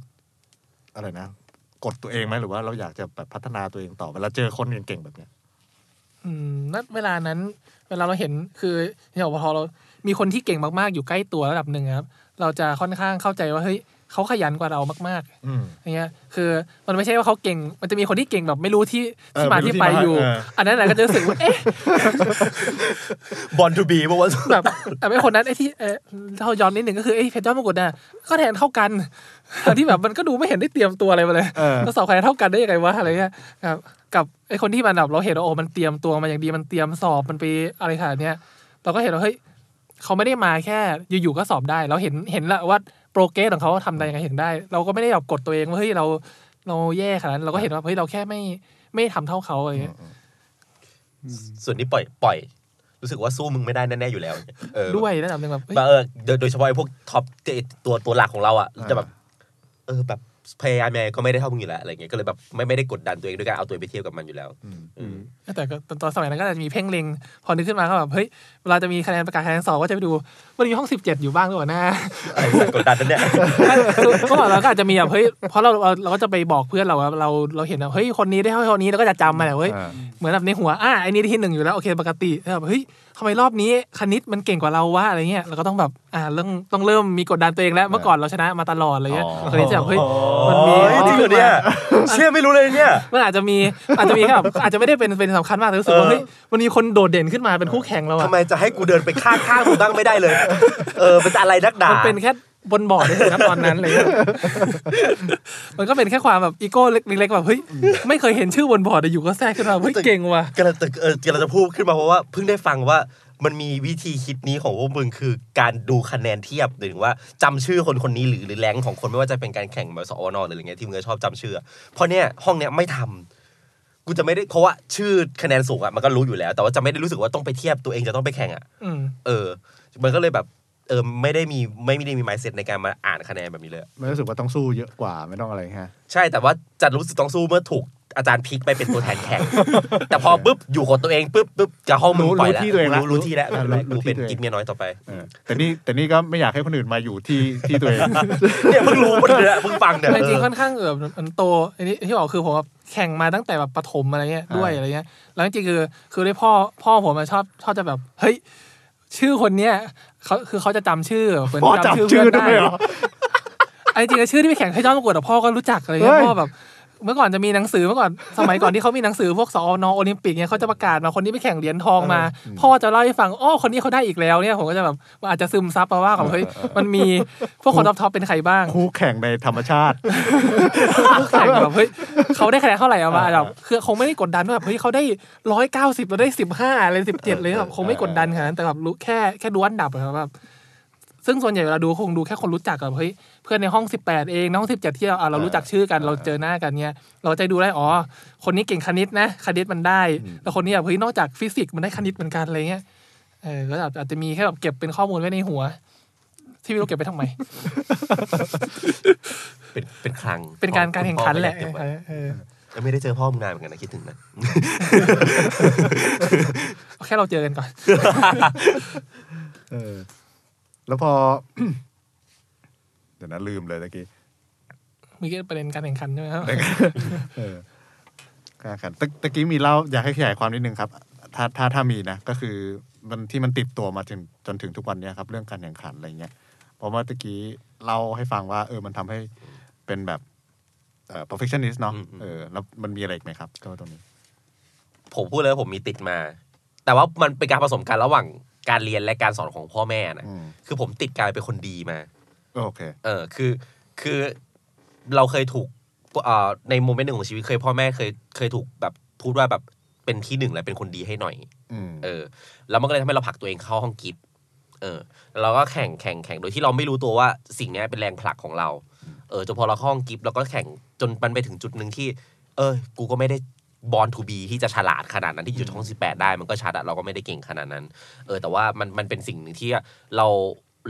Speaker 1: อะไรนะกดตัวเองไหมหรือว่าเราอยากจะแบบพัฒนาตัวเองต่อเวลาเจอคนเก่งๆแบบเนี้ย
Speaker 2: อืมณเวลานั้น เวลาเราเห็นคืออย่างพอเรามีคนที่เก่งมากๆ อยู่ใกล้ตัวระดับหนึ่งครับ เราจะค่อนข้างเข้าใจว่าเฮ้ยเขาขยันกว่าเรามาก
Speaker 1: อืม
Speaker 2: ๆอย่างเงี้ย คือมันไม่ใช่ว่าเขาเก่ง มันจะมีคนที่เก่งแบบไม่รู้ที่
Speaker 1: เออ
Speaker 2: ที่มาที่ไป
Speaker 1: ไม่รู้ที่มา
Speaker 2: อยู่
Speaker 1: เออ
Speaker 2: อันนั้นแหละก็จะรู้สึกว่าเอ๊ะ
Speaker 5: บอลทูบีบอกว่า
Speaker 2: แบบแต่ไอ้คนนั้นไอ้ที่เออเราย้อนนิดหนึ่งก็คือไอ้เพชรยอดมงกุฎน่ะก็คะแนนเท่ากันแต่ที่แบบมันก็ดูไม่เห็นได้เตรียมตัวอะไรมาเลย
Speaker 1: เออ
Speaker 2: แล้วสอบคะแนนเท่ากันได้ยังไงวะอะไรเงี้ยครับกับไอ้คนที่มันแบบเราเห็นว่าโอ้มันเตรียมตัวมาอย่างดีมันเตรียมสอบมันไปอะไรขนาดเนี้ยเราก็เห็นว่าเฮ้ยเขาไม่ได้มาแค่อยู่ๆก็สอบได้ เราเห็นเห็นละว่าโปรเกรสของเขาทำได้ยังไงเห็นได้ เราก็ไม่ได้แบบกดตัวเองว่าเฮ้ยเราเราแย่ขนาดนั้นเราก็เห็นว่าเฮ้ยเราแค่ไม่ไม่ทำเท่าเขาอะไรเงี้ย
Speaker 5: ส่วนนี้ปล่อยปล่อย รู้สึกว่าสู้มึงไม่ได้แน่ๆอยู่แล้วเออ
Speaker 2: ด้วยระดับหนึ่งแบบเฮ้ย
Speaker 5: แบบเออโดยโดยเฉพาะไอ้พวกท็อปตัวตัวหลักของเราอ่ะ
Speaker 1: อ่า
Speaker 5: จะแบบเออแบบพยายามยังไงก็ไม่ได้เท่ามึงอยู่แล้วอะไรเงี้ยก็เลยแบบไม่ไม่ได้กดดันตัวเองด้วยการเอาตัวเองไปเทียบกับมันอยู่แล้วเออ
Speaker 2: แต่ก็ตอนตอนสมัยนั้นก็อาจจะมีเพ่งเล็ง พอนึกขึ้นมาก็แบบเฮ้ยเวลาจะมีคะแนนประกาศคะแนนสอบก็จะไปดูมันมีห้องสิบเจ็ดอยู่บ้างหรือเปล่านะ
Speaker 5: ไอ้สัตว์กดดันนั่นเนี่ย
Speaker 2: คือเมื่อก่อนเราก็อาจจะมีแบบเฮ้ยเพราะเราเราเราก็จะไปบอกเพื่อนเราว่าเราเราเห็นว่าเฮ้ยคนนี้ได้เท่าคนนี้เราก็จะจำมาแหละเว้ย
Speaker 1: อ่า
Speaker 2: เหมือนแบบในหัวอ่ะไอ้นี่ได้ที่หนึ่งอยู่แล้วโอเคปกติแล้วแบบเฮ้ยทำไมรอบนี้คณิตมันเก่งกว่าเราวะอะไรเงี้ยเราก็ต้องแบบอ่าเรื่องต้องเริ่มมีกดดันตัวเองแล้วเมื่อก่อนเราชนะมาตลอดอะไรเงี้ย
Speaker 1: อ๋อ
Speaker 2: ตอนนี้จะแบบเฮ้ย มั
Speaker 5: มันน
Speaker 2: มี
Speaker 5: มีจริงเหรอเนี่ยเชื่อไม่รู้เลยเนี่ย
Speaker 2: มันอาจจะมีอาจจะมีแค่แบบอาจจะไม่ได้เป็นเป็นสำคัญมากแต่รู้สึกว่า
Speaker 5: เออ
Speaker 2: เฮ้ยมันมีคนโดดเด่นขึ้นมาเป็นคู่แข่งเราอะ
Speaker 5: ทำไมจะให้กูเดินไปข้างข้างกูบ้างไม่ได้เลย เออมันจะอะไรนักด่า
Speaker 2: มันเป็นแค่บนบอร์ดเลยนะตอนนั้นเลย มันก็เป็นแค่ความแบบอีโก้เล็กๆแบบเฮ้ยไม่เคยเห็นชื่อบนบอร์ดแต่อยู่ก็แทรกขึ้นมาเฮ้ยเก่งว่ะ
Speaker 5: กำลังจะเออกำลังจะพูดขึ้นมาเพราะว่าเพิ่งได้ฟังว่ามันมีวิธีคิดนี้ของพวกมึงคือการดูคะแนนเทียบหรือว่าจำชื่อคนคนนี้หรือหรือแรงของคนไม่ว่าจะเป็นการแข่งแบบสอนอหรืออะไรเงี้ยที่มึงก็ชอบจำชื่ออะเพราะเนี่ยห้องเนี้ยไม่ทำกูจะไม่ได้เพราะว่าชื่อคะแนนสูงอะมันก็รู้อยู่แล้ว แต่ว่าจะไม่ได้รู้สึกว่าต้องไปเทียบตัวเองจะต้องไปแข่งอะ
Speaker 2: อืม
Speaker 5: เออ มันก็เลยแบบเออไม่ได้มีไม่ได้มีมายเซ็ตในการมาอ่านคะแนนแบบนี้เลย
Speaker 1: ไม่รู้สึกว่าต้องสู้เยอะกว่าไม่ต้องอะไรฮะ
Speaker 5: ใช่แต่ว่าจะรู้สึกต้องสู้เมื่อถูกอาจารย์พลิกไปเป็นตัวแทนแข่ง แต่พอปุ๊บอยู่กับตัวเองปุ๊บปุ๊บจะห้องมึง
Speaker 1: รู้
Speaker 5: ปล่อยแล้ว
Speaker 1: รู้ที่ตัวเองละ
Speaker 5: รู้รู้ที่แล้วไม่เป็นไร
Speaker 1: รู้
Speaker 5: กูเป็น
Speaker 1: ที่ตัวเอง
Speaker 5: กินเมียน้อยต่อไป
Speaker 1: เออแต่นี่แต่นี่ก็ไม่อยากให้คนอื่นมาอยู่ที่ที่ ตัวเอง
Speaker 5: เนี่ยเพิ่งรู้หมดเลยอะเพิ่งฟังเนี่ย
Speaker 2: แต่จริง
Speaker 5: เออ
Speaker 2: ๆค่อนข้างเออมันโตอันนี้ที่บอกคือผมแบบแข่งมาตั้งแต่แบบประถมอะไรเงี้ยด้วย
Speaker 1: อ่า
Speaker 2: อะไรเงี้ยแล้วจริงๆคือคือได้พ่อพ่อผมอะชอบชอบจะแบบเฮ้ย ชื่อคนเนี้ยเขาคือเขาจะจำชื่อเหมือน
Speaker 1: พ่อจำชื่อ
Speaker 2: เพื่น
Speaker 1: ด้วยเหรอ
Speaker 2: ไอ้จริงๆชื่อที่ไปแข่งให้ย้อนประกวดอะพ่อก็รู้จักอะไรเงี้
Speaker 1: เฮ้
Speaker 2: ย
Speaker 1: ย
Speaker 2: พ่อแบบ เมื่อก่อนจะมีหนังสือเมื่อก่อนสมัยก่อนที่เขามีหนังสือพวกสอนอโอลิมปิกเนี่ยเขาจะประกาศมาคนนี้ไปแข่งเหรียญทองมา พ่อจะเล่าให้ฟังอ้อคนนี้เขาได้อีกแล้วเนี่ยผมก็จะแบบอาจจะซึมซับมาว่าแบบเฮ้ยมัน มีพวกคนท็อปทอปเป็นใครบ้าง
Speaker 1: คู่แข่งในธรรมชาติ
Speaker 2: คู่แข่งแบบเฮ้ย เขาได้คะแนนเท่าไหร่เอามาแบบคือคงไม่ได้กดดันว่าแบบเฮ้ยเขาได้ร้อยเก้าสิบเราได้สิบห้าอะไรสิบเจ็ดเลยแบบคงไม่กดดันขนาดนั้นแต่แบบรู้แค่แค่ดูอันดับอะครับแบบซึ่งส่วนใหญ่เวลาดูคงดูแค่คนรู้จักกับเฮ้ยเพื่อนในห้องสิบแปดเองในห้องสิบเจ็ดที่เราอ่ะเรารู้จักชื่อกันเราเจอหน้ากันเนี่ยเราจะดูได้อ๋อคนนี้เก่งคณิตนะคณิตมันได้แล้วคนนี้แบบเฮ้ยนอกจากฟิสิกส์มันได้คณิตเหมือนกันอะไรเงี้ยเออก็แบบอาจจะมีแค่แบบเก็บเป็นข้อมูลไว้ในหัว ที่ไม่รู้เก็บไปทำไม
Speaker 5: เป็นเป็นครั้ง
Speaker 2: เป็นการการแข่งขันแหละ
Speaker 5: เก็บไว้
Speaker 2: เออ
Speaker 5: แล้วไม่ได้เจอพ่อมึงนานเหมือนกันนะคิดถึงนะ
Speaker 2: แค่เราเจอกันก่อน
Speaker 1: เออ แล้วพอ เดี๋ยวนะลืมเลยตะกี้
Speaker 2: เมีประเด็นการแข่งขันใช่ไหมครับ
Speaker 1: เออการแข่งขันตะตะกี้มีเล่าอยากให้ขยายความนิดนึงครับ ถ้าถ้าถ้ามีนะ ก็คือมันที่มันติดตัวมาถึงจนถึงทุกวันเนี้ยครับ เรื่องการแข่งขันอะไรเงี้ยเพราะว่าตะกี้เล่าให้ฟังว่า เออมันทำให้เป็นแบบเอ่อ perfectionist เนาะ
Speaker 5: อืมอืม
Speaker 1: เออแล้วมันมีอะไรอีกไหมครับก็ตรงนี้
Speaker 5: ผมพูดเลยว่าผมมีติดมา แต่ว่ามันเป็นการผสมกันระหว่างการเรียนและการสอนของพ่อแม่นะ
Speaker 1: อืม
Speaker 5: คือผมติดการเป็นคนดีมา
Speaker 1: โอเค
Speaker 5: เออคือคือเราเคยถูกเอ่อในโมเมนต์หนึ่งของชีวิตเคยพ่อแม่เคยเคยถูกแบบพูดว่าแบบเป็นที่หนึ่งและเป็นคนดีให้หน่อย
Speaker 1: อืม
Speaker 5: เออแล้วมันก็เลยทำให้เราผลักตัวเองเข้าห้องกิฟเออแล้วเราก็แข่งแข่งแข่งโดยที่เราไม่รู้ตัวว่าสิ่งเนี้ยเป็นแรงผลักของเรา เออจนพอเราเข้าห้องกิฟเราก็แข่งจนมันไปถึงจุดหนึ่งที่ เออกูก็ไม่ได้บอลทูบีที่จะฉลาดขนาดนั้นที่อยู่ท้องสิบแปดได้มันก็ชัดอะเราก็ไม่ได้เก่งขนาดนั้น เออแต่ว่ามันมันเป็นสิ่งหนึ่งที่เรา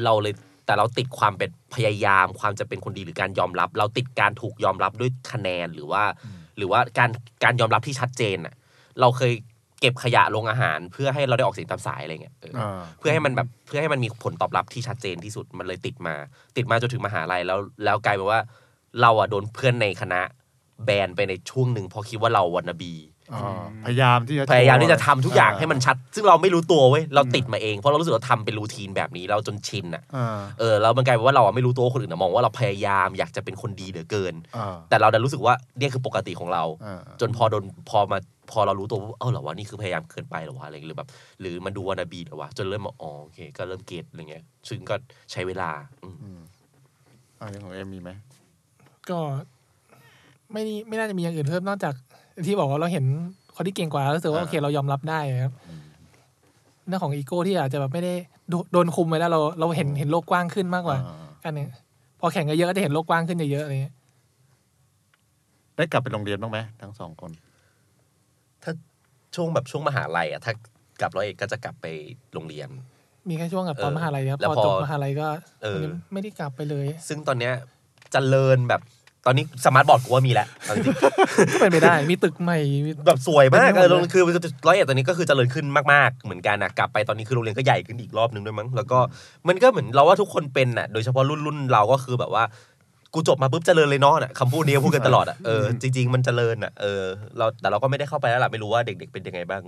Speaker 5: เราเลยแต่เราติดความเป็นพยายามความจะเป็นคนดีหรือการยอมรับ เราติดการถูกยอมรับด้วยคะแนนหรือว่า หรือว่าการการยอมรับที่ชัดเจนอะเราเคยเก็บขยะลงอาหาร เพื่อให้เราได้ออกเสียงตามสายอะไรเงี้ยเออ
Speaker 1: อ่า
Speaker 5: เพื่อให้มันแบบเพื่อให้มันมีผลตอบรับที่ชัดเจนที่สุดมันเลยติดมา ติดมาจนถึงมหาลัยแล้วแล้วกลายเป็นว่า เราอ่ะโดนเพื่อนในคณะแบนไปในช่วงหนึ่งเพราะคิดว่าเราวันนาบี
Speaker 1: อ่าพยายามที่จะ
Speaker 5: พยายามที่จะทำทุกอย่างให้มันชัด ซึ่งเราไม่รู้ตัวเว้ยเราติดมาเองเพราะเรารู้สึกเราทำเป็นรูทีนแบบนี้เราจนชินอ่ะ
Speaker 1: อ่า
Speaker 5: เออแล้วมันกลายเป็นว่าเราอ่ะไม่รู้ตัวว่าคนอื่นอะมองว่าเราพยายามอยากจะเป็นคนดีเหลือเกิน
Speaker 1: อ่า
Speaker 5: แต่เราดันรู้สึกว่าเนี่ยคือปกติของเรา
Speaker 1: อ่า
Speaker 5: จนพอโดนพอมาพอเรารู้ตัวว่าเออเหรอวะนี่คือพยายามเกินไปเหรอวะอะไรอย่างเงี้ยหรือแบบ หรือมันดูวานาบีเหรอวะจนเริ่มมาอ๋อโอเค ก็เริ่มเก็ตอะไรเงี้ย ซึ่งก็ใช้เวลาอืม
Speaker 1: อันนี้ของเอ็มมีไหม
Speaker 2: ก็ไม่ไม่น่าจะมีอย่างอื่นเพิ่มนอกจาก ที่บอกว่าเราเห็นคนที่เก่งกว่ารู้สึกว่าโอเคเรายอมรับได้ครับเรื่องของอีโก้ที่อาจจะแบบไม่ได้โดโดนคุมไว้แล้วเราเราเห็นเห็นโลกกว้างขึ้นมากกว่า
Speaker 1: อ่า
Speaker 2: อันเนี้ยพอแข่งกันเยอะก็จะเห็นโลกกว้างขึ้นเยอะๆอะไรเงี้ย
Speaker 1: ได้กลับไปโรงเรียนบ้างไหมทั้งสองคน
Speaker 5: ช่วงแบบช่วงมหาลัยอ่ะถ้ากลับร้อยเอกก็จะกลับไปโรงเรียน
Speaker 2: มีแค่ช่วงกับ
Speaker 5: เออ
Speaker 2: ตอนมหาลัยครับ
Speaker 5: แล้ว
Speaker 2: พอ
Speaker 5: พอ
Speaker 2: จบมหาลัยก็
Speaker 5: เออ
Speaker 2: ไม่ได้กลับไปเลย
Speaker 5: ซึ่งตอนเนี้ยเจริญแบบตอนนี้สมาร์ทบอร์ดกูว่ามีแล้วเอาจริง
Speaker 2: ก็เป็นไปได้ มีตึกใหม่มี
Speaker 5: ๆ แบบสวยมาก
Speaker 2: เป็นไปได้
Speaker 5: เออโรงคือร้อยเอ็ดตอนนี้ก็คือเจริญขึ้นมากๆ เหมือนกันนะกลับไปตอนนี้คือโรงเรียนก็ใหญ่ขึ้นอีกรอบนึงด้วยมั้งแล้วก็มันก็เหมือนเราว่าทุกคนเป็นน่ะโดยเฉพาะรุ่นรุ่นเราก็คือแบบว่า กูจบมาปุ๊บเจริญเลยเนาะน่ะคำพูดนี้พูดกันตลอดอ่ะเออจริงๆมันเจริญอ่ะเออเราแต่เราก็ไม่ได้เข้าไปแล้วล่ะไม่รู้ว่าเด็กๆเป็นยังไงบ้าง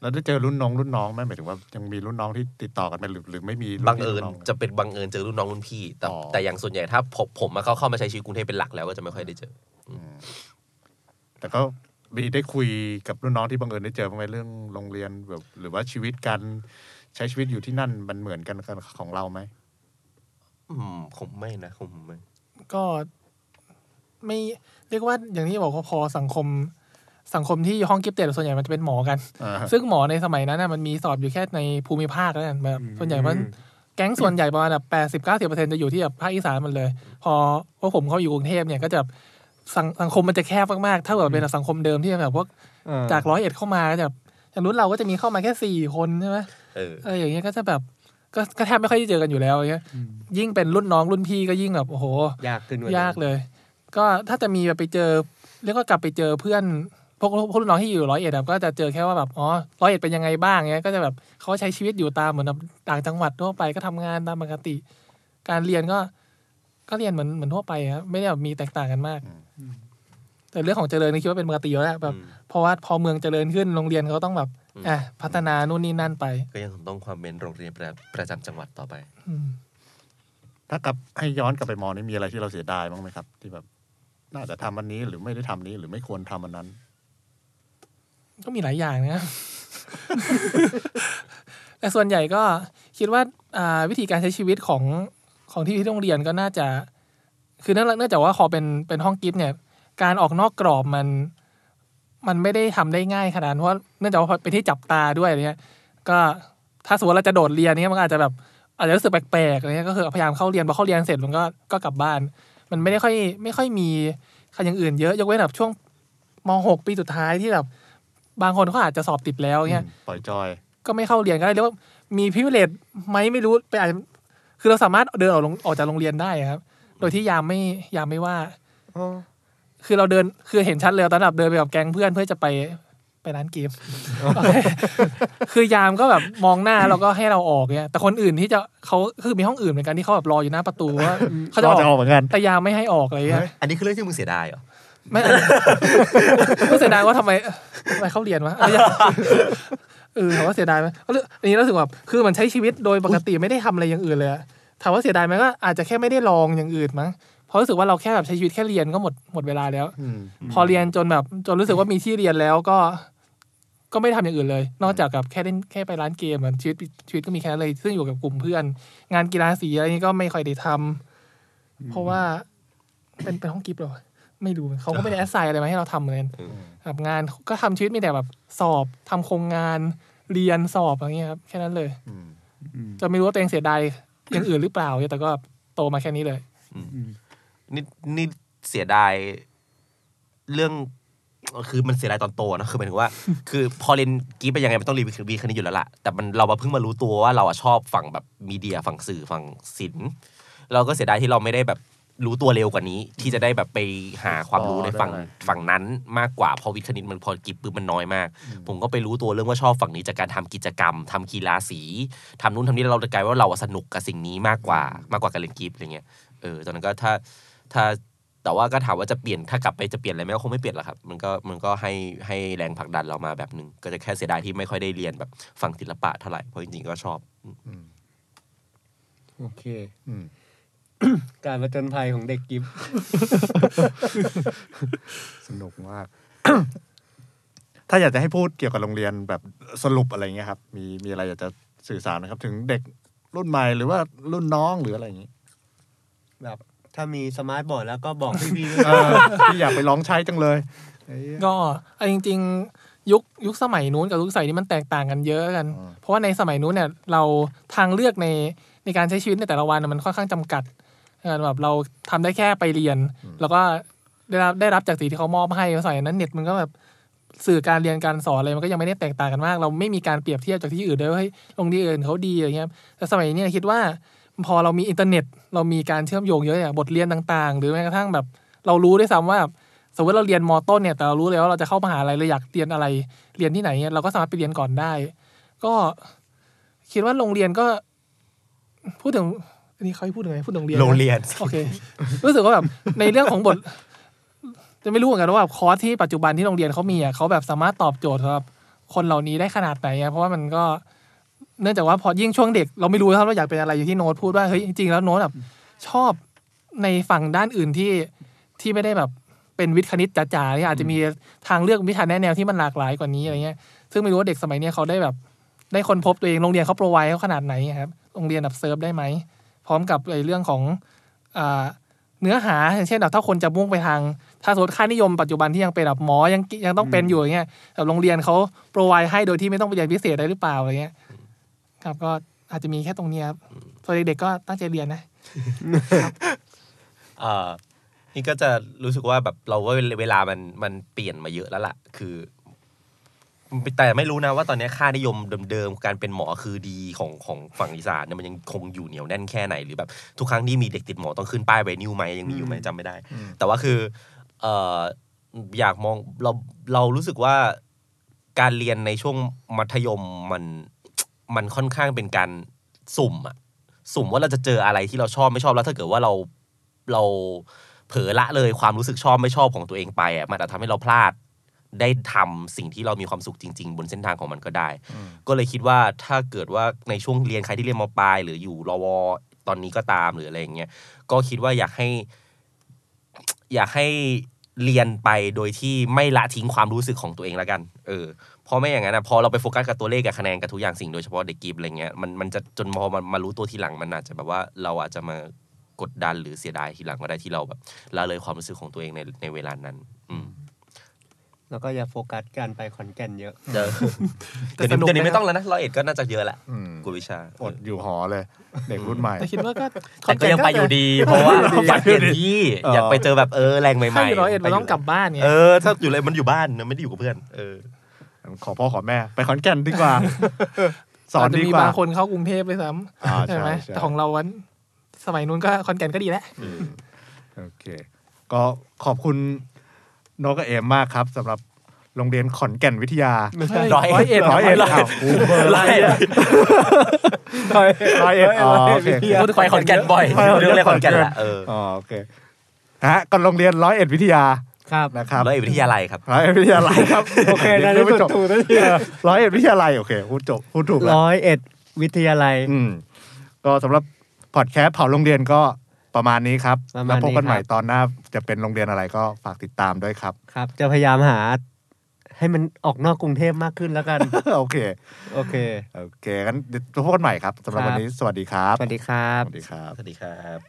Speaker 1: แล้วได้เจอรุ่นน้องรุ่นน้องไหมหมายถึงว่ายังมีรุ่นน้องที่ติดต่อกันไหมหรือหรือไม่มีรุ่
Speaker 5: บัง
Speaker 1: นพี่
Speaker 5: เอิญ
Speaker 1: รุ่นน้อง
Speaker 5: จะเป็นบังเอิญเจอรุ่นน้องรุ่นพี่ แต่
Speaker 1: อ๋อ
Speaker 5: แต่อย่างส่วนใหญ่ถ้าผมผมมาเข้าเข้ามาใช้ชีวิตกรุงเทพเป็นหลักแล้วก็จะไม่ค่อยได้เจอ
Speaker 1: แต่ก็มีได้คุยกับรุ่นน้องที่บังเอิญได้เจอบ้างไหมเรื่องโรงเรียนแบบหรือว่าชีวิตการใช้ชีวิตอยู่ที่นั่นมันเหมือนกันกับของเราไหม
Speaker 5: อืมคงไม่นะคงไม่
Speaker 2: ก็ไม่เรียกว่าอย่างที่บอกว่าพอสังคม สังคมที่อยู่ห้องกิฟเต็ดส่วนใหญ่มันจะเป็นหมอกัน
Speaker 1: อ่า
Speaker 2: ซึ่งหมอในสมัยนั้นน่ะมันมีสอบอยู่แค่ในภูมิภาคแล้วกันแบบส่วนใหญ่มันแก๊งส่วนใหญ่ประมาณแบบแปดสิบเก้าสิบเปอร์เซ็นจะอยู่ที่แบบภาคอีสานหมันเลย พอพวกผมเขาอยู่กรุงเทพเนี่ยก็จะแบบสังสังคมมันจะแคบมากๆถ้าแบบเป็นสังคมเดิมที่แบบพวก
Speaker 4: เออ
Speaker 2: จากร้อยเอ็ดเข้ามาก็จะแบบอย่างรุ่นเราก็จะมีเข้ามาแค่สี่คนใช่ไหม
Speaker 5: เออ
Speaker 2: เอออย่างเงี้ยก็จะแบบก็ก็แทบไม่ค่อยได้เจอกันอยู่แล้วอย่างเงี้ยยิ่งเป็นรุ่นน้องรุ่นพี่ก็ยิ่งแบบโอ้โห
Speaker 4: ยากขึ้นกว่
Speaker 2: ยากเลย ก็ถ้าจะมีแบบไปเจอเรียกว่ากลับไปเจอเพื่อนพวกพวกรุ่นน้องที่อยู่ร้อยเอ็ดอะก็จะเจอแค่ว่าแบบอ๋อร้อยเอ็ดเป็นยังไงบ้างเงี้ยก็จะแบบเขาใช้ชีวิตอยู่ตามเหมือนแบบต่างจังหวัดทั่วไปก็ทำงานตามปกติ การเรียนก็ ก็เรียนเหมือนเหมือนทั่วไปครับไม่ได้แบบมีแตกต่างกันมาก แต่เรื่องของเจริญนี่คิดว่าเป็นปกติอยู่แล้วแบบ
Speaker 5: อืม
Speaker 2: เพราะว่าพอเมืองเจริญขึ้นโรงเรียนเขาต้องแบบ
Speaker 5: อืม
Speaker 2: อ่ะพัฒนานู่นนี่นั่นไป
Speaker 5: ก็ยังคงต้องความเป็นโรงเรียนประประจำจังหวัดต่อไป
Speaker 2: อืม
Speaker 1: ถ้ากลับให้ย้อนกลับไปมองนี่มีอะไรที่เราเสียดายบ้างไหมครับ ที่แบบ น่าจะทำอันนี้หรือไม่ได้ทำนี้หรือไม่ควรทำอันนั้น
Speaker 2: ก็มีหลายอย่างนะ แต่ส่วนใหญ่ก็คิดว่าอ่าวิธีการใช้ชีวิตของของที่ที่โรงเรียนก็น่าจะ คือเนื่องเนื่องจากว่าขอเป็นเป็นห้องกิฟต์เนี่ย การออกนอกกรอบมัน มันไม่ได้ทำได้ง่ายขนาดนั้นเพราะเนื่องจากว่าเป็นที่จับตาด้วยอะไรเงี้ย ก็ถ้าสมมติเราจะโดดเรียนเนี่ยมันก็อาจจะแบบ อาจจะรู้สึกแปลกๆอะไรเงี้ยก็คือพยายามเข้าเรียนพอเข้าเรียนเสร็จมันก็ก็กลับบ้าน มันไม่ได้ค่อยไม่ค่อยมีใครอย่างอื่นเยอะยกเว้นแบบช่วงมหกปีสุดท้ายที่แบบบางคนเขาอาจจะสอบติดแล้วเงี้ย
Speaker 1: อืมปล่อยจอย
Speaker 2: ก็ไม่เข้าเรียนก็ได้เรียกว่ามีพิเวเลตไหมไม่รู้ไปอาจจะคือเราสามารถเดินออกลงออกจากโรงเรียนได้ครับ โดยที่ยามไม่ยามไม่ว่า
Speaker 4: อ๋อ
Speaker 2: คือเราเดินคือเห็นชัดเลยตอนแบบเดินไปกับแก๊งเพื่อนเพื่อจะไปไปร้านเกม โอเคคือยามก็แบบมองหน้าแล้วก็ให้เราออกเนี่ยแต่คนอื่นที่จะเขาคือมีห้องอื่นเหมือนกันที่เขาแบบรออยู่หน้าประตูว่าเขาจะอ
Speaker 1: รอจะออ
Speaker 2: อก ก
Speaker 1: เหมือนกัน
Speaker 2: แต่ยามไม่ให้ออกอะไรเงี้ย
Speaker 5: อันนี้คือเรื่องที่มึงเสียดายเหรอ
Speaker 2: ไม่ ก็เสียดายว่าทำไมทำไมเขาเรียนวะอะไรอย่าง เงี้ยเออถามว่าเสียดายไหมก็เรื่องอันนี้รู้สึกแบบคือเหมันใช้ชีวิตโดยปกติไม่ได้ทำอะไรอย่างอื่นเลยอะถามว่าเสียดายไหมก็อาจจะแค่ไม่ได้ลองอย่างอื่นมั้งเพราะรู้สึกว่าเราแค่แบบใช้ชีวิตแค่เรียนก็หมดหมดเวลาแล้ว
Speaker 1: อืม
Speaker 2: พอเรียนจนแบบจนรู้สึกว่ามีที่เรียนแล้วก็ ก็ไม่ได้ทำอย่างอื่นเลย นอกจากกับแค่เล่นแค่ไปร้านเกมเหมือนชีวิตชีวิตก็มีแค่นั้นเลย ซึ่งอยู่กับกลุ่มเพื่อน งานกีฬาสีอะไรนี้ก็ไม่ค่อยได้ทำเพราะว่าเป็นเป็นห้องกิฟต์เหรอไม่รู้เขาก็ไม่ได้แอสไซน์อะไรมาให้เราทำเหมือนกัน
Speaker 5: อืม
Speaker 2: แบบงานก็ทำชีวิตมีแต่แบบสอบทำโครงงานเรียนสอบอะไรเงี้ยครับแค่นั้นเลย
Speaker 5: Mm.
Speaker 1: อืม
Speaker 4: อืม
Speaker 2: จนไม่รู้ว่าตัวเองเสียดายอย่างอื่นหรือเปล่าเนี่ยแต่ก็โตมาแค่นี้เลย
Speaker 4: อืม
Speaker 5: นี่นี่เสียดายเรื่องคือมันเสียดายตอนโตอะนะคือหมายถึง ว่า คือพอเรียนกรีดไปยังไงมันต้องเรียนวีคณิตอยู่แล้วล่ะแต่มันเรามาเพิ่งมารู้ตัวว่าเราอะชอบฝั่งแบบมีเดียฝั่งสื่อฝั่งศิลป์เราก็เสียดายที่เราไม่ได้แบบรู้ตัวเร็วกว่านี้ ที่จะได้แบบไปหาความรู้ในฝั่งฝั่งนั้นมากกว่าเพอวิคณิตมันพอกรีดปุ๊บมันน้อยมาก ผมก็ไปรู้ตัวเรื่องว่าชอบฝั่งนี้จากการทำกิจกรรมทำกีฬาสีทำนู่นทำนี่แล้วเราจะกลายว่าเราอะสนุกกับสิ่งนี้มากกว่ามากกว่าการเล่นกรีดอะไรเงี้ยเออตอนนั้นก็ถ้า ถ้าแต่ว่าก็ถามว่าจะเปลี่ยนถ้ากลับไปจะเปลี่ยนอะไรไหมก็คงไม่เปลี่ยนหรอกครับ มันก็มันก็ให้ให้แรงผลักดันเรามาแบบหนึ่งก็จะแค่เสียดายที่ไม่ค่อยได้เรียนแบบฝั่งศิลปะเท่าไหร่เพราะจริงๆก็ชอบ
Speaker 1: อืม
Speaker 4: โอเค
Speaker 1: อืม
Speaker 4: การประจนภัยของเด็กกิฟต์
Speaker 1: สนุกมาก ถ้าอยากจะให้พูดเกี่ยวกับโรงเรียนแบบสรุปอะไรเงี้ยครับ มีมีอะไรอยากจะสื่อสารนะครับ ถึงเด็กรุ่นใหม่หรือว่ารุ่นน้องหรืออะไรอย่างงี้
Speaker 4: แบบถ้ามีสมาร์ทบอร์ดแล้วก็บอกพี่ๆด้วย
Speaker 1: เออที่อยากไปลองใช้จังเลยเอ้ย
Speaker 2: ก็เอาจริง ๆ ยุคยุคสมัยนู้นกับยุคสมัยนี้มันแตกต่างกันเยอะกัน
Speaker 1: อืม
Speaker 2: เพราะว่าในสมัยนู้นเนี่ยเราทางเลือกในในการใช้ชีวิตในแต่ละวันน่ะมันค่อนข้างจำกัดเออแบบเราทำได้แค่ไปเรียน แล้วก็ได้รับได้รับจากสิ่งที่เขามอบให้สมัยนั้นเน็ตมันก็แบบสื่อการเรียนการสอนอะไรมันก็ยังไม่ได้แตกต่างกันมาก เราไม่มีการเปรียบเทียบจากที่อื่นด้วยว่าเฮ้ยโรงเรียนอื่นเขาดีอะไรเงี้ยแต่สมัยนี้คิดว่า พอเรามีอินเทอร์เน็ต เรามีการเชื่อมโยงเยอะอย่างบทเรียนต่าง ๆ หรือแม้กระทั่งแบบ เรารู้ด้วยซ้ำว่า สมมติเราเรียนมต้นเนี่ยแต่เรารู้เลยว่าเราจะเข้ามหาลัยเราอยากเรียนอะไร เรียนที่ไหนเนี่ยเราก็สามารถไปเรียนก่อนได้ ก็คิดว่าโรงเรียนก็ พูดถึงอันนี้เขาให้พูดถึงอะไรพูดถึงโรงเรียนนะ
Speaker 5: โรงเรียน
Speaker 2: โอเค รู้สึกว่าแบบ ในเรื่องของบท จะไม่รู้เหมือนกันว่าแบบคอร์สที่ปัจจุบันที่โรงเรียนเขามีอ่ะเขาแบบสามารถตอบโจทย์สำหรับคนเหล่านี้ได้ขนาดไหนอ่ะเพราะว่ามันก็ เนื่องจากว่าพอยิ่งช่วงเด็ก เราไม่รู้นะครับเราอยากเป็นอะไรอยู่างที่โน้ตพูดว่าเฮ้ยจริงๆแล้วโน้ตแบบชอบในฝั่งด้านอื่นที่ที่ไม่ได้แบบเป็นวิทย์คณิตจ๋าๆเนี่ยอาจจะมีทางเลือกวิชาแนะแนวที่มันหลากหลายกว่านี้อะไรเงี้ยซึ่งไม่รู้ว่าเด็กสมัยเนี้ยเขาได้แบบ ได้คนพบตัวเองโรงเรียนเขาโปรไวเขาขนาดไหนครับโรงเรียนแบบเซิร์ฟได้ไหมพร้อมกับไอ้เรื่องของ อ่าเนื้อหาอย่างเช่นแบบถ้าคนจะมุ่งไปทาง ถ้าสมมติค่านิยมปัจจุบันที่ยังเป็นแบบหมอยังยังต้องเป็นอยู่อย่างเงี้ยแบบโรงเรียนเขาโปรไวให้โดยที่ไม่ต้องไปเรียนพิเศษอะไรหรือเปล่าอะไรเงี้ยครับก็อาจจะมีแค่ตรงเนี้ยครับส่วนเด็กๆก็ตั้งใจเรียนนะ
Speaker 5: เอ่อนี่ก็จะรู้สึกว่าแบบเราว่าเวลามันมันเปลี่ยนมาเยอะแล้วล่ะ คือแต่ไม่รู้นะว่าตอนนี้ค่านิยมเดิมๆการเป็นหมอคือดีของของฝั่งอีสานเนี่ยมันยังคงอยู่เหนียวแน่นแค่ไหนหรือแบบทุกครั้งที่มีเด็กติดหมอต้องขึ้นป้ายไวนิวไหมยังมีอยู่ไหมจำไม่ได้ แต่ว่าคือเอ่ออยากมองเราเรารู้สึกว่าการเรียนในช่วงมัธยมมันมันค่อนข้างเป็นการสุ่มอะสุ่มว่าเราจะเจออะไรที่เราชอบไม่ชอบแล้วถ้าเกิดว่าเรา เราเผลอละเลยความรู้สึกชอบไม่ชอบของตัวเองไปอ่ะมันอาจจะทำให้เราพลาด ได้ทำสิ่งที่เรามีความสุขจริง ๆ บนเส้นทางของมันก็ได้ ก็เลยคิดว่าถ้าเกิดว่าในช่วงเรียนใครที่เรียนมปลาย หรืออยู่รวตอนนี้ก็ตามหรืออะไรอย่างเงี้ยก็คิดว่าอยากให้ อยากให้เรียนไปโดยที่ไม่ละทิ้งความรู้สึกของตัวเองแล้วกัน เออเพราะไม่อย่างนั้นนะพอเราไปโฟกัสกับตัวเลขกับคะแนนกับทุกอย่างสิ่งโดยเฉพาะเด็กกีบอะไรเงี้ยมันมันจะจนพอมันมารู้ตัวทีหลังมันอาจจะแบบว่าเราอาจจะมากดดันหรือเสียดายทีหลังก็ได้ที่เราแบบละเลยความรู้สึกของตัวเองในในเวลานั้น อืม
Speaker 4: แล้วก็อย่าโฟกัสการไปขอนแก่นเยอะ
Speaker 5: เดี๋ยว
Speaker 2: แต่
Speaker 5: เดี๋ยวนี้
Speaker 2: สนุก
Speaker 5: เดี๋ยวนี้
Speaker 2: นะ
Speaker 5: ไม่ต้องแล้วนะร้อยเอ็ดก็น่าจะเยอะแหละ
Speaker 6: อืม
Speaker 5: กูวิชา
Speaker 1: อดอยู่หอเลย เด็กรุ่นใหม่
Speaker 2: แต่คิดว่าก็
Speaker 5: แต่ก็ยังไปอยู่ดี เพราะ ว่าอยากเปลี่ยนที่อยากไปเจอแบบเออแรงใหม่ๆ
Speaker 2: ถ้าอยู่ร้อยเอ็ด
Speaker 5: ไป
Speaker 2: มันต้องกลับบ้านไง
Speaker 5: เออ ถ้าอยู่เลยมันอยู่บ้านนะไม่ได้อยู่กับเพื่อนเออ
Speaker 1: ขอพ่อขอแม่ ไปขอนแก่นดี กว่า สอน
Speaker 2: จจะ
Speaker 1: ดี
Speaker 2: มี
Speaker 1: กว่า
Speaker 2: บางคนเข้ากรุงเทพไปซ้
Speaker 1: อ่า
Speaker 2: ำ
Speaker 1: ใช่
Speaker 2: ใช่ไหม
Speaker 1: ใช่
Speaker 2: แต่ของเราวันสมัยนู้นก็คอนแก่นก็ดีแล้ว
Speaker 1: โอเค ก็ขอบคุณโนกกับเอมมากครับสำหรับโรงเรียนขอนแก่นวิทยา
Speaker 2: ไม่ใช่
Speaker 5: ร้อยเอ็ด
Speaker 1: ร้อยเอ็ดครับ
Speaker 5: ไล่
Speaker 1: ร้อยเอ็ดอ๋อโอเค
Speaker 5: พูดไปขอนแก่นบ่อย
Speaker 1: ไปขอนแก่น
Speaker 5: เรื่องอะไรขอนแก่นละเออ
Speaker 1: อ๋อโอเคนะฮะก็โรงเรียนร้อยเอ็ดวิทยา
Speaker 4: ครับ
Speaker 1: นะครับ
Speaker 5: แล้วไอ้วิทยาลัยครับ
Speaker 1: ร้อยเอ็ดวิทยาลัยครับ
Speaker 4: โอเคนะ
Speaker 1: ดี๋ยวไม่
Speaker 4: ที่
Speaker 1: จ
Speaker 4: สุ
Speaker 1: บ
Speaker 4: ดถูกนะที
Speaker 1: ร้อยเอ็ดวิทยาลัยโอเคพูดจบพูดถูกแล้ว
Speaker 4: ร้อยเอ็ดวิทยาลัย
Speaker 1: อืมก็สำหรับพอดแคสต์เผาโรงเรียนก็ประมาณนี้ครับ
Speaker 4: ประมาณนี้
Speaker 1: แล้วพบกันใหม่ตอนหน้าจะเป็นโรงเรียนอะไรก็ฝากติดตามด้วยครับ
Speaker 4: ครับ จะพยายามหา ให้มันออกนอกกรุงเทพมากขึ้นแล้วกัน
Speaker 1: โอเค
Speaker 4: โอเค
Speaker 1: โอเคงั้นเดี๋ยวพบกันใหม่ครับสำหรับ
Speaker 4: ครับ
Speaker 1: วันนี้สวัสดีครับ
Speaker 4: สวัสดีครับ
Speaker 1: สวัสดีครับ
Speaker 5: สวัสดีครับ